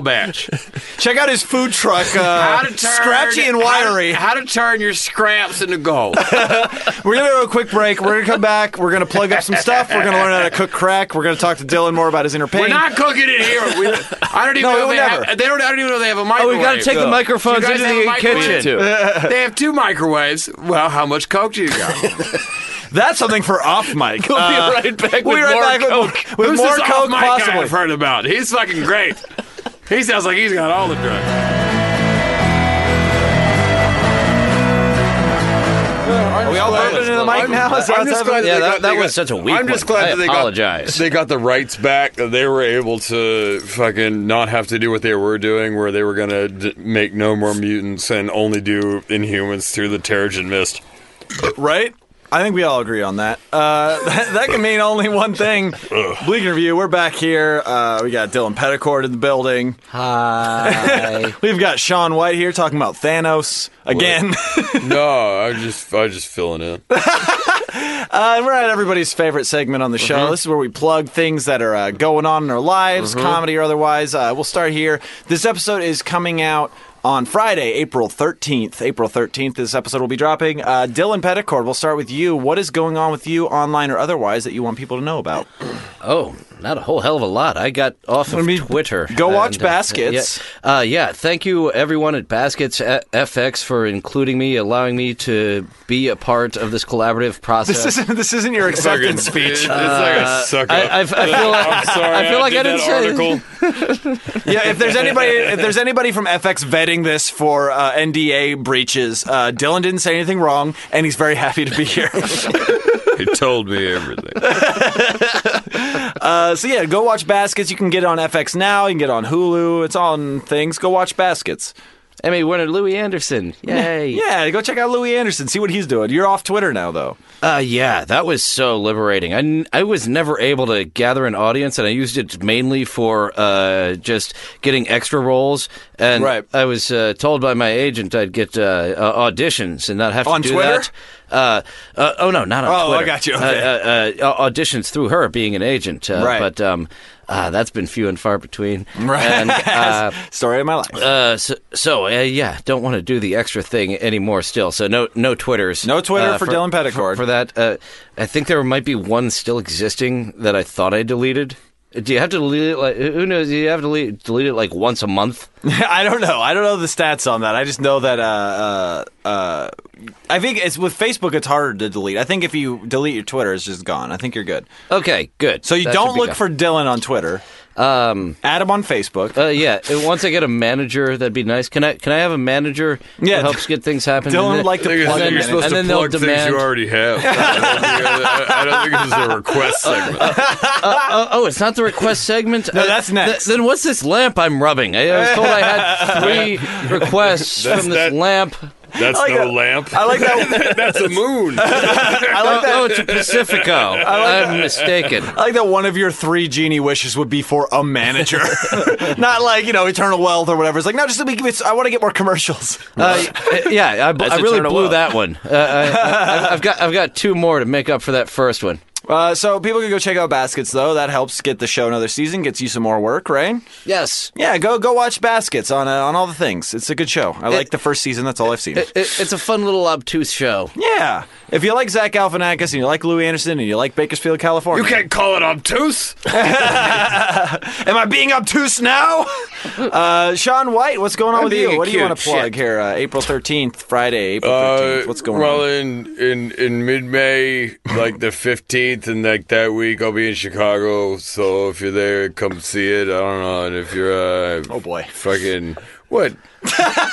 Speaker 6: batch.
Speaker 2: Check out his food truck. Uh,
Speaker 6: How to turn
Speaker 2: scratchy and wiry.
Speaker 6: How to, how to turn your scraps into gold.
Speaker 2: We're gonna do a quick break. We're gonna come back. We're gonna plug up some stuff. We're gonna learn how to cook crack. We're gonna talk to Dylan more about his inner pain.
Speaker 6: We're not cooking it here. We, I don't even
Speaker 2: No,
Speaker 6: know if
Speaker 2: we
Speaker 6: they
Speaker 2: never.
Speaker 6: have. They don't. I don't even know if they have a
Speaker 5: Oh,
Speaker 6: microwave.
Speaker 5: we got to take the microphones
Speaker 6: You
Speaker 5: into
Speaker 6: guys have
Speaker 5: the
Speaker 6: a microwave?
Speaker 5: kitchen.
Speaker 3: too.
Speaker 6: They have two microwaves. Well, how much coke do you got?
Speaker 2: That's something for off mic.
Speaker 3: We'll
Speaker 2: Uh,
Speaker 3: be right back
Speaker 2: we'll
Speaker 3: with
Speaker 2: be right
Speaker 3: more
Speaker 2: back with-
Speaker 3: Coke.
Speaker 2: with,
Speaker 6: Who's
Speaker 2: more
Speaker 6: this
Speaker 2: coke
Speaker 6: off-mic guy
Speaker 2: possibly.
Speaker 6: I've heard about. He's fucking great. He sounds like he's got all the drugs.
Speaker 2: Are we all bumping into the mic now? Is that
Speaker 6: I'm
Speaker 2: what's
Speaker 6: just glad
Speaker 2: happening?
Speaker 5: Yeah, that,
Speaker 6: They got-
Speaker 5: that
Speaker 6: they
Speaker 5: was
Speaker 6: got-
Speaker 5: such a weak
Speaker 6: I'm just
Speaker 5: one.
Speaker 6: glad
Speaker 5: I
Speaker 6: that they
Speaker 5: apologize.
Speaker 6: got they got the rights back. that They were able to fucking not have to do what they were doing, where they were gonna d- make no more mutants and only do Inhumans through the Terrigen Mist.
Speaker 2: Right? I think we all agree on that. Uh, that, that can mean only one thing. Bleak Review, we're back here. Uh, we got Dylan Petticord in the building.
Speaker 5: Hi.
Speaker 2: We've got Sean White here talking about Thanos again.
Speaker 6: no, I just I just filling in.
Speaker 2: Uh, and we're at everybody's favorite segment on the show. This is where we plug things that are uh, going on in our lives, comedy or otherwise. Uh, we'll start here. This episode is coming out on Friday, April 13th. April 13th, this episode will be dropping. Uh, Dylan Petticord, we'll start with you. What is going on with you online or otherwise that you want people to know about?
Speaker 5: Oh, not a whole hell of a lot. I got off of Twitter.
Speaker 2: go watch
Speaker 5: uh,
Speaker 2: Baskets.
Speaker 5: yeah. Uh, yeah, thank you everyone at Baskets uh, FX for including me, allowing me to be a part of this collaborative process.
Speaker 2: This isn't, this isn't your acceptance speech.
Speaker 6: It's like a sucker.
Speaker 5: Uh, I, I, I feel like
Speaker 6: I'm sorry.
Speaker 5: I feel like I didn't say-
Speaker 6: that article.
Speaker 2: yeah, if there's anybody, if there's anybody from FX vetting this for uh, NDA breaches, uh, Dylan didn't say anything wrong, and he's very happy to be here.
Speaker 6: He told me everything.
Speaker 2: Uh, so yeah, go watch Baskets. You can get it on FX now. You can get it on Hulu. It's on things. Go watch Baskets.
Speaker 5: Emmy winner Louis Anderson. Yay.
Speaker 2: Yeah, go check out Louis Anderson. See what he's doing. You're off Twitter now, though.
Speaker 5: Uh, yeah, that was so liberating. I, n- I was never able to gather an audience, and I used it mainly for uh, just getting extra roles. And
Speaker 2: Right.
Speaker 5: I was uh, told by my agent I'd get uh, uh, auditions and not have to
Speaker 2: On
Speaker 5: do
Speaker 2: Twitter?
Speaker 5: that. Uh, uh, oh no, not on
Speaker 2: Oh, I
Speaker 5: Twitter.
Speaker 2: got you. Okay.
Speaker 5: Uh, uh, uh, auditions through her being an agent, uh,
Speaker 2: Right.
Speaker 5: But um, uh, that's been few and far between.
Speaker 2: Right.
Speaker 5: And, uh,
Speaker 2: Story of my life.
Speaker 5: uh, so, so uh, yeah, don't want to do the extra thing anymore. Still, so no, no Twitters, uh,
Speaker 2: No Twitter for Dylan Petticord.
Speaker 5: for, for that. Uh, I think there might be one still existing that I thought I deleted. Do you have to delete it? Like, who knows? Do you have to delete, delete it like once a month?
Speaker 2: I don't know. I don't know the stats on that. I just know that uh, uh, uh, I think it's with Facebook. It's harder to delete. I think if you delete your Twitter, it's just gone. I think you're good.
Speaker 5: Okay, good.
Speaker 2: So you
Speaker 5: That should
Speaker 2: don't
Speaker 5: be
Speaker 2: look
Speaker 5: done.
Speaker 2: for Dylan on Twitter.
Speaker 5: Um,
Speaker 2: Add him on Facebook.
Speaker 5: uh, yeah. and Once I get a manager, that'd be nice. Can I? Can I have a manager?
Speaker 2: Yeah.
Speaker 5: That helps get things happen.
Speaker 2: Dylan
Speaker 5: And
Speaker 2: would like to
Speaker 6: think
Speaker 2: plug
Speaker 6: it's-
Speaker 5: and
Speaker 6: I
Speaker 5: then-
Speaker 6: think you're supposed
Speaker 5: and
Speaker 6: to
Speaker 5: then they'll
Speaker 6: plug things
Speaker 5: demand-
Speaker 6: you already have. I don't think I don't think this is a request segment.
Speaker 5: Oh, oh, it's not the request segment. no,
Speaker 2: that's next.
Speaker 5: then what's this lamp I'm rubbing? I, I was told I had three requests from this
Speaker 6: that-
Speaker 5: lamp.
Speaker 6: That's
Speaker 2: like
Speaker 6: no
Speaker 2: that.
Speaker 6: lamp.
Speaker 2: I like that.
Speaker 6: That's a moon.
Speaker 2: I
Speaker 5: Oh,
Speaker 2: like that.
Speaker 5: oh, it's a Pacifico. I'm mistaken. Uh,
Speaker 2: I like that one of your three genie wishes would be for a manager, not like you know eternal wealth or whatever. It's like no, just let me. give it- I want to get more commercials.
Speaker 5: Uh, yeah, I, bl-
Speaker 3: That's
Speaker 5: I really
Speaker 3: Eternal
Speaker 5: blew
Speaker 3: Wealth.
Speaker 5: that one. Uh, I, I, I've got I've got two more to make up for that first one.
Speaker 2: Uh, so people can go check out Baskets though. That helps get the show another season, gets you some more work, right?
Speaker 5: Yes,
Speaker 2: Yeah, go go watch Baskets on uh, on all the things. It's a good show. I like the first season. That's all I've seen.
Speaker 5: it, it's a fun little obtuse show.
Speaker 2: yeah, if you like Zach Galifianakis and you like Louis Anderson and you like Bakersfield, California,
Speaker 6: You can't call it obtuse.
Speaker 2: Am I being obtuse now? uh, Sean White, what's going on
Speaker 6: I'm
Speaker 2: with you?
Speaker 6: being
Speaker 2: What do you
Speaker 6: cute.
Speaker 2: want to plug
Speaker 6: Shit.
Speaker 2: here? Uh, April thirteenth, Friday, April
Speaker 6: Uh,
Speaker 2: thirteenth. what's going
Speaker 6: well,
Speaker 2: on?
Speaker 6: in in in mid May, like the fifteenth, and like that week, I'll be in Chicago. So if you're there, come see it. I don't know, and if you're uh,
Speaker 2: Oh boy.
Speaker 6: fucking what?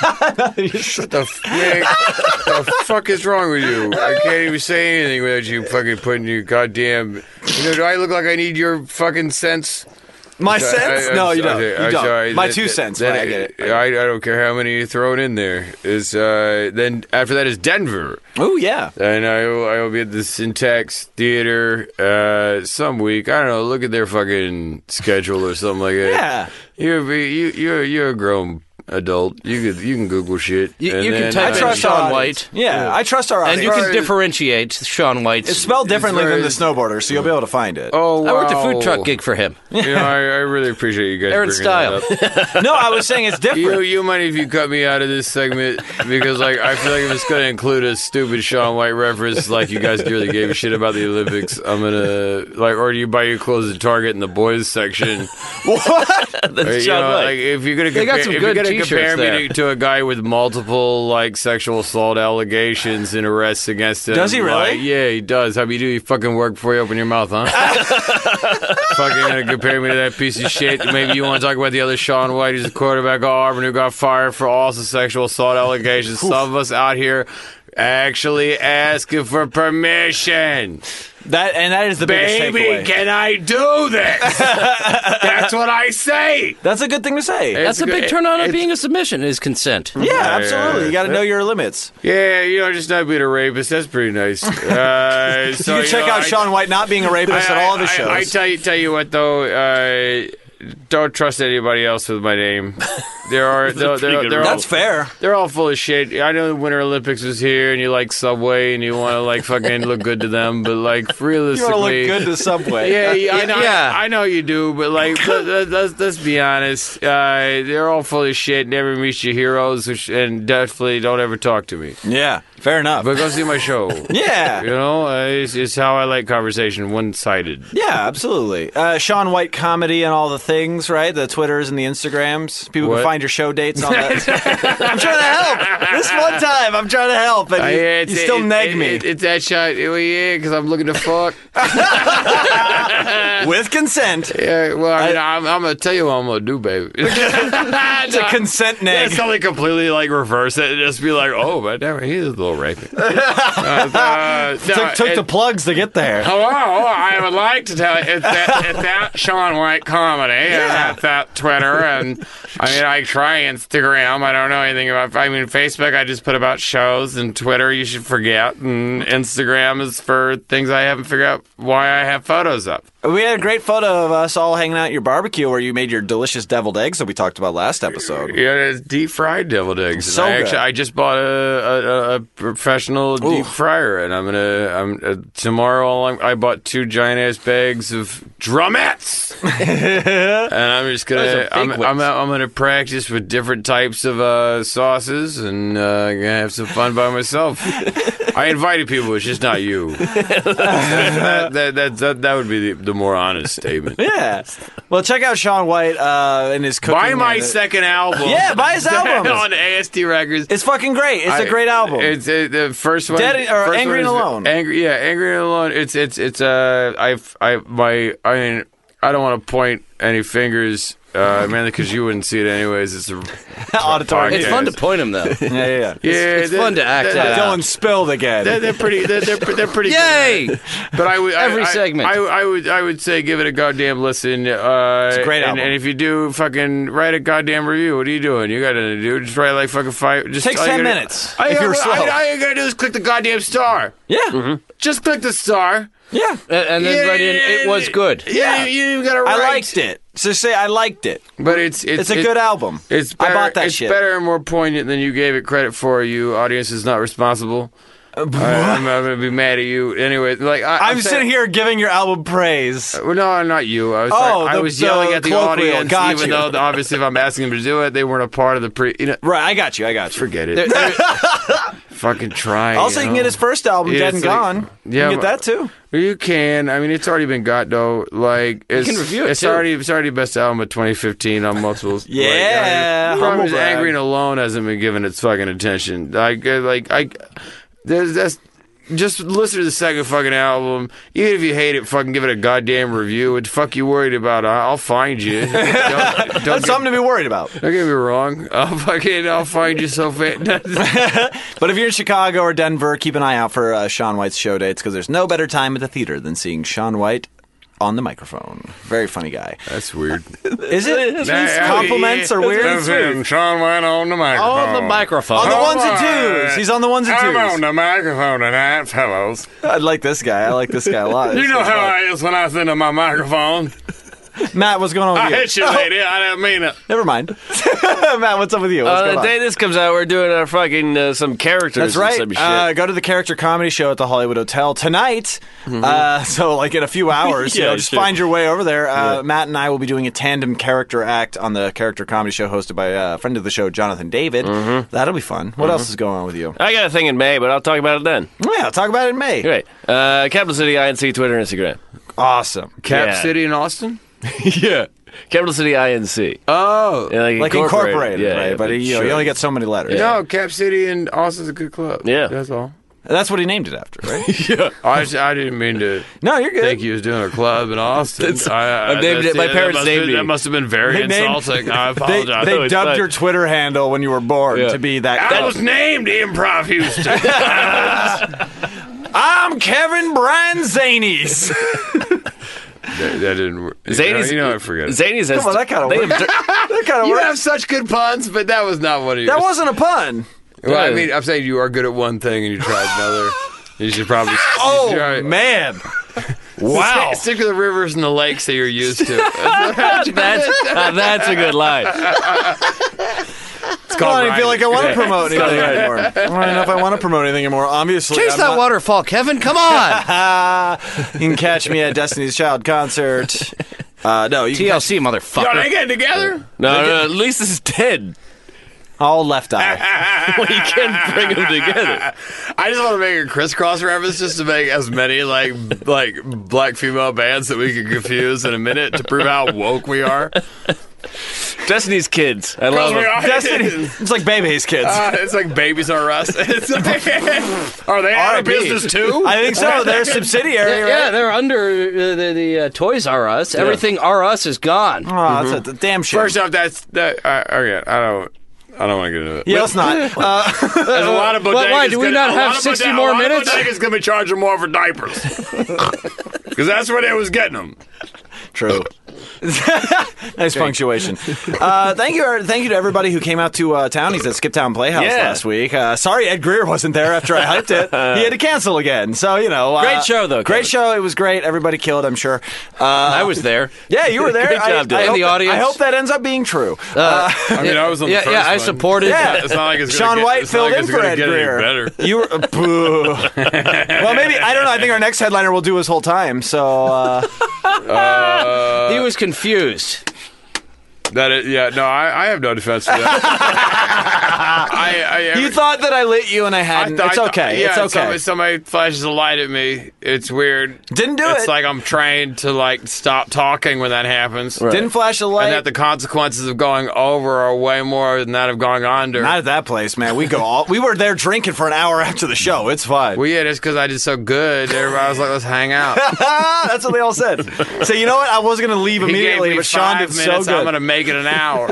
Speaker 6: Shut the f- Nick, the fuck is wrong with you? I can't even say anything without you fucking putting your goddamn. You know, do I look like I need your fucking sense?
Speaker 2: My
Speaker 6: I-
Speaker 2: sense?
Speaker 6: I- I'm
Speaker 2: no, you don't.
Speaker 6: sorry,
Speaker 2: you
Speaker 6: I'm
Speaker 2: don't.
Speaker 6: sorry.
Speaker 2: My
Speaker 6: That-
Speaker 2: two
Speaker 6: that-
Speaker 2: cents.
Speaker 6: that-
Speaker 2: right, I get it.
Speaker 6: I, I don't care how many you throw it in there. Is uh, then after that is Denver,
Speaker 2: Oh yeah.
Speaker 6: and I will- I will be at the Syntax Theater uh, some week. I don't know. Look at their fucking schedule or something like that.
Speaker 2: Yeah.
Speaker 6: you're be- you you're you're a grown adult. You could you can Google shit.
Speaker 5: You-
Speaker 6: and
Speaker 5: you can
Speaker 6: then,
Speaker 5: type
Speaker 6: uh,
Speaker 5: in
Speaker 2: Trust
Speaker 5: Sean
Speaker 2: our
Speaker 5: White.
Speaker 2: audience. Yeah, I trust our
Speaker 5: And
Speaker 2: audience.
Speaker 5: you can
Speaker 6: Sorry.
Speaker 5: differentiate Sean White's.
Speaker 2: it's spelled differently
Speaker 6: very-
Speaker 2: than the snowboarder, so you'll be able to find it.
Speaker 6: Oh, wow.
Speaker 5: I worked a food truck gig for him.
Speaker 6: You know, I, I really appreciate you guys.
Speaker 5: Aaron
Speaker 6: bringing that
Speaker 5: Style.
Speaker 6: up.
Speaker 2: No, I was saying it's
Speaker 6: You
Speaker 2: different.
Speaker 6: you mind if you cut me out of this segment because like I feel like if it's going to include a stupid Sean White reference, like you guys really gave a shit about the Olympics, I'm gonna like or do you buy your clothes at Target in the boys section?
Speaker 3: That's
Speaker 6: Or, you
Speaker 3: John
Speaker 6: know,
Speaker 3: White.
Speaker 6: like, if you're gonna
Speaker 5: They
Speaker 6: compare,
Speaker 5: got some
Speaker 6: if you're
Speaker 5: good
Speaker 6: gonna
Speaker 5: t-shirts
Speaker 6: compare me
Speaker 5: there.
Speaker 6: to, to a guy with multiple like sexual assault allegations and arrests against him,
Speaker 2: Does he really?
Speaker 6: like, yeah, he does. How do you do? You fucking work before you open your mouth, huh? fucking gonna compare me to that piece of shit. Maybe you want to talk about the other Sean White, who's a quarterback of Auburn who got fired for also sexual assault allegations. Some of us out here. Actually asking for permission.
Speaker 2: That and that is the
Speaker 6: Baby,
Speaker 2: biggest takeaway.
Speaker 6: can I do this? That's what I say.
Speaker 2: That's a good thing to say.
Speaker 5: That's a big
Speaker 6: good-
Speaker 5: turn on
Speaker 6: it's-
Speaker 5: it being a submission is consent.
Speaker 2: Yeah,
Speaker 6: yeah,
Speaker 2: absolutely.
Speaker 6: yeah.
Speaker 2: You got to know your limits.
Speaker 6: Yeah, you know, just not being a rapist. That's pretty nice. Uh, so,
Speaker 2: you can check
Speaker 6: know,
Speaker 2: out
Speaker 6: I-
Speaker 2: Sean White not being a rapist at all of his
Speaker 6: I-
Speaker 2: shows.
Speaker 6: I, I tell you, tell you what though, uh, don't trust anybody else with my name. There are they're,
Speaker 3: pretty
Speaker 6: they're,
Speaker 3: good
Speaker 6: they're
Speaker 3: rule.
Speaker 6: all,
Speaker 2: That's fair.
Speaker 6: they're all full of shit. I know the Winter Olympics was here, and you like Subway, and you want to like fucking look good to them, but like
Speaker 2: You want to
Speaker 6: realistically,
Speaker 2: look good to Subway.
Speaker 6: yeah, yeah, I know,
Speaker 5: Yeah.
Speaker 6: I know you do, but like, let, let, let's, let's be honest. Uh, they're all full of shit. Never meet your heroes, which, and definitely don't ever talk to me.
Speaker 2: Yeah, fair enough.
Speaker 6: But go see my show. You
Speaker 2: yeah,
Speaker 6: know, uh, it's, it's how I like conversation, one sided.
Speaker 2: yeah, absolutely. Uh, Sean White comedy and all the things, right? The Twitters and the Instagrams. People
Speaker 6: What?
Speaker 2: can find your show dates on that. I'm trying to help. This one time, I'm trying to help, and you, you still neg me
Speaker 6: it's that shot. Oh, yeah, because I'm looking to fuck.
Speaker 2: with consent.
Speaker 6: yeah, well, I mean, I, am I'm going to tell you what I'm going to do, baby.
Speaker 2: It's a consent neg.
Speaker 6: It's something completely like reverse it and just be like, oh, but never, he's a little rapist. Uh, uh, no,
Speaker 2: took took
Speaker 6: it-
Speaker 2: the plugs to get there.
Speaker 6: Hello, I would like to tell you it's that, it's that Sean White comedy and that's that Twitter and I mean I try Instagram. I don't know anything about. I mean Facebook. I just put about shows and Twitter. You should forget and Instagram is for things I haven't figured out why I have photos up.
Speaker 2: We had a great photo of us all hanging out at your barbecue where you made your delicious deviled eggs that we talked about last episode.
Speaker 6: Yeah, it's deep fried deviled eggs. And
Speaker 2: So
Speaker 6: I
Speaker 2: good.
Speaker 6: actually I just bought a, a, a professional deep fryer, and I'm gonna I'm uh, tomorrow. I'm, I bought two giant ass bags of drumettes, and I'm just gonna
Speaker 5: Those are big
Speaker 6: I'm, I'm
Speaker 5: ones.
Speaker 6: I'm gonna practice with different types of uh, sauces, and and uh, gonna have some fun by myself. I invited people, it's just not you. that, that, that, that, that would be the, the more honest statement.
Speaker 2: Yeah. Well, check out Sean White uh, and his cooking.
Speaker 6: Buy my
Speaker 2: and-
Speaker 6: second album.
Speaker 2: Yeah, buy his album.
Speaker 6: on AST Records.
Speaker 2: It's fucking great. It's
Speaker 6: a
Speaker 2: a great album.
Speaker 6: It's uh, the first one.
Speaker 2: Dead- or
Speaker 6: first
Speaker 2: Angry
Speaker 6: one
Speaker 2: and
Speaker 6: is-
Speaker 2: Alone.
Speaker 6: Angry, yeah, angry and alone. It's it's it's uh, I've I my I mean, I don't want to point any fingers, uh, mainly because you wouldn't see it anyways. It's a
Speaker 2: Auditory.
Speaker 5: It's
Speaker 6: podcast.
Speaker 5: fun to point him though.
Speaker 2: yeah, yeah, yeah.
Speaker 6: Yeah,
Speaker 5: it's
Speaker 6: they're-
Speaker 5: fun to act
Speaker 6: they're-
Speaker 5: it out.
Speaker 2: Dylan spilled again.
Speaker 6: They're, they're pretty. They're, they're, they're pretty.
Speaker 5: Yay!
Speaker 6: Good. But I would I-
Speaker 5: Every
Speaker 6: I-
Speaker 5: segment.
Speaker 6: I, I would I would say give it a goddamn listen. Uh,
Speaker 2: a great
Speaker 6: and,
Speaker 2: album.
Speaker 6: and if you do, fucking write a goddamn review. What are you doing? You got to do just write like fucking five. Just
Speaker 2: Takes
Speaker 6: all you
Speaker 2: 10
Speaker 6: gotta-
Speaker 2: minutes,
Speaker 6: I,
Speaker 2: if
Speaker 6: I,
Speaker 2: you're slow.
Speaker 6: I, all you gotta do is click the goddamn star.
Speaker 2: yeah,
Speaker 6: Just click the star.
Speaker 2: yeah.
Speaker 5: And, and then
Speaker 6: Yeah,
Speaker 5: right in,
Speaker 6: yeah,
Speaker 5: it was
Speaker 6: yeah.
Speaker 5: good.
Speaker 6: Yeah, you, you gotta. Write.
Speaker 2: I liked it. So say I liked it.
Speaker 6: but it's it's,
Speaker 2: It's a
Speaker 6: it-
Speaker 2: good album.
Speaker 6: It's
Speaker 2: I
Speaker 6: better,
Speaker 2: bought that
Speaker 6: it's
Speaker 2: shit.
Speaker 6: better and more poignant than you gave it credit for. You audience is not responsible. I, am gonna be mad at you anyway. Like I,
Speaker 2: Uh, I'm
Speaker 6: saying- Uh,
Speaker 2: sitting here giving your album praise.
Speaker 6: Well, no, not you. I was,
Speaker 2: Oh,
Speaker 6: like- I
Speaker 2: the-
Speaker 6: was yelling
Speaker 2: the
Speaker 6: at the
Speaker 2: colloquial.
Speaker 6: audience,
Speaker 2: Got
Speaker 6: even
Speaker 2: you.
Speaker 6: though the- obviously if I'm asking them to do it, they weren't a part of the pre. You know,
Speaker 2: Right, I got you. I got you.
Speaker 6: forget it.
Speaker 5: There- there-
Speaker 6: Fucking try.
Speaker 2: also, you
Speaker 6: you
Speaker 2: can
Speaker 6: know?
Speaker 2: get his first album,
Speaker 6: Yeah,
Speaker 2: Dead and
Speaker 6: it's like-
Speaker 2: Gone.
Speaker 6: yeah,
Speaker 2: you can get that too.
Speaker 6: You can. I mean, it's already been got though. Like it's,
Speaker 5: can review it,
Speaker 6: it's
Speaker 5: too.
Speaker 6: already it's already best album of 2015 on multiple.
Speaker 2: Yeah,
Speaker 6: like, I, problem
Speaker 2: humble
Speaker 6: is
Speaker 2: brag.
Speaker 6: angry and alone hasn't been given its fucking attention. Like uh, like I, there's that's. Just listen to the second fucking album. Even if you hate it, fucking give it a goddamn review. What the fuck you worried about? I- I'll find you. Don't, don't
Speaker 2: That's
Speaker 6: get-
Speaker 2: something to be worried about.
Speaker 6: don't get me wrong. I'll fucking I'll find you so fast.
Speaker 2: But if you're in Chicago or Denver, keep an eye out for uh, Sean White's show dates because there's no better time at the theater than seeing Sean White on the microphone. Very funny guy.
Speaker 6: That's weird.
Speaker 2: Is it? Compliments are weird.
Speaker 6: Sean went on the microphone.
Speaker 5: on the microphone.
Speaker 2: On the ones
Speaker 6: All
Speaker 2: and twos.
Speaker 6: right.
Speaker 2: He's on the ones and
Speaker 6: I'm on
Speaker 2: twos.
Speaker 6: the microphone tonight, fellows.
Speaker 2: I like this guy. I like this guy a lot.
Speaker 6: You
Speaker 2: This
Speaker 6: know
Speaker 2: guy's
Speaker 6: how
Speaker 2: fun.
Speaker 6: I is when I send up my microphone.
Speaker 2: Matt, what's going on with
Speaker 6: I
Speaker 2: you?
Speaker 6: hit you, lady. I didn't mean it.
Speaker 2: Never mind. Matt, what's up with you?
Speaker 6: Uh,
Speaker 2: What's
Speaker 3: on the
Speaker 2: going
Speaker 3: day
Speaker 2: on?
Speaker 3: this comes out, we're doing our fucking uh, some characters.
Speaker 2: That's
Speaker 3: and
Speaker 2: right.
Speaker 3: Some shit.
Speaker 2: Uh, go to the character comedy show at the Hollywood Hotel tonight. Uh, so, like in a few hours, you
Speaker 3: Mm-hmm. Yeah,
Speaker 2: know,
Speaker 3: you
Speaker 2: just
Speaker 3: should.
Speaker 2: find your way over there. Uh, Matt and I will be doing a tandem character act on the character comedy show hosted by uh, a friend of the show, Jonathan David.
Speaker 3: Mm-hmm.
Speaker 2: That'll be fun. What else is going on with you? Oh,
Speaker 3: I got a thing in May, but I'll talk about it then.
Speaker 2: Yeah, talk about it in May.
Speaker 3: Great. Uh, Capital City INC Twitter and Instagram.
Speaker 2: Awesome.
Speaker 6: Cap
Speaker 3: Yeah.
Speaker 6: City in Austin?
Speaker 3: yeah. Capital City INC.
Speaker 6: Oh.
Speaker 3: Yeah,
Speaker 2: Like
Speaker 3: incorporated,
Speaker 2: incorporated,
Speaker 3: yeah,
Speaker 2: right?
Speaker 3: yeah,
Speaker 2: but you, know,
Speaker 3: sure.
Speaker 2: you only get so many letters.
Speaker 6: No, Cap City in Austin's a good club.
Speaker 3: Yeah.
Speaker 6: That's all.
Speaker 2: That's what he named it after, right?
Speaker 6: I, just- I didn't mean to
Speaker 2: no, you're good.
Speaker 6: think he was doing a club in Austin. I, I,
Speaker 3: I'm named
Speaker 6: that's-
Speaker 3: it- my
Speaker 6: that
Speaker 3: parents
Speaker 6: must have-
Speaker 3: named me.
Speaker 6: That must have been very
Speaker 2: They named-
Speaker 6: insulting. I
Speaker 2: They,
Speaker 6: apologize.
Speaker 2: they
Speaker 3: Oh, No, it's
Speaker 2: dubbed
Speaker 3: fine.
Speaker 2: your Twitter handle when you were born
Speaker 3: Yeah.
Speaker 2: to be that.
Speaker 6: I was named Improv Houston.
Speaker 2: I'm Kevin Brian Zanies.
Speaker 6: that, that didn't work.
Speaker 3: Zanies,
Speaker 6: you know, I forget. it.
Speaker 3: Zanies has.
Speaker 2: Come on, that kinda
Speaker 3: they
Speaker 2: works.
Speaker 3: have dir-
Speaker 2: that kind of
Speaker 6: You
Speaker 2: works.
Speaker 6: have such good puns, but that was not one of yours.
Speaker 2: that wasn't a pun.
Speaker 6: Well, I mean, I'm saying you are good at one thing and you tried another. You should probably.
Speaker 2: Oh
Speaker 6: you should try-
Speaker 2: man! wow.
Speaker 6: Stick, stick to the rivers and the lakes that you're used to.
Speaker 3: that's uh, that's a good line.
Speaker 2: It's I don't feel like I want to promote
Speaker 3: It's called
Speaker 2: anything anymore. I don't know if I want to promote anything anymore. Obviously,
Speaker 5: Chase
Speaker 2: I'm
Speaker 5: that
Speaker 2: not-
Speaker 5: waterfall, Kevin. Come on.
Speaker 2: Ah, you can catch me at Destiny's Child concert. Uh, no, you can catch
Speaker 5: TLC, motherfucker.
Speaker 6: they getting together?
Speaker 3: No, no, at least it's dead.
Speaker 2: all left eye.
Speaker 3: Well, you can't bring them together.
Speaker 6: I just want to make a crisscross reference just to make as many like like black female bands that we can confuse in a minute to prove how woke we are.
Speaker 3: Destiny's Kids. I love them.
Speaker 2: Destiny. It's like baby's kids.
Speaker 6: Uh, it's like babies are us. It's like, are they out of
Speaker 2: R&B.
Speaker 6: business too?
Speaker 2: I think so. They're a subsidiary,
Speaker 5: Yeah,
Speaker 2: right?
Speaker 5: yeah, they're under uh, the, the uh, Toys R Us. Everything R Us is gone.
Speaker 2: Aw, that's a damn shame.
Speaker 6: First off, that's that. Uh, okay, I don't. I don't want to get into it.
Speaker 2: yeah, let's not. Uh,
Speaker 6: There's a lot of bodegas.
Speaker 5: But why, do we
Speaker 6: gonna-
Speaker 5: not
Speaker 6: a
Speaker 5: have
Speaker 6: lot of
Speaker 5: 60
Speaker 6: bode-
Speaker 5: more
Speaker 6: A
Speaker 5: minutes?
Speaker 6: lot of bodegas going to be charging more for diapers. Because that's where they was getting them.
Speaker 2: True. nice punctuation. Uh, thank you, thank you to everybody who came out to uh, Townies at Skiptown Playhouse
Speaker 3: Yeah.
Speaker 2: last week. Uh, sorry, Ed Greer wasn't there after I hyped it. He had to cancel again. So you know, uh,
Speaker 3: Great show, though, Kevin.
Speaker 2: Great show. It was great. Everybody killed. I'm sure. Uh, I
Speaker 5: was there.
Speaker 2: Yeah, you were there.
Speaker 3: Great
Speaker 2: I-
Speaker 3: job,
Speaker 2: I,
Speaker 3: Dylan.
Speaker 2: hope
Speaker 5: And the
Speaker 2: that-
Speaker 5: audience.
Speaker 2: I hope that ends up being true.
Speaker 6: I mean, I was on
Speaker 5: yeah, yeah, I supported.
Speaker 2: yeah,
Speaker 6: It's not like Uh, it's gonna
Speaker 2: Sean
Speaker 6: get-
Speaker 2: White
Speaker 6: it's not
Speaker 2: filled
Speaker 6: like
Speaker 2: in
Speaker 6: it's
Speaker 2: for
Speaker 6: gonna
Speaker 2: Ed
Speaker 6: get any
Speaker 2: Greer.
Speaker 6: better.
Speaker 2: You were uh, boo. well, maybe I don't know. I think our next headliner will do his whole time. So. Uh,
Speaker 5: He was confused.
Speaker 6: That is, yeah, no, I, I have no defense for that. I, I,
Speaker 2: You thought that I lit you and I
Speaker 6: I
Speaker 2: hadn't.
Speaker 6: thought-
Speaker 2: it's okay.
Speaker 6: yeah,
Speaker 2: it's okay.
Speaker 6: Somebody, somebody flashes a light at me. It's weird.
Speaker 2: Didn't do
Speaker 6: it's
Speaker 2: it.
Speaker 6: like I'm trained to like stop talking when that happens.
Speaker 2: Didn't flash a light.
Speaker 6: and that the consequences of going over are way more than that of going under.
Speaker 2: Not at that place, man. We go all. We were there drinking for an hour after the show. It's fine.
Speaker 6: well, yeah, just because I did so good, everybody was like, "Let's hang out."
Speaker 2: That's what they all said. So you know what? I was gonna leave
Speaker 6: He gave
Speaker 2: immediately,
Speaker 6: me
Speaker 2: but Sean
Speaker 6: five
Speaker 2: did so
Speaker 6: minutes.
Speaker 2: good.
Speaker 6: I'm gonna make it an hour.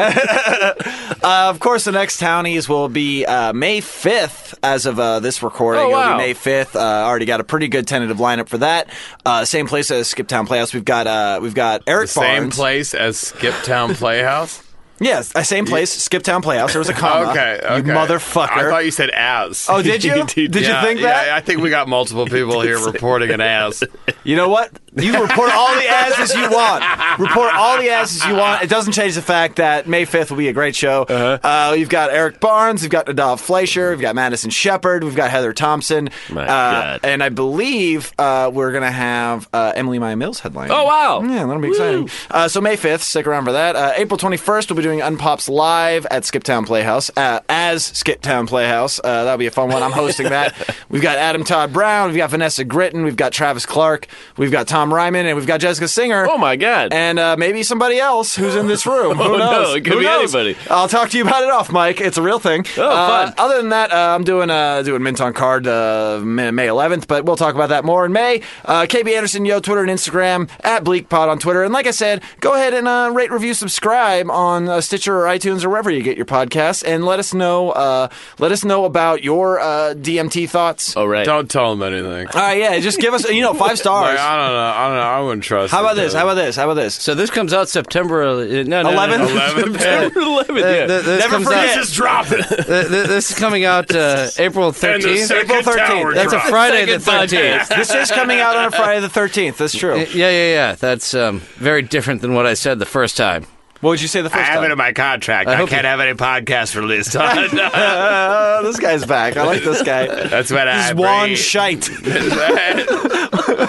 Speaker 2: Uh, of course, the next townies will be uh, May 5th as of uh, this recording.
Speaker 6: Oh,
Speaker 2: It'll
Speaker 6: wow.
Speaker 2: be May 5th. Uh, already got a pretty good tentative lineup for that. Uh, same place as Skip Town Playhouse. We've got uh, we've got Eric
Speaker 6: Same
Speaker 2: Barnes.
Speaker 6: place as Skiptown Playhouse.
Speaker 2: Yes, uh, same place. Skip Town Playhouse. There was a comma.
Speaker 6: Okay, okay.
Speaker 2: Uh-huh. You motherfucker.
Speaker 6: I thought you said as.
Speaker 2: Oh, did you? Did you
Speaker 6: Yeah,
Speaker 2: think that?
Speaker 6: Yeah, I think we got multiple people here reporting an as.
Speaker 2: You know what? You can report all the asses you want. Report all the asses you want. It doesn't change the fact that May 5th will be a great show.
Speaker 3: Uh-huh.
Speaker 2: uh you've got Eric Barnes, you've got Nadav Fleischer, we've got Madison Shepard, we've got Heather Thompson.
Speaker 3: My
Speaker 2: uh,
Speaker 3: God.
Speaker 2: And I believe uh, we're going to have uh, Emily Maya Mills headline.
Speaker 3: Oh, wow.
Speaker 2: Yeah, that'll be exciting. Uh, so May 5th, stick around for that. Uh, April 21st, we'll be doing Unpops Live at Skiptown Playhouse, uh, as Skiptown Playhouse. Uh, that'll be a fun one. I'm hosting that. We've got Adam Todd Brown, we've got Vanessa Gritton, we've got Travis Clark, we've got Tom Ryman, and we've got Jessica Singer.
Speaker 3: Oh my God!
Speaker 2: And uh, maybe somebody else who's in this room. Who
Speaker 3: Oh, no,
Speaker 2: knows?
Speaker 3: it could
Speaker 2: Who
Speaker 3: be
Speaker 2: knows?
Speaker 3: anybody.
Speaker 2: I'll talk to you about it off, Mike. It's a real thing.
Speaker 3: Oh,
Speaker 2: Uh,
Speaker 3: fun.
Speaker 2: Other than that, uh, I'm doing uh, doing Mint on Card uh, May May 11th, but we'll talk about that more in May. Uh, KB Anderson, yo, Twitter and Instagram at BleakPod on Twitter, and like I said, go ahead and uh, rate, review, subscribe on uh, Stitcher or iTunes or wherever you get your podcasts, and let us know uh, let us know about your uh, DMT thoughts.
Speaker 3: oh right.
Speaker 6: Don't tell them anything.
Speaker 2: All right, yeah, just give us you know five
Speaker 6: Like,
Speaker 2: stars.
Speaker 6: I don't know. I don't know. I wouldn't trust.
Speaker 2: How about
Speaker 6: them.
Speaker 2: this? How about this? How about this?
Speaker 5: So this comes out September uh, no, no, no, no.
Speaker 2: 11th?
Speaker 6: Eleven.
Speaker 3: September 11th.
Speaker 5: Uh,
Speaker 3: Yeah.
Speaker 5: th- this
Speaker 2: Never
Speaker 5: comes
Speaker 2: forget.
Speaker 5: out-
Speaker 6: Just drop it.
Speaker 5: th- th- this is coming out uh, April 13th.
Speaker 2: April 13th.
Speaker 5: That's a Friday the
Speaker 3: Second podcast.
Speaker 5: 13th.
Speaker 2: this is coming out on a Friday the 13th. That's true.
Speaker 5: Yeah, yeah, yeah. That's um, very different than what I said the first time.
Speaker 2: What would you say the
Speaker 6: I
Speaker 2: first
Speaker 6: have it in
Speaker 2: time?
Speaker 6: my contract. I,
Speaker 5: hope
Speaker 6: can't
Speaker 5: you-
Speaker 6: have any podcast released. That's
Speaker 2: Uh, this guy's back. I like this guy. This
Speaker 6: what I.
Speaker 2: is Juan
Speaker 6: breathe.
Speaker 2: Shite.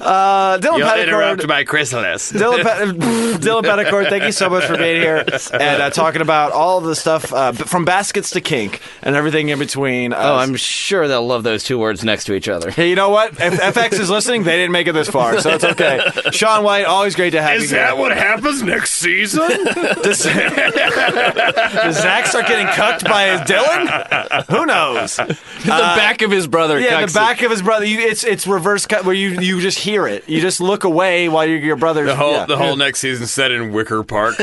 Speaker 2: Uh, Dylan
Speaker 6: You'll interrupt
Speaker 2: Petticord.
Speaker 6: my chrysalis.
Speaker 2: Dylan, Pet- Dylan Petticord, thank you so much for being here and uh, talking about all the stuff uh, b- from baskets to kink and everything in between. Uh,
Speaker 5: Oh, I'm sure they'll love those two words next to each other.
Speaker 2: Hey, you know what? If FX is listening, they didn't make it this far, so it's okay. Sean White, always great to have you
Speaker 6: Is
Speaker 2: here.
Speaker 6: that what happens next season?
Speaker 2: Does, does Zach start getting cucked by Dylan? Who knows?
Speaker 3: the back of his brother.
Speaker 2: Uh, Yeah,
Speaker 3: cucks
Speaker 2: the back of his brother. You, it's it's reverse cut where you you just hear it. You just look away while your your brother's.
Speaker 6: The whole
Speaker 2: yeah.
Speaker 6: the whole next season set in Wicker Park.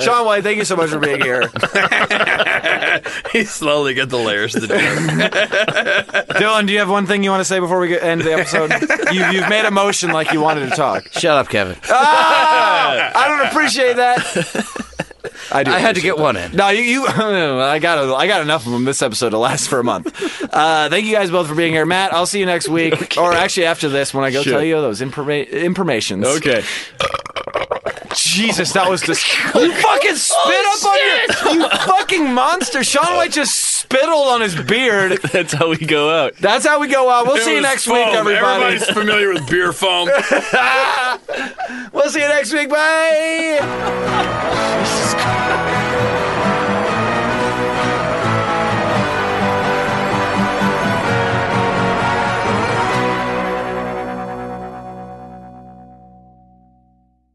Speaker 2: Sean White, thank you so much for being here.
Speaker 6: he slowly get the layers of the joke.
Speaker 2: Dylan, do you have one thing you want to say before we get, end the episode? you, you've made a motion like you wanted to talk.
Speaker 5: Shut up, Kevin.
Speaker 2: Ah, I don't appreciate that. I do.
Speaker 5: I had to
Speaker 2: appreciate
Speaker 5: get one in.
Speaker 2: No, you, you I got a, I got enough of them this episode to last for a month. Uh, thank you guys both for being here, Matt. I'll see you next week, or actually after this when I go tell you those informa- informations.
Speaker 3: Okay.
Speaker 2: Jesus, that was just you fucking spit
Speaker 6: Oh,
Speaker 2: up on your you fucking monster. Sean White just spittled on his beard.
Speaker 3: That's how we go out.
Speaker 2: That's how we go out. We'll
Speaker 6: It
Speaker 2: see you
Speaker 6: was
Speaker 2: next
Speaker 6: foam.
Speaker 2: week, everybody.
Speaker 6: Everybody's familiar with beer foam.
Speaker 2: We'll see you next week. Bye. Jesus Christ.